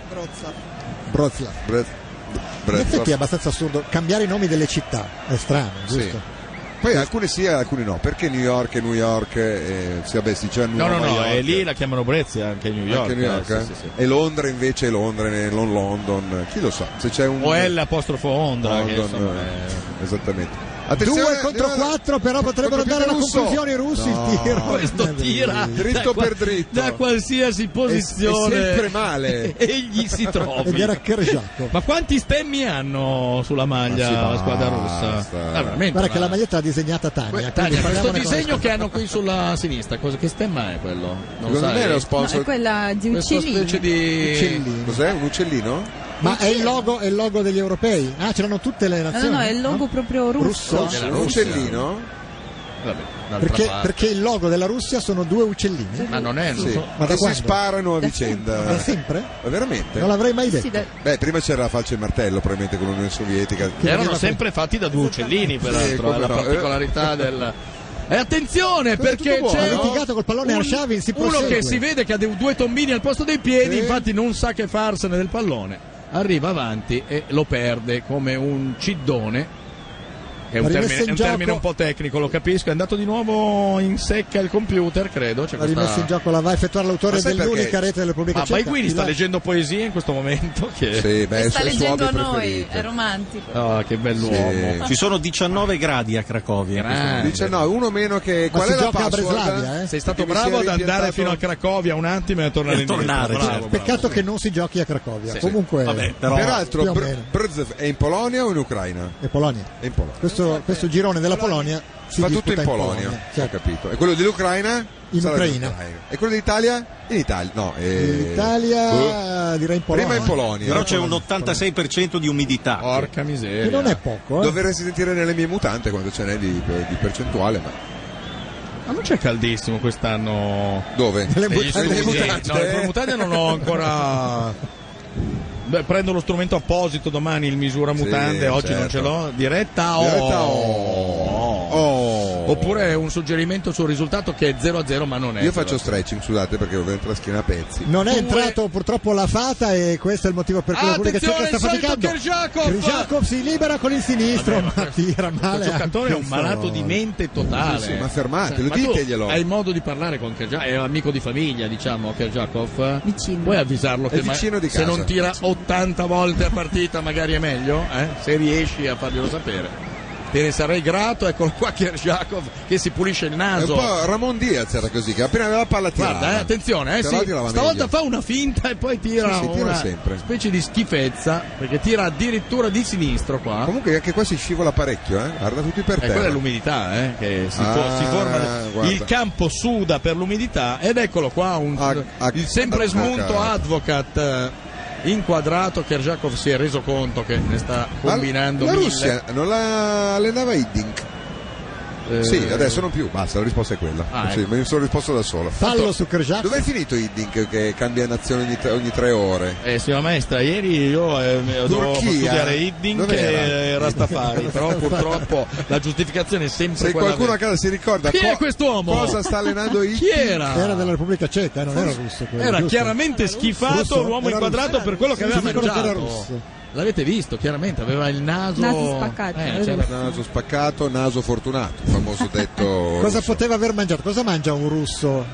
Wroclaw. Bre- In Bre- effetti è abbastanza assurdo cambiare i nomi delle città, è strano, Sì. giusto? Poi alcune sì, alcune no. Perché New York è New York? Eh, sì, vabbè, si dice No, Nuova no, no, York. eh, è lì la chiamano Brezia, anche New York. Anche New York, eh, eh? sì, sì, sì. E Londra invece è Londra, eh, non London. Chi lo sa? Se c'è un. O è l'apostrofo Ondra, London, che insomma, è- eh, Esattamente. 2 contro 4 però potrebbero contro dare la Russo. conclusione i russi Eh, il tiro. Questo tira Dritto da qua- per dritto. da qualsiasi posizione. è sempre male. Egli si Ed era trovi. Kerjakov. Ma quanti stemmi hanno sulla maglia Ma sì, la squadra basta. russa? Ah, veramente, Guarda che ma- la maglietta l'ha disegnata Tania. Que- quindi Tania, questo parliamone con disegno rispetto. che hanno qui sulla sinistra, cosa- che stemma è quello? Non Secondo sai? me è lo No, è sponsor. quella di Questa uccellini. specie di Uccellini. Cos'è? Un uccellino? Ma è il, logo, è il logo degli europei? Ah, c'erano tutte le No, nazioni? no, no, è il logo proprio russo. Russo? Della Un Russia. uccellino? Vabbè, d'altra Perché, parte. perché il logo della Russia sono due uccellini? Ma non è, non Sì. so- Ma da che si quando? sparano a Da Da vicenda. sempre? Ma veramente? Non l'avrei mai detto. Sì, da- Beh, prima c'era la falce e il martello, probabilmente con l'Unione Sovietica. erano sempre fatti da due uccellini, peraltro, come è la no, eh. particolarità del... E attenzione Questo è perché tutto buono, c'è ha un- litigato col pallone Arshavin, si uno prosegue. che si vede che ha dei- due tombini al posto dei piedi, Sì. infatti non sa che farsene del pallone. Arriva avanti e lo perde come un ciddone. È un, La rimessa termine, in è un gioco- termine un po' tecnico, lo capisco. È andato di nuovo in secca il computer, credo. C'è La questa- rimessa in gioco la va a effettuare l'autore Ma sai dell'unica perché? rete della Repubblica Ma Ceca. Baiguini sta Ivan- leggendo poesie in questo momento. Che... Sì, beh, sta sono i suoi leggendo a hobby noi, preferiti. Eh, è romantico. Ah, che bell'uomo. Sì. Ci sono 19 gradi a Cracovia. Grande. Dice no, uno meno che. Ma Qual si è la gioca a password? Breslavia, eh? Eh, Sei stato Perché mi si bravo è ad andare rimpiantato- fino a Cracovia un attimo e a tornare E tornare, indietro. certo. Bravo, bravo. Peccato che non si giochi a Cracovia. Comunque, Vabbè, però Peraltro, più o Br- meno. Brzev è in Polonia o in Ucraina? è Polonia. È in Polonia. Questo, questo girone della Polonia si Fa tutto disputa in Polonia, ho Certo. capito. E quello dell'Ucraina? In Sarà Ucraina. E quello d'Italia? In Italia. No, eh, eh, L'Italia, direi in Polonia. Prima in Polonia. Però c'è un 86% di umidità. Porca miseria. Che non è poco, eh. Dovresti sentire nelle mie mutante quando ce n'è di, di percentuale, ma Ma non c'è caldissimo quest'anno. dove? Le Negli mutande- studi? mutande. No, le mutande non ho ancora. Beh, prendo lo strumento apposito domani, il misura Sì, mutande, oggi certo. non ce l'ho. Diretta o. Diretta Oh. Oh. Oppure un suggerimento sul risultato che è 0 a 0, ma non è. Io faccio stretching, scusate, perché ho veramente la schiena a pezzi. Non è entrato purtroppo la fata e questo è il motivo per cui la Repubblica Ceca Attenzione, sta il solito faticando. Kirjakov! Kirjakov si libera con il sinistro, ma tira male. Il giocatore è un anche malato di mente totale. Sì, sì, ma fermatelo, Eh. ma tu diteglielo. Hai modo di parlare con Kerjakov, è un amico di famiglia, diciamo, Kerjakov. Vicino. Puoi avvisarlo È che ma- vicino di se casa. non tira 80 volte a partita magari è meglio, eh? se riesci a farglielo sapere. Te ne sarei grato, eccolo qua Kerjakov che si pulisce il È un naso. po' Ramon Diaz era così, che appena aveva la palla tirava. Guarda, eh, attenzione, eh, Però sì. tirava stavolta meglio. fa una finta e poi tira, Sì, sì, tira una sempre. specie di schifezza, perché tira addirittura di sinistro qua. Comunque anche qua si scivola parecchio, eh. Guarda tutti per Eh, terra. quella è l'umidità, eh, che si, Ah, fo- si forma. guarda. Il campo suda per l'umidità ed eccolo qua un, ah, il sempre ah, smunto ah, Advocat eh, inquadrato. Kerjakov si è reso conto che ne sta Ma combinando la mille. Russia non la allenava Hiddink. Eh, Sì, adesso non più, basta, la risposta è quella. Ah, Sì, ecco. Me ne sono risposto da solo. Fallo su Kerjakov. Dov'è finito Hiddink che cambia nazione ogni tre, ogni tre ore? Eh, signora maestra, ieri io eh, dovevo Turchia? eh, studiare Hiddink Dov'era? e Rastafari, però purtroppo la giustificazione è sempre Se quella qualcuno a vera. casa si ricorda Chi è co- quest'uomo? cosa sta allenando Hiddink, Chi era? Era della Repubblica Ceca, non era russo. quello, Era giusto? chiaramente schifato Russo? l'uomo Era inquadrato russo. per quello che Sì, aveva sì, quello che era mangiato. russo. L'avete visto, chiaramente, aveva il naso... Naso spaccato. Eh, c'era- Naso spaccato, naso fortunato, il famoso detto. Cosa russo. poteva aver mangiato? Cosa mangia un russo?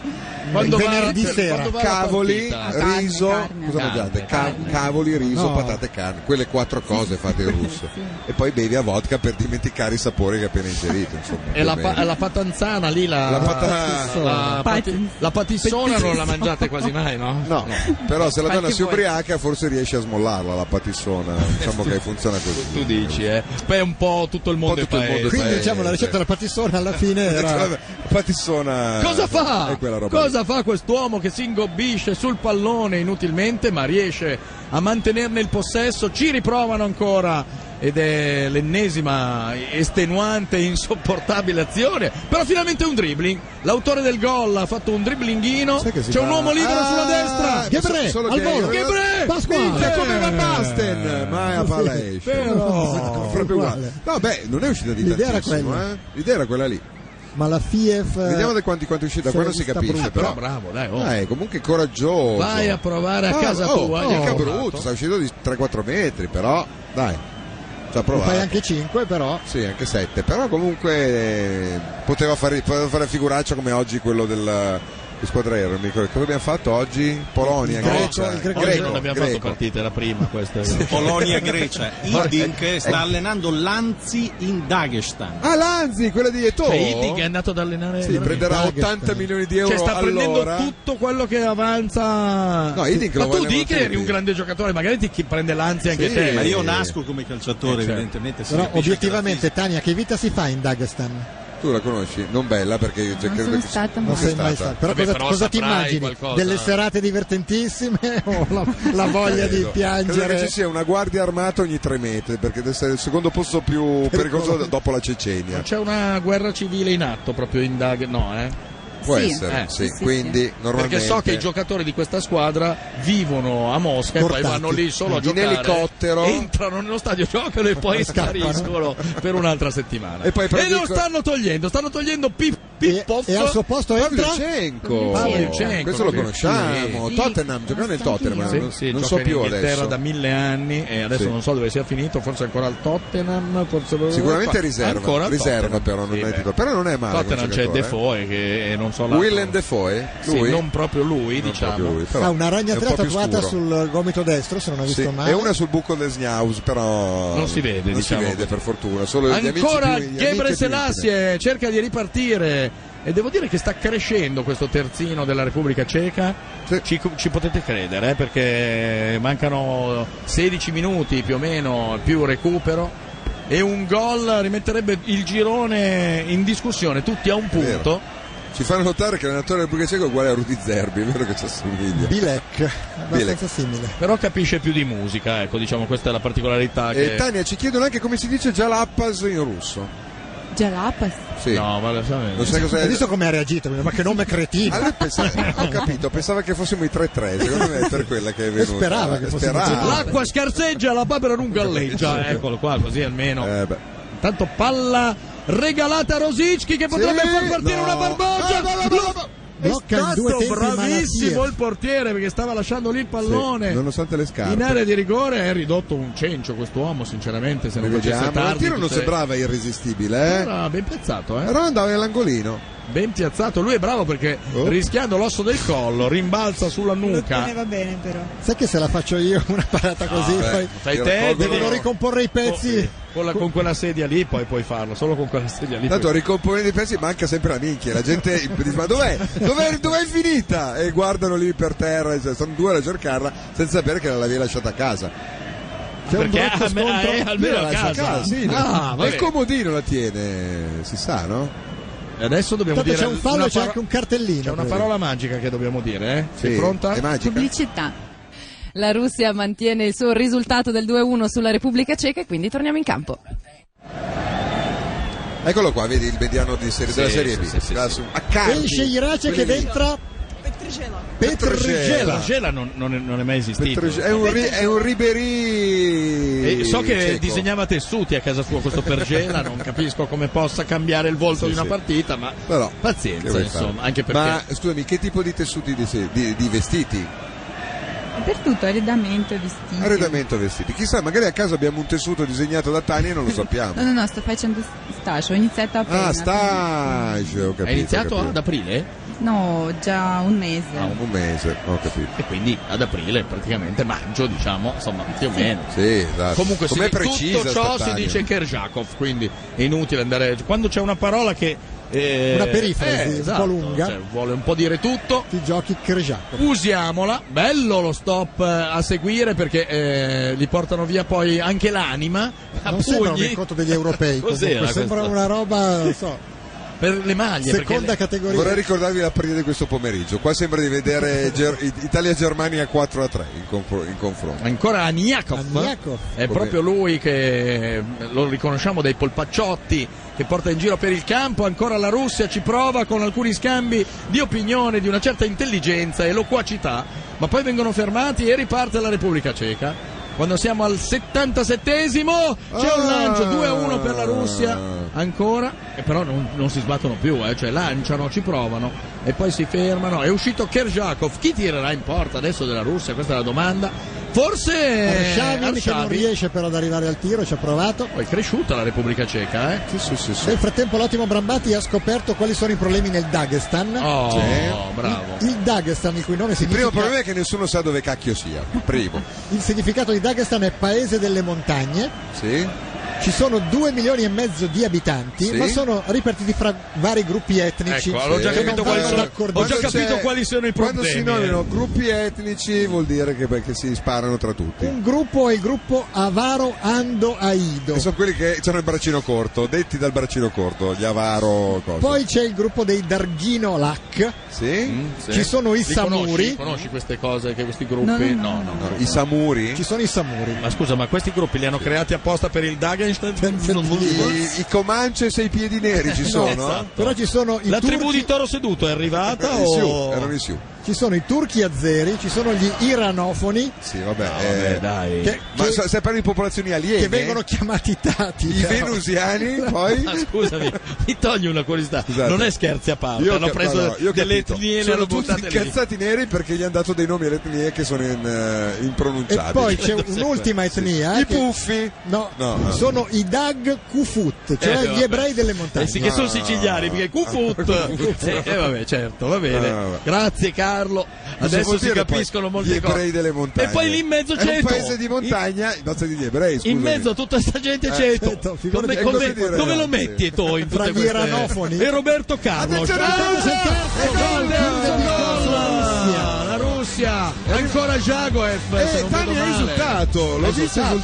Quando il va- venerdì quando sera. va- Cavoli, la partita. riso, Ah, Carne, cosa carne. mangiate? Carne, Ca- carne. Cavoli, riso, No. patate, carne. Quelle quattro cose fate in russo. E poi bevi a vodka per dimenticare i sapori che hai appena ingerito. Insomma, E eh, la, Come- pa- la patanzana lì, la, La la, pata- la pati- Patis- la patissona non la mangiate quasi mai, no? No, però se la donna Anche si voi. ubriaca forse riesce a smollarla la patissona. Diciamo che funziona così. Tu dici, eh? Beh, un po' tutto il mondo Un è po' tutto il paese. mondo è Quindi Eh, diciamo la ricetta della patissona alla fine Cioè, La era... patissona Cosa fa? Eh, È quella roba. Cosa fa quest'uomo che si ingobbisce sul pallone inutilmente ma riesce a mantenerne il possesso? Ci riprovano ancora ed è l'ennesima estenuante e insopportabile azione. Però finalmente un dribbling. L'autore del gol ha fatto un dribblinghino. Sai che si C'è un fa- uomo libero Ah, sulla destra. Ghebre, solo al che- volo. Ghebre, Pasquale. Minchia, come Van Basten, ma è a palestra. Però- proprio uguale. No, beh, non è uscita di L'idea era tantissimo, quella. eh. L'idea era quella lì. Ma la FIEF... eh, Vediamo da quanti quanto è uscita, se quello è si vista capisce. brutta. Però, bravo, dai. oh. Dai, comunque coraggioso. Vai a provare a Ah, casa oh, tua. gli Mica ha brutto, provato. sta uscito di 3-4 metri, però dai. Ci ha Ne provato. fai anche 5 però. Sì, anche 7, però comunque eh, poteva fare, poteva fare figuraccia come oggi quello del che squadra era, non mi ricordo. Cosa abbiamo fatto oggi? Polonia, Il greco, Grecia. il greco. Oggi non abbiamo fatto partita, era prima questa. Polonia-Grecia. Hiddink sta allenando l'Anzi in Dagestan. Ah, Lanzi, quella di Eto'o. Cioè, Hiddink è andato ad allenare. Sì, prenderà Dagestan. 80 milioni di euro Cioè, sta prendendo all'ora. tutto quello che avanza. No, Hiddink lo ma tu vogliono di che tutti. eri un grande giocatore, magari ti chi prende l'ansia anche Sì, te. Ma io Eh. nasco come calciatore, Eh, certo. evidentemente. si Però capisce che la obiettivamente Tania che vita si fa in Dagestan? Tu la conosci? Non bella perché cioè, Non credo sono che- stata Non mai. sei è mai stata. stato. Però Vabbè, cosa, però cosa ti saprai immagini? qualcosa. Delle serate divertentissime Oh, o la, la voglia di Credo. Credo che piangere? ci sia una guardia armata ogni 3 metri perché deve essere il secondo posto più pericoloso dopo la Cecenia. C'è una guerra civile in atto proprio in Dag. No, eh. Può Sì. essere, Eh, sì. sì, sì, Quindi normalmente Perché so che i giocatori di questa squadra vivono a Mosca e Portati. poi vanno lì solo a In giocare. elicottero. Entrano nello stadio, giocano e poi Scappano. spariscono per un'altra settimana. E poi prendo lo il co- stanno togliendo, stanno togliendo Pip, E, Pippoff. e al suo posto entra... Pavlyuchenko. Pavlyuchenko. questo lo Sì. conosciamo Ah, Sì. Tottenham giocava nel Tottenham Sì, non, sì, non gioca so in più Inghilterra adesso da mille anni e adesso Sì. non so dove sia finito, forse ancora al Tottenham, forse sicuramente Qua- riserva ancora al riserva Tottenham. però non Sì, è beh. titolo però non è male come Tottenham c'è giocatore, Defoe che non so eh. l'altro. Willem Defoe eh? Sì, lui non proprio lui, Non diciamo. proprio lui, però Ha una è ragnatela un po' più tatuata scuro. sul gomito destro, se non ha visto Sì, male. e una sul buco del Snaus però Non si vede, non diciamo. si vede per fortuna solo gli amici Ancora più- gli amici Gebre più intimi. Selassie eh, cerca di ripartire e devo dire che sta crescendo questo terzino della Repubblica Ceca. Sì. Ci, ci potete credere eh, perché mancano 16 minuti più o meno, più recupero. E un gol rimetterebbe il girone in discussione, tutti a un vero. punto. ci fanno notare che l'allenatore del Buca Cieco è uguale a Rudy Zerbi è vero che ci assomiglia Bilek, abbastanza simile. Però capisce più di musica, ecco, diciamo, questa è la particolarità. e Che... Tania ci chiedono anche come si dice Jalappas in russo Jalapas. Sì. No, ma lo eh. sapevo. Non sai cos'è? Hai visto come ha reagito? Ma che nome cretino! Allora pensavo- ho capito, pensava che fossimo i 3-3, secondo me è per quella che è venuta. Sperava che fosse Sperava. L'acqua scarseggia, la papera non galleggia. Eccolo qua, così Eh. almeno. Intanto palla regalata a Rosicchi che potrebbe Sì, far partire no. una barbosa. Ah, Blocca è in due stato tempi bravissimo Malatia. il portiere perché stava lasciando lì il pallone. Sì, nonostante le scarpe. In area di rigore è ridotto un cencio quest'uomo, sinceramente, se non facesse Vediamo. tardi. Il tiro non tutte- sembrava irresistibile, eh? Era ben piazzato, eh. Però andava nell'angolino. Ben piazzato, lui è bravo perché rischiando l'osso del collo, rimbalza sulla nuca. va bene però. Sai che se la faccio io una parata così Ah, beh, poi fai te, devono devi- ricomporre i eh, pezzi. Oh, Con, la- con quella sedia lì poi puoi farlo, solo con quella sedia lì. Tanto puoi- ricomponendo i pezzi manca sempre la minchia, la gente dice ma dov'è? Dov'è, dov'è finita? E guardano lì per terra, cioè, sono due a cercarla senza sapere che l'avevi lasciata a casa. C'è un Perché brutto a me- scontro? eh, almeno Lui la a lascia casa. sì, no? Ah, e vabbè. il comodino la tiene, si sa, no? E adesso dobbiamo Tanto dire c'è un fallo una e c'è paro- anche un cartellino. C'è una credo. parola magica che dobbiamo dire, eh? Sì, Sei pronta? è magica. Pubblicità. La Russia mantiene il suo risultato del 2-1 sulla Repubblica Ceca e quindi torniamo in campo. Eccolo qua, vedi il mediano di serie, Sì, della Serie sì, B. sì, sì, Da sì. su- a Cardi. Esce Irace che Quelli lì. entra Petrigela. Petrigela. Gela non, non è, non è mai esistito. Petrigela. È un, ri- è un Ribery. E so che cieco. disegnava tessuti a casa sua questo Pergela, non capisco come possa cambiare il volto Sì, di una sì. partita, ma Però, che pazienza, vuoi insomma, fare? anche perché Ma scusami, che tipo di tessuti di, se- di- di vestiti? Per tutto, arredamento, vestiti. Arredamento vestiti. Chissà, magari a casa abbiamo un tessuto disegnato da Tani e non lo sappiamo. No, no, no, sto facendo stage, ho iniziato appena. Ah, stage, ho capito. è iniziato ho capito. Ah, ad aprile? No, già un mese. un mese, ho capito. E quindi ad aprile, praticamente maggio, diciamo, insomma, più o meno. Sì, Ah, esatto. Comunque, Com'è sì, precisa tutto ciò sta si Tania? dice Kerjakov, quindi è inutile andare. Quando c'è una parola che. eh, Una perifrasi, eh, un po' esatto, lunga. cioè, vuole un po' dire tutto. Ti giochi Cregiato. Usiamola, bello lo stop eh, a seguire perché eh, li portano via poi anche l'anima. A Non sembra un pugni. incontro degli europei, Cos'era comunque, sembra questo? una roba, non so, Per le maglie. seconda perché le- categoria. Vorrei ricordarvi l'aprile di questo pomeriggio. Qua sembra di vedere Ger- Italia-Germania 4 a 3 in, confro- in confronto. Ancora Aniakov. Aniakov. È Come- proprio lui che eh, lo riconosciamo dai polpacciotti che porta in giro per il campo. Ancora la Russia ci prova con alcuni scambi di opinione, di una certa intelligenza e loquacità, ma poi vengono fermati e riparte la Repubblica Ceca. Quando siamo al 77esimo c'è Ah. un lancio 2-1 per la Russia ancora, e però non, non si sbattono più, eh, cioè lanciano, ci provano e poi si fermano. È uscito Kerjakov, chi tirerà in porta adesso della Russia? Questa è la domanda. Forse Arshavin che non Arshavin. riesce però ad arrivare al tiro, ci ha provato. Poi è cresciuta la Repubblica Ceca, eh? Sì, sì, sì, sì. Nel frattempo l'ottimo Brambati ha scoperto quali sono i problemi nel Dagestan. Cioè, Oh, Sì. bravo. Il Dagestan, il cui nome Il primo significa problema è che nessuno sa dove cacchio sia. Primo. il significato di Dagestan è paese delle montagne. Sì? Ci sono due milioni e mezzo di abitanti, Sì. ma sono ripartiti fra vari gruppi etnici. Ecco, allora ho già che capito non quali vanno sono- d'accordo. ho già Quando capito c'è- quali sono i Quando si problemi, nominano eh. gruppi etnici vuol dire che, che si sparano tra tutti. Un gruppo è il gruppo Avaro Ando Aido. E sono quelli che hanno il braccino corto, detti dal braccino corto, gli avaro cosa. Poi c'è il gruppo dei Darghino Lac. Sì? Sì. Ci sono i Li Conosci, Samuri. conosci queste cose, che questi gruppi? No, no, no. no, No, I samuri? Ci sono i Samuri. Ma scusa, ma questi gruppi li hanno creati apposta per il Dagenstein? I, i comanche e i sei piedi neri ci sono? Esatto. Però ci sono i La tribù turchi, di Toro Seduto è arrivata I Sioux, o... erano i Sioux. ci sono i turchi azzeri, ci sono gli iranofoni Sì, vabbè. eh, Eh, dai. che, Ma che- se se parli di popolazioni aliene, che vengono chiamati tati. i però. venusiani, poi Ah, scusami, mi togli una curiosità. Scusate. Non è scherzi a parte. Io hanno cap- preso no, no, io ho delle capito. etnie e le sono hanno tutti buttate lì. incazzati neri perché gli hanno dato dei nomi alle etnie che sono in, eh, E impronunciabili. poi c'è un'ultima Sì. etnia. I che- puffi. No, No, no. sono i Dag Kufut, cioè Eh, gli vabbè. ebrei delle Eh montagne. sì, che sono siciliani, perché Cufut. E vabbè, certo, va bene. Ah, vabbè. Grazie Carlo. Cosa Adesso vuol si dire poi capiscono gli molte ebrei cose. delle montagne. E poi lì in mezzo È c'è un Eto. paese di montagna, in... basta degli ebrei, In scusami. mezzo a tutta sta gente c'è Eto. certo, figurati. come, Eh, come- cosa dire, dove lo ragazzi? metti Eto in tutte Fra gli queste- iranofoni. E Roberto Carlo. Attenzione, Ciao, attenzione, ciao. terzo, E gol, gol, terzo gol, gol. Russia. La Russia, ancora Jagoev. se Eh, non Tani vedo ha male. esultato, l'ho Ha visto esultato?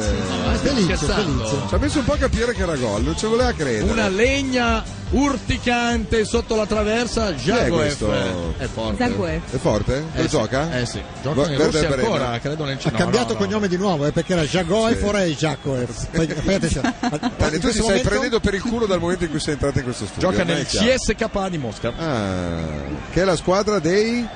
esultare. Ma stai scherzando? Ci ha messo un po' a capire che era gol, non ci voleva credere. Una legna urticante sotto la traversa. Chi è questo? Jagoev è forte. È forte? Lo Eh sì, gioca? eh sì. Gioca in Verde Russia Brema. ancora, credo nel Ha cambiato cognome di nuovo eh, perché era Jagoev Sì. ora è Jacoev. Poi- Fai attenzione. Tani, In tu ti questo stai momento- prendendo per il culo dal momento in cui sei entrato in questo studio. Gioca ormai nel è chiaro. CSK di Mosca. Ah, che è la squadra dei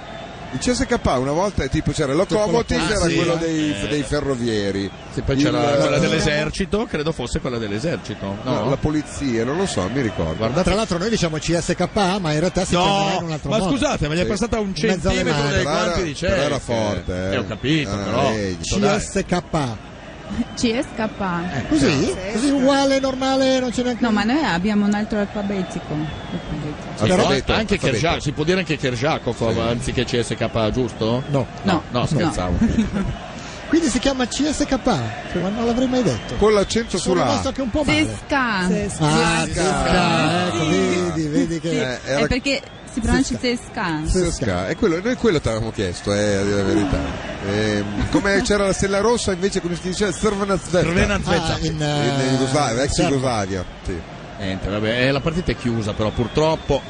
il CSK una volta tipo c'era il Locomotive Ah, era sì. quello dei, Eh. dei ferrovieri Sì, poi Il- c'era quella dell'esercito, credo fosse quella dell'esercito. no, No, la polizia non lo so mi ricordo Ma Tra l'altro noi diciamo CSK, ma in realtà si No, chiama in un altro ma modo. scusate, ma gli è passata un In mezzo alle centimetro mani. dai guanti di però era Cech. forte eh. Eh, ho capito, Ah, però. vedi. CSK. CSK. Così? Eh, Così uguale, normale, non c'è neanche... No, ma noi abbiamo un altro alfabetico. Però Alfabeto, anche alfabeto. Kerjakov, si può dire anche Kerjakov anziché CSK, giusto? No, no, no scherzavo. Quindi si chiama CSK, cioè, ma non l'avrei mai detto. con l'accento Sono sulla rimasto anche un po' male. Ah, Sesca. Sesca, ecco, vedi, vedi Sì, che... Eh, era- È perché si pronuncia Sesca. Sesca. E quello, noi quello ti avevamo chiesto, eh, a dire la verità. Ehm, come c'era la stella rossa invece come si diceva Srvenazveta Srvenazveta. Ah, in, eh, in Jugoslavia, ex Certo. Serbia. Jugoslavia. Sì. Niente, vabbè, eh, la partita è chiusa, però purtroppo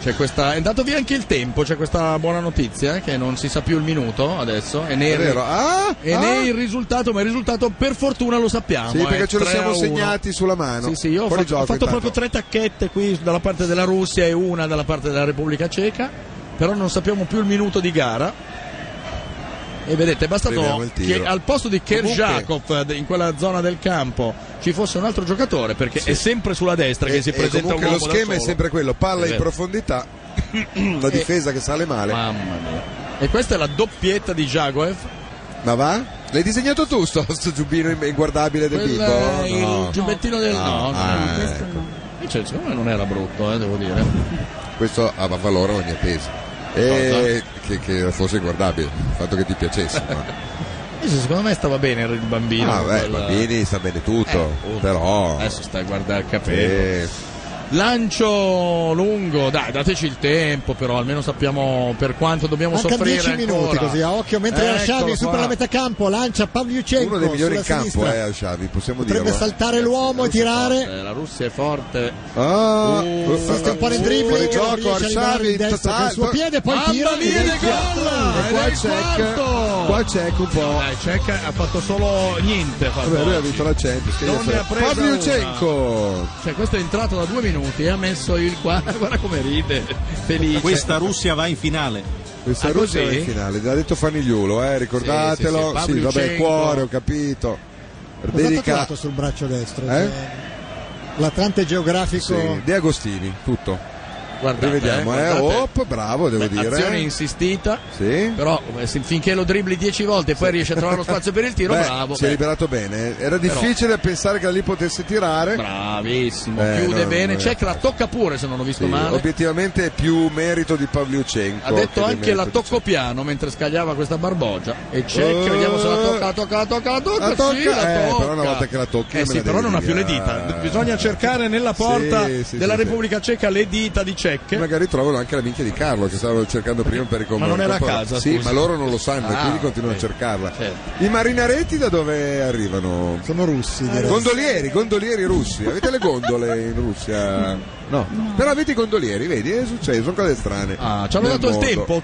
c'è questa. È andato via anche il tempo, c'è questa buona notizia eh, che non si sa più il minuto adesso. E né, È vero. Ah, e ah. né il risultato, ma il risultato per fortuna lo sappiamo. Sì, perché eh, ce lo 3 a siamo 1. segnati sulla mano. Sì, sì, io ho Fuori fatto, ho gioco, fatto intanto. proprio tre tacchette qui dalla parte della Russia e una dalla parte della Repubblica Ceca, però non sappiamo più il minuto di gara. E vedete, è Vediamo bastato il tiro. che al posto di Kerjakov de- in quella zona del campo ci fosse un altro giocatore, perché è sempre sulla destra che si E presenta un comunque uomo lo da schema è solo. sempre quello, È palla in vero. profondità, la difesa che sale male. Mamma mia. E questa è la doppietta di Jagoev. Ma va? L'hai disegnato tu sto, sto giubbino in- inguardabile del Quella è bimbo? il No. giubbettino del No, no, no. ah, Questo ecco. no. Invece, secondo me non era brutto, eh, devo dire. Questo avvalora la mia tesi. E che, che fosse guardabile, il fatto che ti piacesse. ma- Invece, secondo me stava bene il bambino. Ah, beh, Quella- bambini sta bene tutto, Eh, però Adesso stai a guardare il capello. eh, Lancio lungo, dai, dateci il tempo, però almeno sappiamo per quanto dobbiamo Mancano soffrire. 10 ancora. minuti così a occhio mentre la Eccolo Sciavi qua. supera la metà campo, lancia Pavliucenko uno dei migliori in sulla campo, sinistra. eh, Xavi, possiamo Potrebbe dirlo. eh. saltare l'uomo e tirare. Eh, La Russia è forte. Ah, Uh, Sta un po' nel dribbling, fuori non gioco, riesce a arrivare Xavi, in destra con il suo piede, poi Mamma tira mia, ed è che gol! piatto. E qua Ed è il check, quarto! qua check un po'. Dai, Cech ha fatto solo niente. ha fatto Vabbè, lui ha oggi. vinto la Champions. che gli Non frega. ne ha presa Pavliucenko! Cioè, questo è entrato da due minuti e ha messo il qua. Guarda come ride, felice. Questa Russia va in finale. Questa Ah, Russia così? è in finale, l'ha detto Fanigliulo, eh, ricordatelo. Sì, Sì, sì, sì, vabbè, Pavliucenko. cuore, ho capito. Cosa ha Dedica tatuato sul braccio destro? cioè, Eh? L'Atlante geografico sì, De Agostini, tutto. Guardate, Rivediamo, eh. guardate. Op, bravo, devo Beh, Azione dire. eh. insistita. Sì. Però eh, se- finché lo dribbli dieci volte e poi riesce a trovare lo spazio per il tiro, Beh, bravo. si è beh, liberato bene. Era difficile pensare che da lì potesse tirare. Bravissimo, Eh, chiude no, bene. no, Cech la tocca pure se non ho visto Sì, male. obiettivamente è più merito di Pavliucenko. Ha che di detto anche la merito di tocco piano mentre scagliava questa barbogia. E Cech, Eh. vediamo se la tocca, la tocca, la tocca, la tocca. La tocca, sì, la eh, tocca. però una volta che la tocchi Eh me sì, la però devi non ha più le dire. dita. Bisogna cercare nella porta Sì, sì, della sì, Repubblica Ceca le dita di Cech. Magari trovano anche la minchia di Carlo che stavano cercando prima per ricomprare. Ma non era a Dopo- casa, Sì, scusa. ma loro non lo sanno e Ah, quindi continuano ok. a cercarla. Certo. Eh, I marinaretti da dove arrivano? sono russi. direi. Gondolieri, gondolieri russi. Avete le gondole in Russia? No. Però avete i gondolieri, vedi, è successo, sono cose strane. Ah, ci hanno nel dato il mondo. tempo,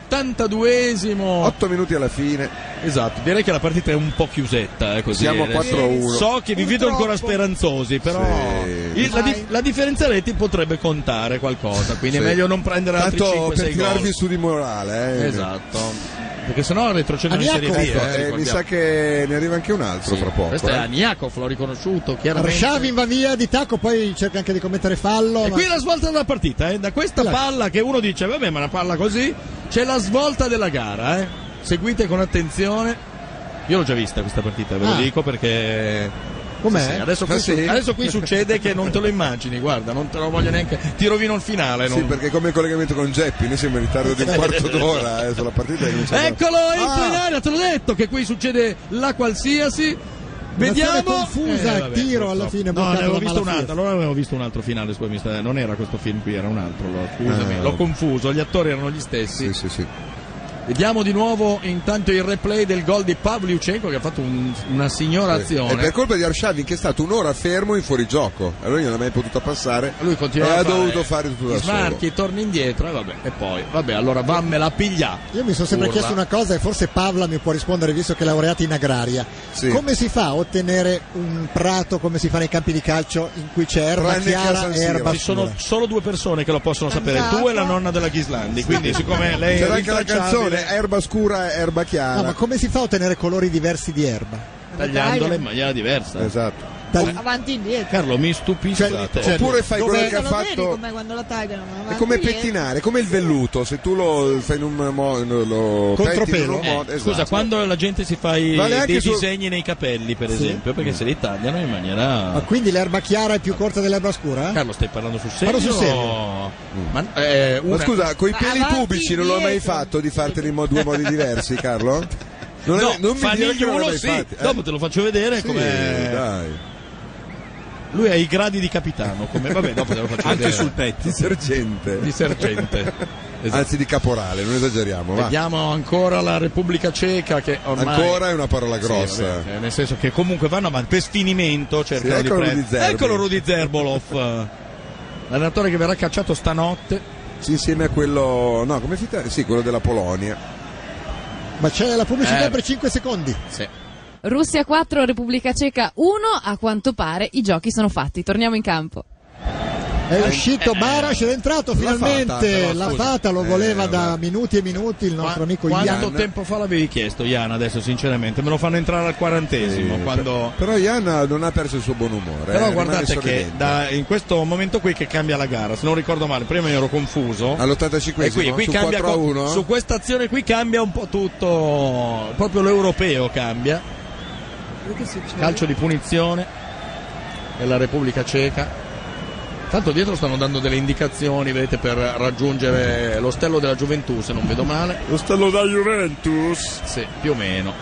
82esimo. 8 minuti alla fine. Esatto, direi che la partita è un po' chiusetta. eh, così. Siamo a Adesso- 4-1. So che vi vedo Purtroppo. ancora speranzosi, però Sì. il- la, di- la differenza reti potrebbe contare qualcosa, quindi Sì. è meglio non prendere altri Tanto per 5-6 tirarvi gol. su di morale, eh. Esatto. Perché sennò retrocedono in Serie Aniakov, B. Ecco, eh, eh, mi ricordiamo. sa che ne arriva anche un altro fra poco. Questo è eh. Aniakov, l'ho riconosciuto chiaramente. Arshavin va via di tacco, poi cerca anche di commettere fallo. E ma- qui la svolta della partita, eh, da questa Esatto. palla che uno dice, vabbè, ma una palla così, C'è la svolta della gara, eh. Seguite con attenzione. Io l'ho già vista questa partita, ve lo Ah. dico perché. Com'è? Sì, sì, adesso, qui Ah, sì? su- adesso qui succede che non te lo immagini, guarda, non te lo voglio neanche. Ti rovino il finale. Sì, non- perché come il collegamento con Geppi, noi siamo in ritardo di un quarto d'ora eh, sulla partita. che non c'è- Eccolo, entra Ah! in aria, te l'ho detto che qui succede la qualsiasi. Un'azione Vediamo. confusa, Eh, vabbè, tiro purtroppo. alla fine. No, bloccato ne avevo visto da un Malafaia. altro. Allora avevo visto un altro finale, scusami, sta- non era questo film qui, era un altro. lo- Scusami, Ah. l'ho confuso. Gli attori erano gli stessi. Sì, sì, sì. Vediamo di nuovo intanto il replay del gol di Pavliucenko che ha fatto un- una signora azione. E Eh, per colpa di Arshavin che è stato un'ora fermo in fuorigioco. Allora non è mai potuta passare. Lui e continua ha a fare dovuto fare tutto da gli solo. smarchi, torna indietro e vabbè. E poi, vabbè, allora vammela a pigliare. Io mi sono sempre Urla. chiesto una cosa e forse Pavla mi può rispondere visto che è laureata in agraria. Sì. Come si fa a ottenere un prato come si fa nei campi di calcio in cui c'è erba chiara e erba Ci sono scura? solo due persone che lo possono sapere, Esatto. tu e la nonna della Ghislandi, quindi siccome lei è eh, C'era anche la rintracciabile- canzone Erba scura, erba No, chiara. ma come si fa a ottenere colori diversi di erba? tagliandola in maniera diversa. Esatto. Avanti e indietro. Carlo, mi stupisce. Eh, Cioè, oppure fai quello che ha Lo vedi fatto. come quando la tagliano. ma È avanti come e indietro. pettinare, come il velluto, se tu lo fai in un mo- lo pettini in un Eh, modo, Scusa, esatto. quando la gente si fa i- Vale anche dei su- disegni nei capelli, per Sì. esempio, perché se li tagliano in maniera. Ma quindi l'erba chiara è più corta dell'erba scura? eh? Carlo, stai parlando sul serio? Parlo sul serio. o- Ma, Ma una- scusa, coi Ma peli avanti, pubici non l'hai mai indietro. fatto di farteli in mo- due modi diversi, Carlo? Non, è- no, non mi dire che faniglio non l'hai uno mai sì. fatti, eh? Dopo te lo faccio vedere Sì, come. dai. Lui ha i gradi di capitano, come vabbè, dopo te lo faccio vedere. petto. Di sergente. Di sergente. Anzi di caporale, non esageriamo, va. Vediamo ancora la Repubblica Ceca che ormai... Ancora è una parola Sì, grossa. vabbè, Eh, Nel senso che comunque vanno avanti per sfinimento, cercano Sì, di eccolo prendere. Rudy Zerbo. Eccolo Rudy Zerbolov. L'allenatore che verrà cacciato stanotte. Sì, insieme a quello. No, come si chiama? Sì, quello della Polonia. Ma c'è la pubblicità Eh. per 5 secondi. Sì. Russia 4, Repubblica Ceca 1, a quanto pare i giochi sono fatti. Torniamo in campo. È uscito Baras, è entrato finalmente. Eh. fata, però, la scusa. fata lo Eh, voleva da minuti e minuti il nostro amico Quanto Ian. tempo fa l'avevi chiesto, Ian? Adesso, sinceramente, me lo fanno entrare al quarantesimo. Sì, quando... Eh, Però Ian non ha perso il suo buon umore. Però eh, guardate rimane che sorridente. da- in questo momento qui che cambia la gara, se non ricordo male, prima ero confuso. All'85esimo, E qui, qui su cambia 4 a co- 1? Su questa azione qui cambia un po' tutto, proprio l'europeo cambia. Calcio di punizione della Repubblica Ceca. Tanto dietro stanno dando delle indicazioni, vedete, per raggiungere l'ostello della gioventù, se non vedo male. L'ostello da Juventus? Sì, più o meno.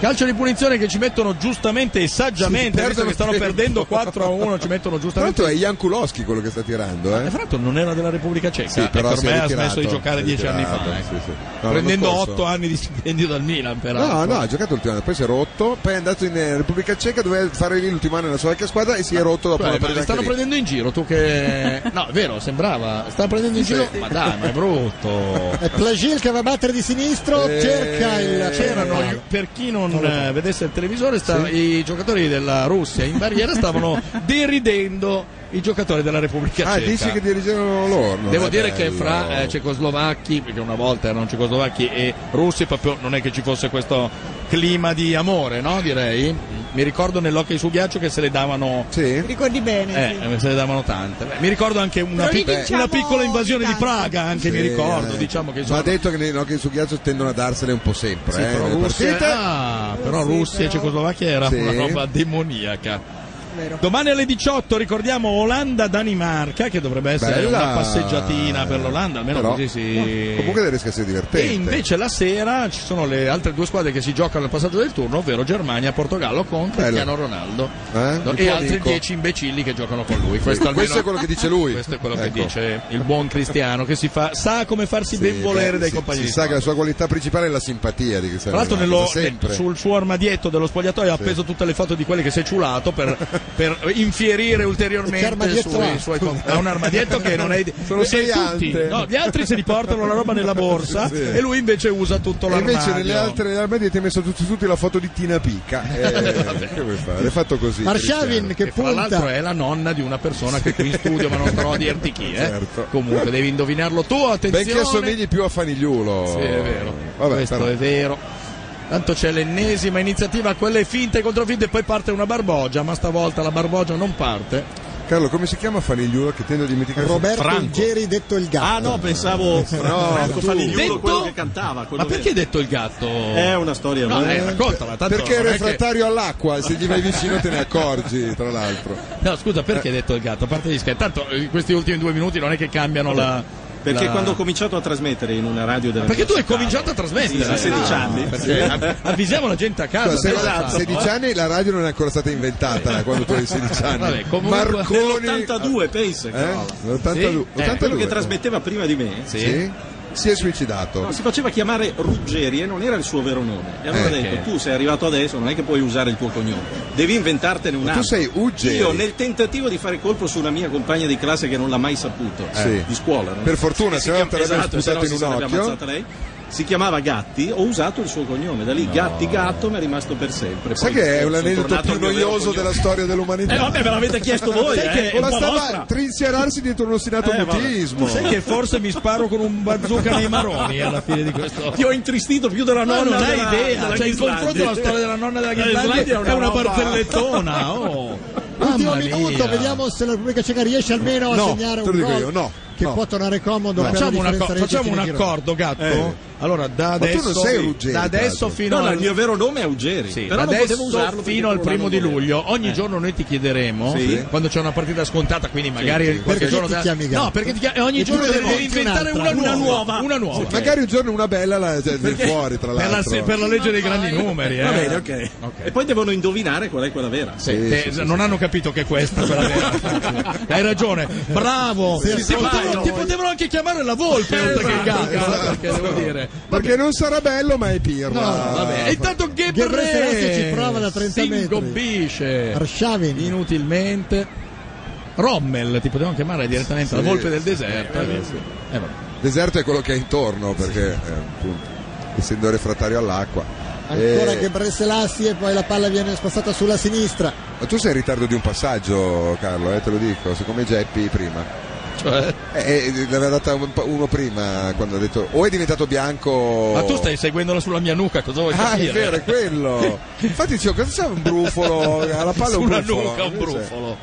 Calcio di punizione che ci mettono giustamente e saggiamente, Sì, visto perdono che stanno tempo. perdendo 4 a 1, ci mettono Tra l'altro è giustamente... Ian Kulowski quello che sta tirando, eh? Fra l'altro non era della Repubblica Ceca, Sì, e però Eh, ecco, per si è me ha ritirato, smesso di giocare si è 10 anni ritirato, fa, ecco. sì, sì. No, l'anno prendendo scorso. 8 anni di stipendio dal Milan, Cioè, No, peraltro. no, ha giocato ultimamente, poi si è rotto, poi è andato in eh, Repubblica Ceca, doveva fare lì l'ultimo anno nella sua vecchia squadra e si è rotto dopo Cioè, una ma partita. le stanno anche lì. prendendo in giro, tu che... No, è vero, sembrava. Stanno prendendo in giro... Ma dai, ma è brutto. Eh, È Plagil che va a battere di sinistro, Eh, cerca il. c'erano gli- per chi non eh, vedesse il televisore sta- i giocatori della Russia in barriera stavano deridendo i giocatori della Repubblica Ah, Ceca dici che dirigevano loro? non Devo è dire che bello. fra eh, cecoslovacchi, perché una volta erano cecoslovacchi e russi, proprio non è che ci fosse questo clima di amore, no? Direi. Mi ricordo nell'hockey su ghiaccio che se le davano. Ricordi bene. sì. Eh, se le davano tante. Beh, mi ricordo anche una, Però lì pic- vinciamo una piccola invasione di tanti. Praga, anche mi Sì, ricordo, eh. diciamo che Ma sono ha detto che nei hockey su ghiaccio tendono a darsele un po' sempre, Sì, eh, però nelle Russia, partite. ah, però Sì, Russia e però- Cecoslovacchia era Sì. una roba demoniaca. Domani alle 18 ricordiamo Olanda-Danimarca, che dovrebbe essere Bella. una passeggiatina per l'Olanda, almeno Però, Eh, così si. Comunque deve essere E divertente. invece la sera ci sono le altre due squadre che si giocano al passaggio del turno, ovvero Germania e Portogallo con Cristiano Ronaldo Eh? Il e tuo altri amico. 10 imbecilli che giocano con lui. Questo, almeno- Questo è quello che dice lui. Questo è quello che Ecco. dice il buon Cristiano, che si fa, sa come farsi ben volere beh, dai si- compagni Si di sa che squadra. la sua qualità principale è la simpatia di Cristiano Tra l'altro Ronaldo, nello- sempre. nel- sul suo armadietto dello spogliatoio ha appeso tutte le foto di quelle che si è ciulato per, per infierire Che ulteriormente armadietto sui ha? suoi compagni. Ha un armadietto che non è ide- Sono e sei tutti, ante. no, gli altri se li portano la roba nella borsa Sì. e lui invece usa tutto E l'armadio. invece nelle altre armadi ti hai messo tutti, tutti la foto di Tina Pica. Eh, che vuoi fare? È fatto così. Arshavin Cristiano. che Tra l'altro punta. è la nonna di una persona che qui in studio, ma non starò a dirti chi, eh. Certo. Comunque devi indovinarlo tu, attenzione. Benché assomigli più a Fanigliulo. Sì, è vero. Vabbè, Questo però- è vero. Tanto c'è l'ennesima iniziativa, quelle finte contro finte, e poi parte una barbogia, ma stavolta la barbogia non parte. Carlo, come si chiama Fanigliulo che tendo a dimenticare? Roberto Franco. Ruggeri detto il gatto. Ah no, pensavo Franco tu. Fanigliulo, Detto- quello che cantava. quello Ma perché hai vero. detto il gatto? È una storia No, vera. eh, raccontala, tanto Perché è non è che- refrattario all'acqua, se gli vai vicino te ne accorgi, tra l'altro. No, scusa, perché hai detto il gatto? A parte gli scherzi, tanto eh, questi ultimi due minuti non è che cambiano la... Perché la- quando ho cominciato a trasmettere in una radio della Perché tu mia hai città- cominciato a trasmettere? Sì, a 16 Ah, anni. perché av- Avvisiamo la gente a casa. Esatto. Cioè, se adesso a sanno. 16 anni la radio non è ancora stata inventata eh, quando tu hai 16 anni. Vabbè, comunque- Marconi Nell'82, pensa. Eh? cavolo. L'82. Sì? Eh, quello 82. che trasmetteva prima di me Sì? si è suicidato. No, si faceva chiamare Ruggeri e non era il suo vero nome. E allora Eh, ho detto: ok. Tu sei arrivato adesso, non è che puoi usare il tuo cognome, devi inventartene un Ma tu altro. sei Uggeri. Io, nel tentativo di fare colpo su una mia compagna di classe che non l'ha mai saputo, Eh. Sì. di scuola, no? Per fortuna, Che si se no chiama- te l'aveva esatto, se no sputato si in un sarebbe occhio. ammazzata lei. Si chiamava Gatti, ho usato il suo cognome, da lì Gatti Gatto mi è rimasto per sempre. Poi Sai che è sono un aneddoto tornato più al mio vero noioso cognome. della storia dell'umanità? Eh, vabbè, ve l'avete chiesto voi, Sai eh, che è un po' bastava vostra. trincerarsi dietro uno ostinato Eh, vabbè. mutismo. Sai che forse mi sparo con un bazooka nei maroni alla fine di questo. Ti ho intristito più della Ma nonna. non hai della- Eh, idea, della cioè, in Ghislandia. confronto alla storia della nonna della La Ghislandia Ghislandia è una roba. barzellettona, oh. Ultimo Mamma minuto, mia. vediamo se la Repubblica Ceca riesce almeno a No, segnare te lo un dico gol io, no, che no. può tornare comodo. per la Facciamo, una differenza co- dei facciamo un giochi di girone. accordo, gatto. Eh. Allora, da Ma tu adesso, non sei Ruggeri, da tra l'altro. adesso fino No, no, al il mio vero nome è Ruggeri. però non adesso potevo usarlo perché fino al quello primo non di voleva. luglio. Ogni Eh. giorno noi ti chiederemo Sì. quando c'è una partita scontata, quindi magari sì. qualche Perché giorno ti chiami Gatto? No, perché ti chiami- E ogni tu giorno ne devi devi inventare una, un'altra. nuova, Una una nuova. nuova. Magari un giorno una bella la, del fuori, tra per la- l'altro. per la legge dei grandi numeri, eh. Va bene, ok. E poi devono indovinare qual è quella vera. Sì, te- Eh, non hanno capito che è questa quella vera. Hai ragione, bravo. Sì, ti, sì, vai, potevano, no. ti potevano anche chiamare la volpe oltre che il gatto. eh, Perché devo dire. Perché non sarà bello, ma è pirla. Eh, Vabbè, e intanto Ghebreyesus Ghebre ci prova da 30 si metri. ingobbisce inutilmente. Rommel, ti potevamo chiamare direttamente Sì, la volpe sì, del sì, deserto. eh, sì. Eh, vabbè. Deserto è quello che è intorno, perché eh, appunto, essendo refrattario all'acqua. Ancora Eh, che Breselassi e poi la palla viene spassata sulla sinistra. Ma tu sei in ritardo di un passaggio, Carlo, eh, te lo dico, siccome Geppi prima. Cioè, Eh, eh, l'aveva data un po- uno prima quando ha detto o è diventato bianco. Ma tu stai seguendola sulla mia nuca, cosa vuoi Ah, capire? è vero, è quello. Infatti dicevo, cosa c'è un brufolo? Oh, Alla palla un Sulla brufolo. nuca un Invece- brufolo.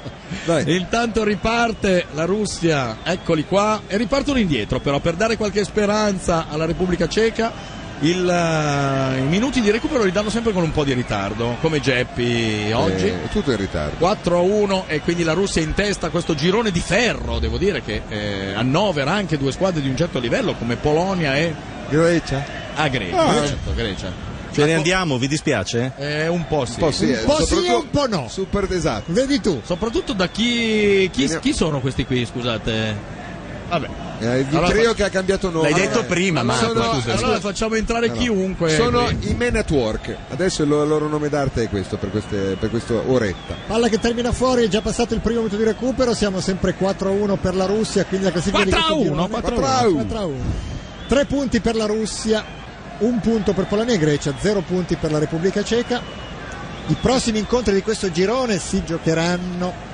Dai. Intanto riparte la Russia, eccoli qua, e ripartono indietro però per dare qualche speranza alla Repubblica Ceca. Il, eh, I minuti di recupero li danno sempre con un po' di ritardo, come Geppi oggi. Eh, è tutto in ritardo. 4-1 e quindi la Russia in testa a questo girone di ferro, devo dire che eh, annovera anche due squadre di un certo livello come Polonia e Grecia. Ah, Grecia, Ah. certo, Grecia. Ce ne andiamo, vi dispiace? Eh, un po' sì. Un po' sì, eh, Un po' sì soprattutto- e un po' no. Super esatto. Vedi tu. Soprattutto da chi, chi, chi sono questi qui, scusate? Vabbè. Eh, il Allora, trio fa- che ha cambiato nome. L'hai detto Eh, prima, Marco, sono, scusa. Allora facciamo entrare chiunque. Esatto, Sono Quindi. i Men at Work. Adesso il loro, loro nome d'arte è questo per, queste, per questa oretta. Palla che termina fuori, è già passato il primo minuto di recupero, siamo sempre 4-1 per la Russia, quindi la classifica di questo 4-1, girone- 4-1. 4-1. Tre punti per la Russia, un punto per Polonia e Grecia, zero punti per la Repubblica Ceca. I prossimi incontri di questo girone si giocheranno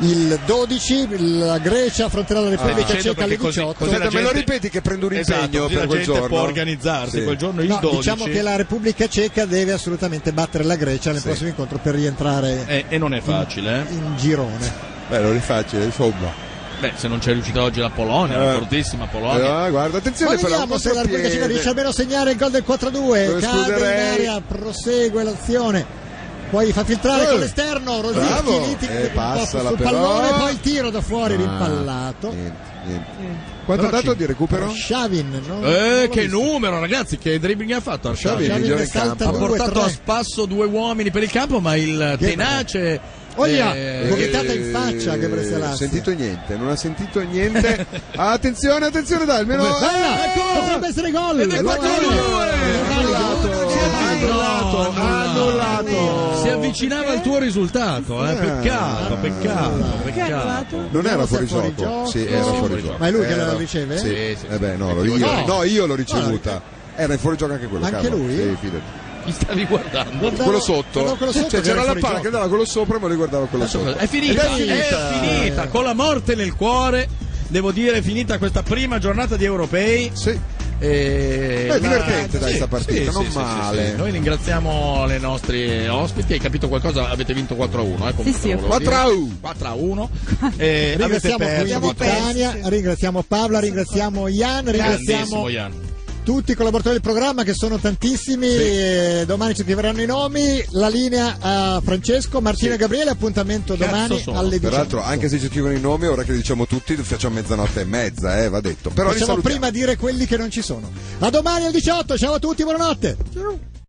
il 12, la Grecia affronterà la Stai Repubblica dicendo Ceca alle Ah, perché così- 18. così la Aspetta, me lo gente- ripeti che prendo un Esatto, impegno così per la quel gente giorno. può organizzarsi Sì. quel giorno il No, 12. diciamo che la Repubblica Ceca deve assolutamente battere la Grecia nel Sì. prossimo incontro per rientrare Eh, e non è facile, eh. in girone. Beh, lo rifaccio, insomma. Beh, se non c'è riuscita oggi la Polonia, Eh. la fortissima Polonia. Ah, guarda, Ma attenzione però. eh, vediamo un se la Repubblica Ceca contropiede. riesce almeno a segnare il gol del 4-2. Dove Cade in escluderei. area, prosegue l'azione. Poi fa filtrare Eh, con l'esterno Rositti, bravo. Vitti, Eh, passala sul però. pallone, poi il tiro da fuori Ah, Eh, rimpallato. Eh. Niente, niente. Quanto ha Però dato ci- di recupero? Shavin, no? Eh, che numero, ragazzi, che dribbling ha fatto Sciavi, Arshavin? il Shavin migliore ne in salta campo. Ha due, portato tre. a spasso due uomini per il campo, ma il tenace. Oh, yeah. eh, Gomitata in faccia che Non ha Breselassi. Eh, sentito niente, non ha sentito niente. attenzione, attenzione, dai, almeno. Bella, Ecco! dovrebbe essere gol. Ed Lo è 4-2. è. Non è Annullato, gol. annullato, annullato. Si avvicinava al tuo risultato, eh. Peccato, peccato, peccato. Non era Vediamo se fuori è fuori gioco. gioco. Sì, era fuori gioco. Ma è lui che Era- la riceve? Sì. Sì, sì, Eh beh, no, lo- sì. io, No. no, io l'ho ricevuta. Era in fuori gioco anche quello. Ah, Anche Carlo. lui? Sì, fidati. Chi stavi guardando? Guardavo- Quello sotto. guardavo quello sotto Cioè, che era c'era la fuori palla gioco. che andava quello sopra, ma lui guardava quello sotto. È finita, Ed è finita. è finita, con la morte nel cuore. Devo dire, è finita questa prima giornata di europei. Sì. E Beh, divertente, dai, sta partita, non male. Noi ringraziamo le nostre ospiti. Hai capito qualcosa? Avete vinto 4 a 1. Eh, Sì, sì, ho 4 a 1. 4 a 1. Eh, avete Ringraziamo perso. quindi quattro a uno. Tania, ringraziamo Paola, ringraziamo Ian, ringraziamo Grandissimo, Ian. tutti i collaboratori del programma che sono tantissimi e domani ci scriveranno i nomi la linea a Francesco Martino e Gabriele appuntamento Cazzo domani sono. alle 18 Peraltro, anche se ci scrivono i nomi, ora che li diciamo tutti, facciamo mezzanotte e mezza, eh, va detto. Però li facciamo salutiamo. prima dire quelli che non ci sono a domani alle 18 ciao a tutti buonanotte